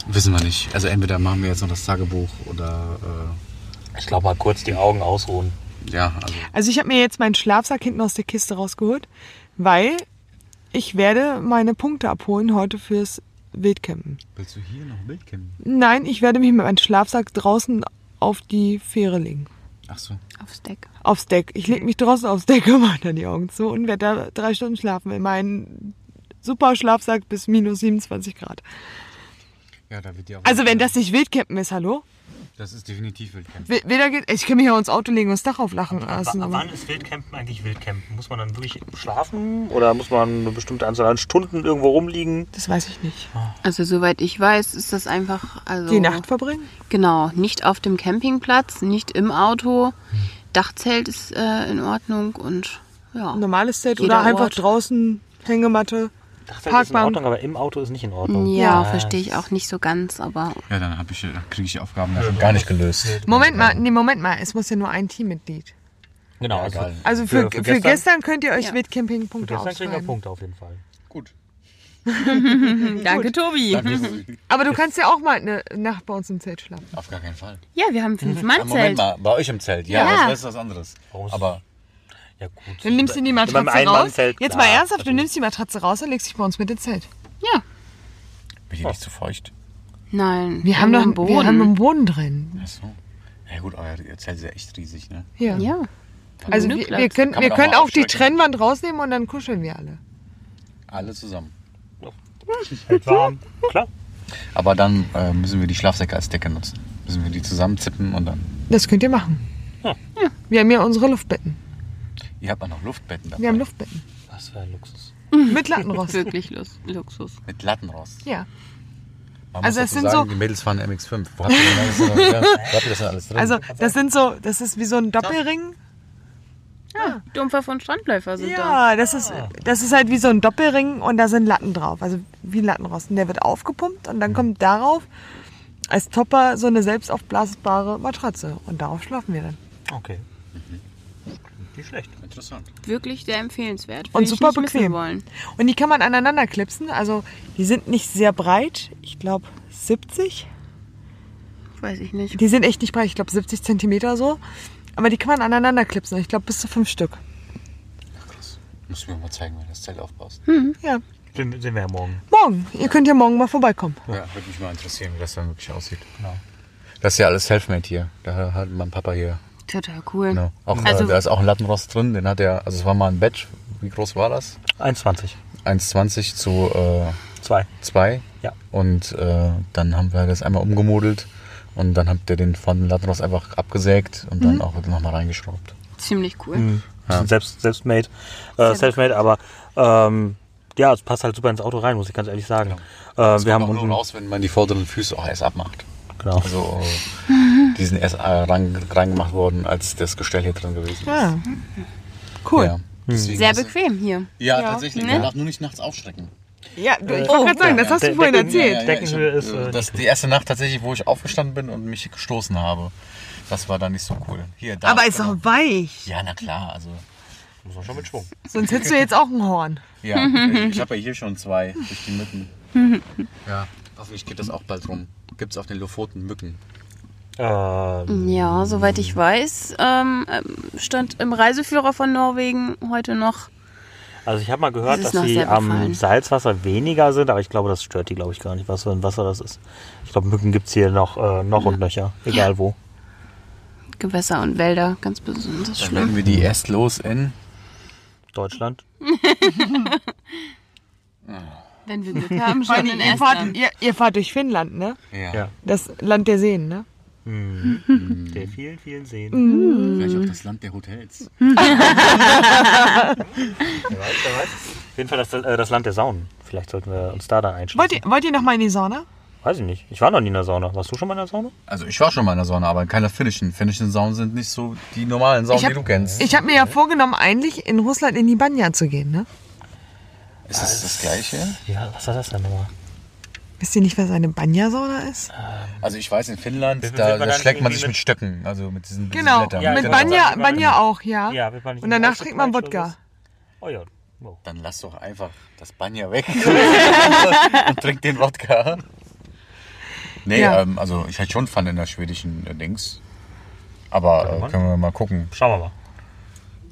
Speaker 2: Wissen wir nicht. Also entweder machen wir jetzt noch das Tagebuch oder
Speaker 6: Ich glaube mal kurz die Augen ausruhen.
Speaker 2: äh, ja, also
Speaker 4: Also ich habe mir jetzt meinen Schlafsack hinten aus der Kiste rausgeholt, weil ich werde meine Punkte abholen heute fürs Wildcampen.
Speaker 2: willst du hier noch ein Bild kennen?
Speaker 4: Nein, ich werde mich mit meinem Schlafsack draußen auf die Fähre legen.
Speaker 2: Ach so.
Speaker 5: Aufs Deck.
Speaker 4: Aufs Deck. Ich lege mich draußen aufs Deck und mache dann die Augen zu und werde da drei Stunden schlafen in meinen super Schlafsack bis minus 27 Grad.
Speaker 2: Ja, da wird die auch
Speaker 4: Also wenn das nicht Wildcampen ist, hallo?
Speaker 2: Das ist definitiv Wildcamp.
Speaker 4: W- Weder geht, ich kann mich ja ins Auto legen und das Dach auflachen lassen. Aber
Speaker 6: wann ist Wildcampen eigentlich Wildcampen? Muss man dann wirklich schlafen oder muss man eine bestimmte Anzahl an Stunden irgendwo rumliegen?
Speaker 4: das weiß ich nicht.
Speaker 5: Also soweit ich weiß, ist das einfach also
Speaker 4: Die Nacht verbringen?
Speaker 5: Genau, nicht auf dem Campingplatz, nicht im
Speaker 2: Hm.
Speaker 5: Auto. Dachzelt ist äh, in Ordnung und ja.
Speaker 4: normales Zelt
Speaker 5: Jeder
Speaker 4: oder einfach
Speaker 5: Ort.
Speaker 4: draußen Hängematte.
Speaker 6: Dachte, das ist in
Speaker 4: Parkbank.
Speaker 6: Ordnung, aber im Auto ist nicht in Ordnung.
Speaker 2: Oh,
Speaker 5: Ja, verstehe ich auch nicht so ganz, aber
Speaker 2: Ja, dann, hab ich, dann kriege ich die Aufgaben ja, schon gar nicht gelöst.
Speaker 4: Moment mal, nee, Moment mal, es muss ja nur ein Teammitglied.
Speaker 6: Genau, also
Speaker 2: egal.
Speaker 4: Also für, für, gestern? könnt ihr euch
Speaker 5: Ja.
Speaker 4: Wildcamping-Punkte
Speaker 6: Gestern kriegen wir
Speaker 4: aufschreiben.
Speaker 6: Punkte auf jeden Fall.
Speaker 2: Gut.
Speaker 5: danke Tobi.
Speaker 4: (laughs) Aber du kannst ja auch mal eine Nacht bei uns im Zelt schlafen.
Speaker 2: Auf gar keinen Fall.
Speaker 5: Ja, wir haben fünf
Speaker 2: Hm.
Speaker 5: Mann
Speaker 2: Ah, Moment
Speaker 5: Zelt.
Speaker 2: mal, bei euch im Zelt. Ja,
Speaker 5: Ja.
Speaker 2: ja. das ist was anderes.
Speaker 6: Warum?
Speaker 2: Aber
Speaker 6: Ja gut.
Speaker 4: Dann nimmst du die Matratze
Speaker 6: Wenn man im
Speaker 4: raus.
Speaker 6: Einmannzelt,
Speaker 4: Jetzt
Speaker 6: klar,
Speaker 4: mal ernsthaft, du nimmst die Matratze raus und legst dich bei uns mit ins Zelt.
Speaker 5: Ja.
Speaker 2: bin ich nicht zu feucht?
Speaker 5: Nein.
Speaker 4: Wir haben doch
Speaker 5: einen
Speaker 4: Wir haben einen Boden drin.
Speaker 2: Ach so. Ja gut, euer ihr Zelt ist ja echt riesig, ne?
Speaker 4: Ja.
Speaker 5: Ja.
Speaker 4: Also wir,
Speaker 5: Genug
Speaker 4: wir
Speaker 5: Platz.
Speaker 4: können,
Speaker 2: Kann man
Speaker 4: wir
Speaker 2: doch
Speaker 4: können
Speaker 2: mal
Speaker 4: auch die
Speaker 2: aufstrecken.
Speaker 4: Trennwand rausnehmen und dann kuscheln wir alle.
Speaker 2: Alle zusammen.
Speaker 6: Hält warm. Klar.
Speaker 2: Aber dann äh, müssen wir die Schlafsäcke als Decke nutzen. Müssen wir die zusammenzippen und dann.
Speaker 4: Das könnt ihr machen.
Speaker 6: Ja.
Speaker 4: Wir haben ja unsere Luftbetten.
Speaker 2: Ihr habt auch noch Luftbetten dabei.
Speaker 4: Wir haben Luftbetten.
Speaker 6: Was für ein Luxus.
Speaker 5: Hm.
Speaker 4: Mit Lattenrost.
Speaker 5: Wirklich Lux- Luxus.
Speaker 2: Mit Lattenrost.
Speaker 4: Ja.
Speaker 2: Man
Speaker 4: Also
Speaker 2: muss
Speaker 4: es
Speaker 2: dazu
Speaker 4: sind
Speaker 2: sagen,
Speaker 4: so-
Speaker 2: Die Mädels fahren MX5. Wo habt ihr denn
Speaker 4: (laughs)
Speaker 2: alles, drin? ja, wo habt ihr das denn alles drin?
Speaker 4: Also das sind so, das ist wie so ein Doppelring.
Speaker 5: Dumpfer von Strandläufer sind da.
Speaker 4: Ja, das ist, das ist halt wie so ein Doppelring und da sind Latten drauf. Also wie ein Lattenrost. Und der wird aufgepumpt und dann kommt darauf als Topper so eine selbst aufblasbare Matratze. Und darauf schlafen wir dann.
Speaker 6: Okay. Nicht schlecht.
Speaker 2: Interessant.
Speaker 5: Wirklich sehr empfehlenswert. Will
Speaker 4: Und
Speaker 5: ich
Speaker 4: super
Speaker 5: nicht missen
Speaker 4: bequem.
Speaker 5: Wollen.
Speaker 4: Und die kann man aneinander klipsen. Also die sind nicht sehr breit. Ich glaube 70.
Speaker 5: Weiß ich nicht.
Speaker 4: Die sind echt nicht breit. Ich glaube 70 Zentimeter so. Aber die kann man aneinander klipsen. Ich glaube bis zu fünf Stück.
Speaker 2: Musst du mir mal zeigen, wenn du das Zelt aufbaust.
Speaker 4: Ja.
Speaker 6: Sehen sehen wir ja morgen.
Speaker 4: Morgen. Ihr könnt ja morgen mal vorbeikommen.
Speaker 2: Ja, würde mich mal interessieren, wie das dann wirklich aussieht. Genau. Das ist ja alles Selfmade hier. Da hat mein Papa hier.
Speaker 5: Total cool.
Speaker 2: Genau. Auch,
Speaker 5: Also-
Speaker 2: äh, da ist auch ein Lattenrost drin. Den hat er, also es war mal ein Batch. Wie groß war das?
Speaker 6: 1,20.
Speaker 2: 1,20 zu äh,
Speaker 6: Zwei.
Speaker 2: 2.
Speaker 6: Ja.
Speaker 2: Und äh, dann haben wir das einmal umgemodelt. Und dann habt ihr den vorhandenen Lattenrost einfach abgesägt und
Speaker 4: Mhm.
Speaker 2: dann auch nochmal reingeschraubt.
Speaker 5: Ziemlich cool.
Speaker 6: Mhm. Bisschen Selbst, selbstmade, äh, selfmade, aber ähm, ja, es passt halt super ins Auto rein, muss ich ganz ehrlich sagen. Äh, wir haben
Speaker 2: Kommt auch
Speaker 6: unten
Speaker 2: nur raus, wenn man die vorderen Füße auch erst abmacht.
Speaker 6: genau, (laughs)
Speaker 2: Also äh, die sind erst äh, rein, reingemacht worden, als das Gestell hier drin gewesen ist.
Speaker 4: Ja. Ah, Cool.
Speaker 6: Hm.
Speaker 2: Ja. Deswegen
Speaker 5: Sehr
Speaker 2: hast du-
Speaker 5: bequem hier.
Speaker 2: Ja, tatsächlich.
Speaker 5: Ne?
Speaker 2: Man darf nur nicht nachts aufschrecken.
Speaker 4: Ja, du, ich wollte gerade sagen, das hast
Speaker 6: Der-
Speaker 4: du vorhin
Speaker 6: der-
Speaker 4: erzählt.
Speaker 6: ja, Deckenhöhe
Speaker 2: ich-
Speaker 6: ist, äh,
Speaker 2: das ist die erste Nacht tatsächlich, wo ich aufgestanden bin und mich gestoßen habe. Das war dann nicht so cool. Hier, da, genau.
Speaker 4: Aber ist doch weich.
Speaker 2: Ja, na klar. Also,
Speaker 6: muss man schon mit Schwung.
Speaker 4: Sonst hättest du jetzt auch ein Horn.
Speaker 2: ja, ich habe ja hier schon zwei durch die Mücken. ja, hoffentlich geht das auch bald rum. Gibt es auf den Lofoten Mücken?
Speaker 6: Ähm,
Speaker 5: Ja, soweit ich weiß, ähm, ähm, stand im Reiseführer von Norwegen heute noch.
Speaker 6: also ich habe mal gehört,
Speaker 5: Das ist
Speaker 6: dass
Speaker 5: noch
Speaker 6: sie
Speaker 5: sehr
Speaker 6: am
Speaker 5: befallen.
Speaker 6: Salzwasser weniger sind, aber ich glaube, das stört die, glaube ich, gar nicht, was für ein Wasser das ist. Ich glaube, Mücken gibt es hier noch, äh, noch und nöcher, egal wo.
Speaker 5: Gewässer und Wälder, ganz besonders
Speaker 2: Dann
Speaker 5: schlimm.
Speaker 2: werden wir die erst los in.
Speaker 6: Deutschland.
Speaker 5: Wenn wir Glück haben,
Speaker 4: Vor
Speaker 5: schon
Speaker 4: allem,
Speaker 5: in
Speaker 4: ihr, fahrt,
Speaker 5: Estland.
Speaker 4: ihr, ihr fahrt durch Finnland, ne?
Speaker 2: Ja.
Speaker 6: Ja.
Speaker 4: Das Land der Seen, ne?
Speaker 2: Mhm.
Speaker 6: Der vielen, vielen
Speaker 4: Mhm.
Speaker 6: Seen.
Speaker 2: Vielleicht auch das Land der Hotels.
Speaker 6: Wer weiß, wer weiß. Auf jeden Fall das, äh, das Land der Saunen. Vielleicht sollten wir uns da dann einschließen.
Speaker 4: Wollt ihr, wollt ihr nochmal in die Sauna?
Speaker 6: Weiß ich nicht. Ich war noch nie in der Sauna. Warst du schon mal in der Sauna?
Speaker 2: Also ich war schon mal in der Sauna, aber in keiner finnischen. Finnischen Saunen sind nicht so die normalen Saunen,
Speaker 4: Ich hab-
Speaker 2: die du kennst.
Speaker 4: Ich habe mir ja vorgenommen, eigentlich in Russland in die Banja zu gehen, ne?
Speaker 2: Ist das das Gleiche?
Speaker 6: Ja, was war das denn nochmal?
Speaker 4: Wisst ihr nicht, was eine Banja-Sauna ist?
Speaker 2: Also ich weiß, in Finnland,
Speaker 6: Wie viel
Speaker 2: da,
Speaker 6: sind
Speaker 2: da
Speaker 6: wir dann
Speaker 2: schlägt man
Speaker 6: irgendwie
Speaker 2: sich mit Stöcken, also mit diesen, mit diesen
Speaker 4: Genau,
Speaker 2: Blättern.
Speaker 6: Ja,
Speaker 4: mit
Speaker 6: genau.
Speaker 4: Banja,
Speaker 6: Sagt ihr
Speaker 4: Banja
Speaker 6: mal.
Speaker 4: auch, ja.
Speaker 6: Ja, wird man nicht
Speaker 4: Und danach
Speaker 6: ausgepeitscht
Speaker 4: trinkt man
Speaker 6: oder
Speaker 4: Wodka.
Speaker 6: was? Oh ja. Wow.
Speaker 2: Dann lass doch einfach das Banja weg (laughs) und trink den Wodka. Nee,
Speaker 4: Ja.
Speaker 2: ähm, also ich hatte schon Fun in der schwedischen äh, Dings. Aber äh, können wir mal gucken.
Speaker 6: Schauen wir mal.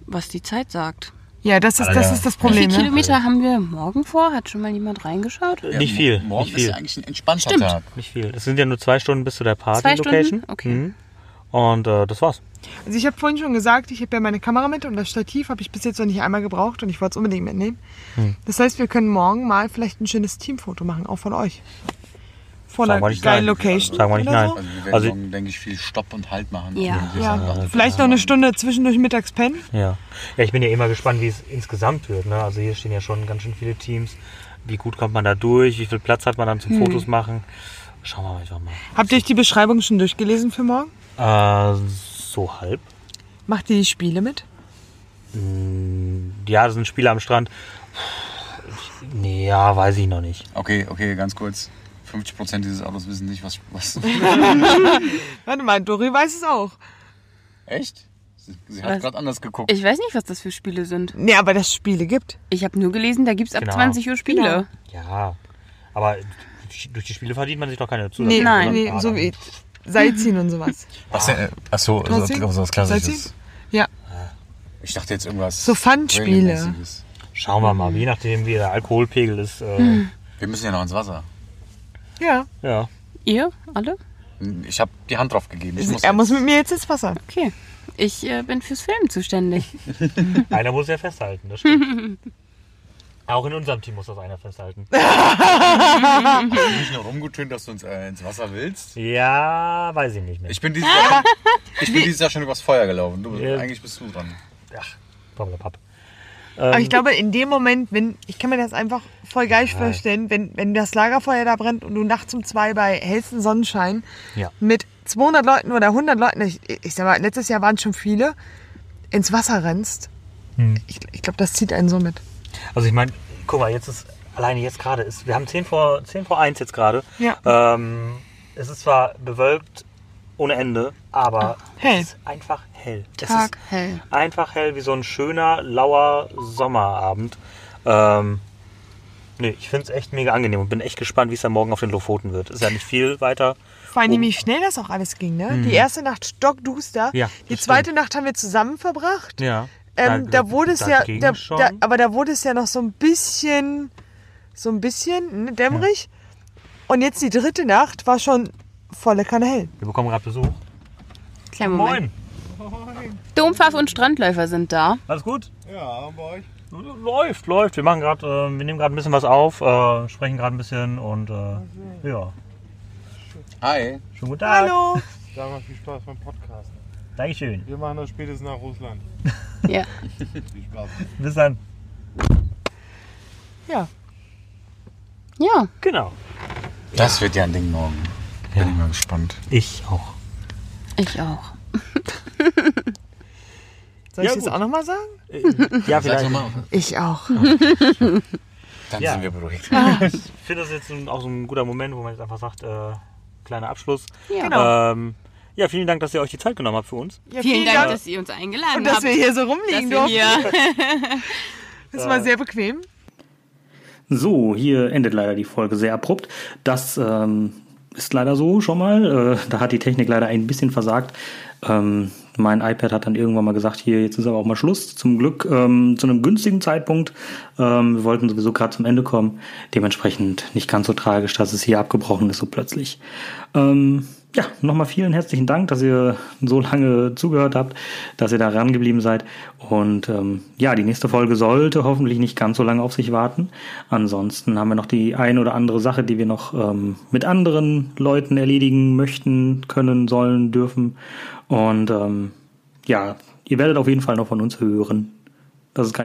Speaker 5: Was die Zeit sagt.
Speaker 4: Ja, das ist, das,
Speaker 6: Alter.
Speaker 4: ist das
Speaker 5: Wie
Speaker 4: Problem,
Speaker 5: viele
Speaker 4: ne?
Speaker 5: Kilometer haben wir morgen vor? Hat schon mal jemand reingeschaut?
Speaker 6: nicht viel.
Speaker 2: Morgen
Speaker 6: Nicht
Speaker 2: ist
Speaker 6: viel.
Speaker 2: ja eigentlich ein entspannter
Speaker 5: Stimmt.
Speaker 2: Tag.
Speaker 6: Nicht viel. Es sind ja nur zwei Stunden bis zu der
Speaker 5: Zwei
Speaker 6: Party-Location. Mhm.
Speaker 5: Stunden? Okay.
Speaker 6: Und äh, das war's.
Speaker 4: Also ich habe vorhin schon gesagt, ich habe ja meine Kamera mit und das Stativ habe ich bis jetzt noch nicht einmal gebraucht und ich wollte es unbedingt mitnehmen. Das heißt, wir können morgen mal vielleicht ein schönes Teamfoto machen, auch von euch. Von
Speaker 6: Sagen
Speaker 4: einer
Speaker 6: wir nicht
Speaker 4: geilen
Speaker 6: nein.
Speaker 4: Location.
Speaker 6: Sagen wir nicht
Speaker 4: oder
Speaker 6: nein.
Speaker 4: so.
Speaker 2: Also wir werden
Speaker 6: Also-
Speaker 2: morgen, denke ich, viel Stopp und Halt machen.
Speaker 5: Ja.
Speaker 2: Und wir
Speaker 4: Ja.
Speaker 2: sagen dann,
Speaker 4: Vielleicht noch eine Stunde zwischendurch mittags pennen.
Speaker 6: Ja. ja, ich bin ja immer gespannt, wie es insgesamt wird. Ne? Also hier stehen ja schon ganz schön viele Teams. Wie gut kommt man da durch? Wie viel Platz hat man dann
Speaker 4: Hm.
Speaker 6: zum Fotos machen? Schauen wir einfach
Speaker 4: Habt ihr euch die Beschreibung schon durchgelesen für morgen?
Speaker 6: mal. Äh, so halb.
Speaker 4: Macht ihr die Spiele mit?
Speaker 6: Hm, Ja, das sind Spiele am Strand. Puh, ich- Nee, ja, weiß ich noch nicht.
Speaker 2: Okay, okay, ganz kurz. 50% dieses Autos wissen nicht, was.
Speaker 4: (laughs)
Speaker 2: was
Speaker 4: Warte mal, Dori weiß es auch.
Speaker 2: echt? Sie, sie hat
Speaker 5: Was?
Speaker 2: gerade anders geguckt.
Speaker 5: Ich weiß nicht, was das für Spiele sind.
Speaker 4: Nee, aber dass es Spiele gibt.
Speaker 5: Ich habe nur gelesen, da gibt es ab
Speaker 6: Genau.
Speaker 5: 20 Uhr Spiele.
Speaker 4: Genau.
Speaker 6: Ja, aber durch die Spiele verdient man sich doch keine Zusatzpunkte.
Speaker 4: Nee,
Speaker 5: Nein.
Speaker 4: nee, so wie Seilziehen und sowas.
Speaker 2: Was denn? äh, Ach so, so,
Speaker 4: Tanzen?
Speaker 2: so was Klassisches.
Speaker 4: Tanzen? Ja,
Speaker 2: Ich dachte jetzt irgendwas.
Speaker 4: So Fun-Spiele.
Speaker 2: Regelmäßiges.
Speaker 6: Schauen wir mal, je nachdem wie der Alkoholpegel ist. Äh,
Speaker 2: Wir müssen ja noch ins Wasser.
Speaker 4: ja.
Speaker 6: Ja.
Speaker 5: Ihr alle?
Speaker 2: Ich habe die Hand drauf gegeben. Ich muss
Speaker 4: er
Speaker 2: jetzt-
Speaker 4: muss mit mir jetzt ins Wasser.
Speaker 5: Okay. Ich äh, bin fürs Filmen zuständig. (laughs)
Speaker 6: Einer muss ja festhalten, das stimmt. Auch in unserem Team muss das einer festhalten.
Speaker 2: nicht nur rumgetönt, dass du uns äh, ins Wasser willst.
Speaker 6: Ja, weiß ich nicht mehr.
Speaker 2: Ich bin dieses
Speaker 4: (laughs)
Speaker 2: Jahr, ich bin dieses Jahr schon übers Feuer gelaufen. Du,
Speaker 6: Ja.
Speaker 2: Eigentlich bist du dran.
Speaker 6: Ach, Papp. Papp.
Speaker 4: Aber ich glaube, in dem Moment, wenn, ich kann mir das einfach voll geil vorstellen, wenn, wenn das Lagerfeuer da brennt und du nachts um zwei bei hellstem Sonnenschein
Speaker 6: Ja.
Speaker 4: mit 200 Leuten oder 100 Leuten, ich, ich sag mal, letztes Jahr waren schon viele, ins Wasser rennst. Ich, ich glaube, das zieht einen so mit.
Speaker 6: Also ich meine, guck mal, jetzt ist alleine jetzt gerade ist. Wir haben 10 vor 10 vor 1 jetzt gerade.
Speaker 4: Ja.
Speaker 6: Ähm, es ist zwar bewölkt ohne Ende, aber
Speaker 4: hell.
Speaker 6: es ist einfach hell.
Speaker 5: Tag
Speaker 6: es ist
Speaker 5: hell.
Speaker 6: Einfach hell wie so ein schöner, lauer Sommerabend. Ähm, nee, ich finde es echt mega angenehm und bin echt gespannt, wie es dann morgen auf den Lofoten wird. Ist ja nicht viel weiter.
Speaker 4: Vor
Speaker 6: Um
Speaker 4: allem, wie schnell das auch alles ging, ne? Die erste Nacht stockduster.
Speaker 6: Mhm. Ja,
Speaker 4: die
Speaker 6: das
Speaker 4: zweite Nacht haben wir zusammen verbracht.
Speaker 6: Ja.
Speaker 4: Ähm, da wurde es ja,
Speaker 6: dagegen
Speaker 4: da,
Speaker 6: schon.
Speaker 4: da, aber da wurde es ja noch so ein bisschen, so ein bisschen ne, dämmerig. Und jetzt die dritte Nacht war schon volle Kanne hell.
Speaker 6: wir bekommen gerade Besuch.
Speaker 5: Kleiner Moment. Dompfaff und Strandläufer sind da.
Speaker 6: Alles gut? Ja, bei euch? Läuft, läuft. Wir machen gerade, äh, wir nehmen gerade ein bisschen was auf, äh, sprechen gerade ein bisschen und äh, ja.
Speaker 2: Hi.
Speaker 6: Schönen guten Tag.
Speaker 4: Hallo.
Speaker 7: Sag mal, viel Spaß beim Podcast.
Speaker 6: Dankeschön.
Speaker 7: Wir machen das spätestens nach Russland.
Speaker 5: Ja.
Speaker 6: Bis dann.
Speaker 5: Ja.
Speaker 6: Genau.
Speaker 2: Das wird ja ein Ding morgen. Bin ich mal gespannt.
Speaker 6: Ich auch.
Speaker 5: Ich auch.
Speaker 4: Soll ich
Speaker 6: Ja,
Speaker 4: das
Speaker 6: gut.
Speaker 4: auch nochmal sagen?
Speaker 6: Äh, Ja,
Speaker 2: Sag doch
Speaker 6: vielleicht.
Speaker 2: mal,
Speaker 4: Ich auch.
Speaker 2: dann
Speaker 6: Ja.
Speaker 2: sind wir beruhigt.
Speaker 6: Ich finde das jetzt ein- auch so ein guter Moment, wo man jetzt einfach sagt, äh, kleiner Abschluss.
Speaker 5: Ja.
Speaker 4: Genau.
Speaker 6: Ähm, ja, vielen Dank, dass ihr euch die Zeit genommen habt für uns.
Speaker 4: Ja,
Speaker 5: Vielen Dank, dass ihr uns
Speaker 4: Und
Speaker 5: eingeladen
Speaker 4: dass
Speaker 5: habt.
Speaker 4: wir hier so
Speaker 5: dass
Speaker 4: rumliegen
Speaker 5: wir
Speaker 4: durften.
Speaker 5: hier
Speaker 4: Das war sehr bequem.
Speaker 1: So, hier endet leider die Folge sehr abrupt. Das ähm, ist leider so schon mal. Äh, da hat die Technik leider ein bisschen versagt. Ähm, mein iPad hat dann irgendwann mal gesagt, hier, jetzt ist aber auch mal Schluss. Zum Glück ähm, zu einem günstigen Zeitpunkt. Ähm, wir wollten sowieso gerade zum Ende kommen. Dementsprechend nicht ganz so tragisch, dass es hier abgebrochen ist so plötzlich. Ähm, ja, nochmal vielen herzlichen Dank, dass ihr so lange zugehört habt, dass ihr da rangeblieben seid. Und ähm, ja, die nächste Folge sollte hoffentlich nicht ganz so lange auf sich warten. Ansonsten haben wir noch die ein oder andere Sache, die wir noch ähm, mit anderen Leuten erledigen möchten, können, sollen, dürfen. Und ähm, ja, ihr werdet auf jeden Fall noch von uns hören. Das ist kein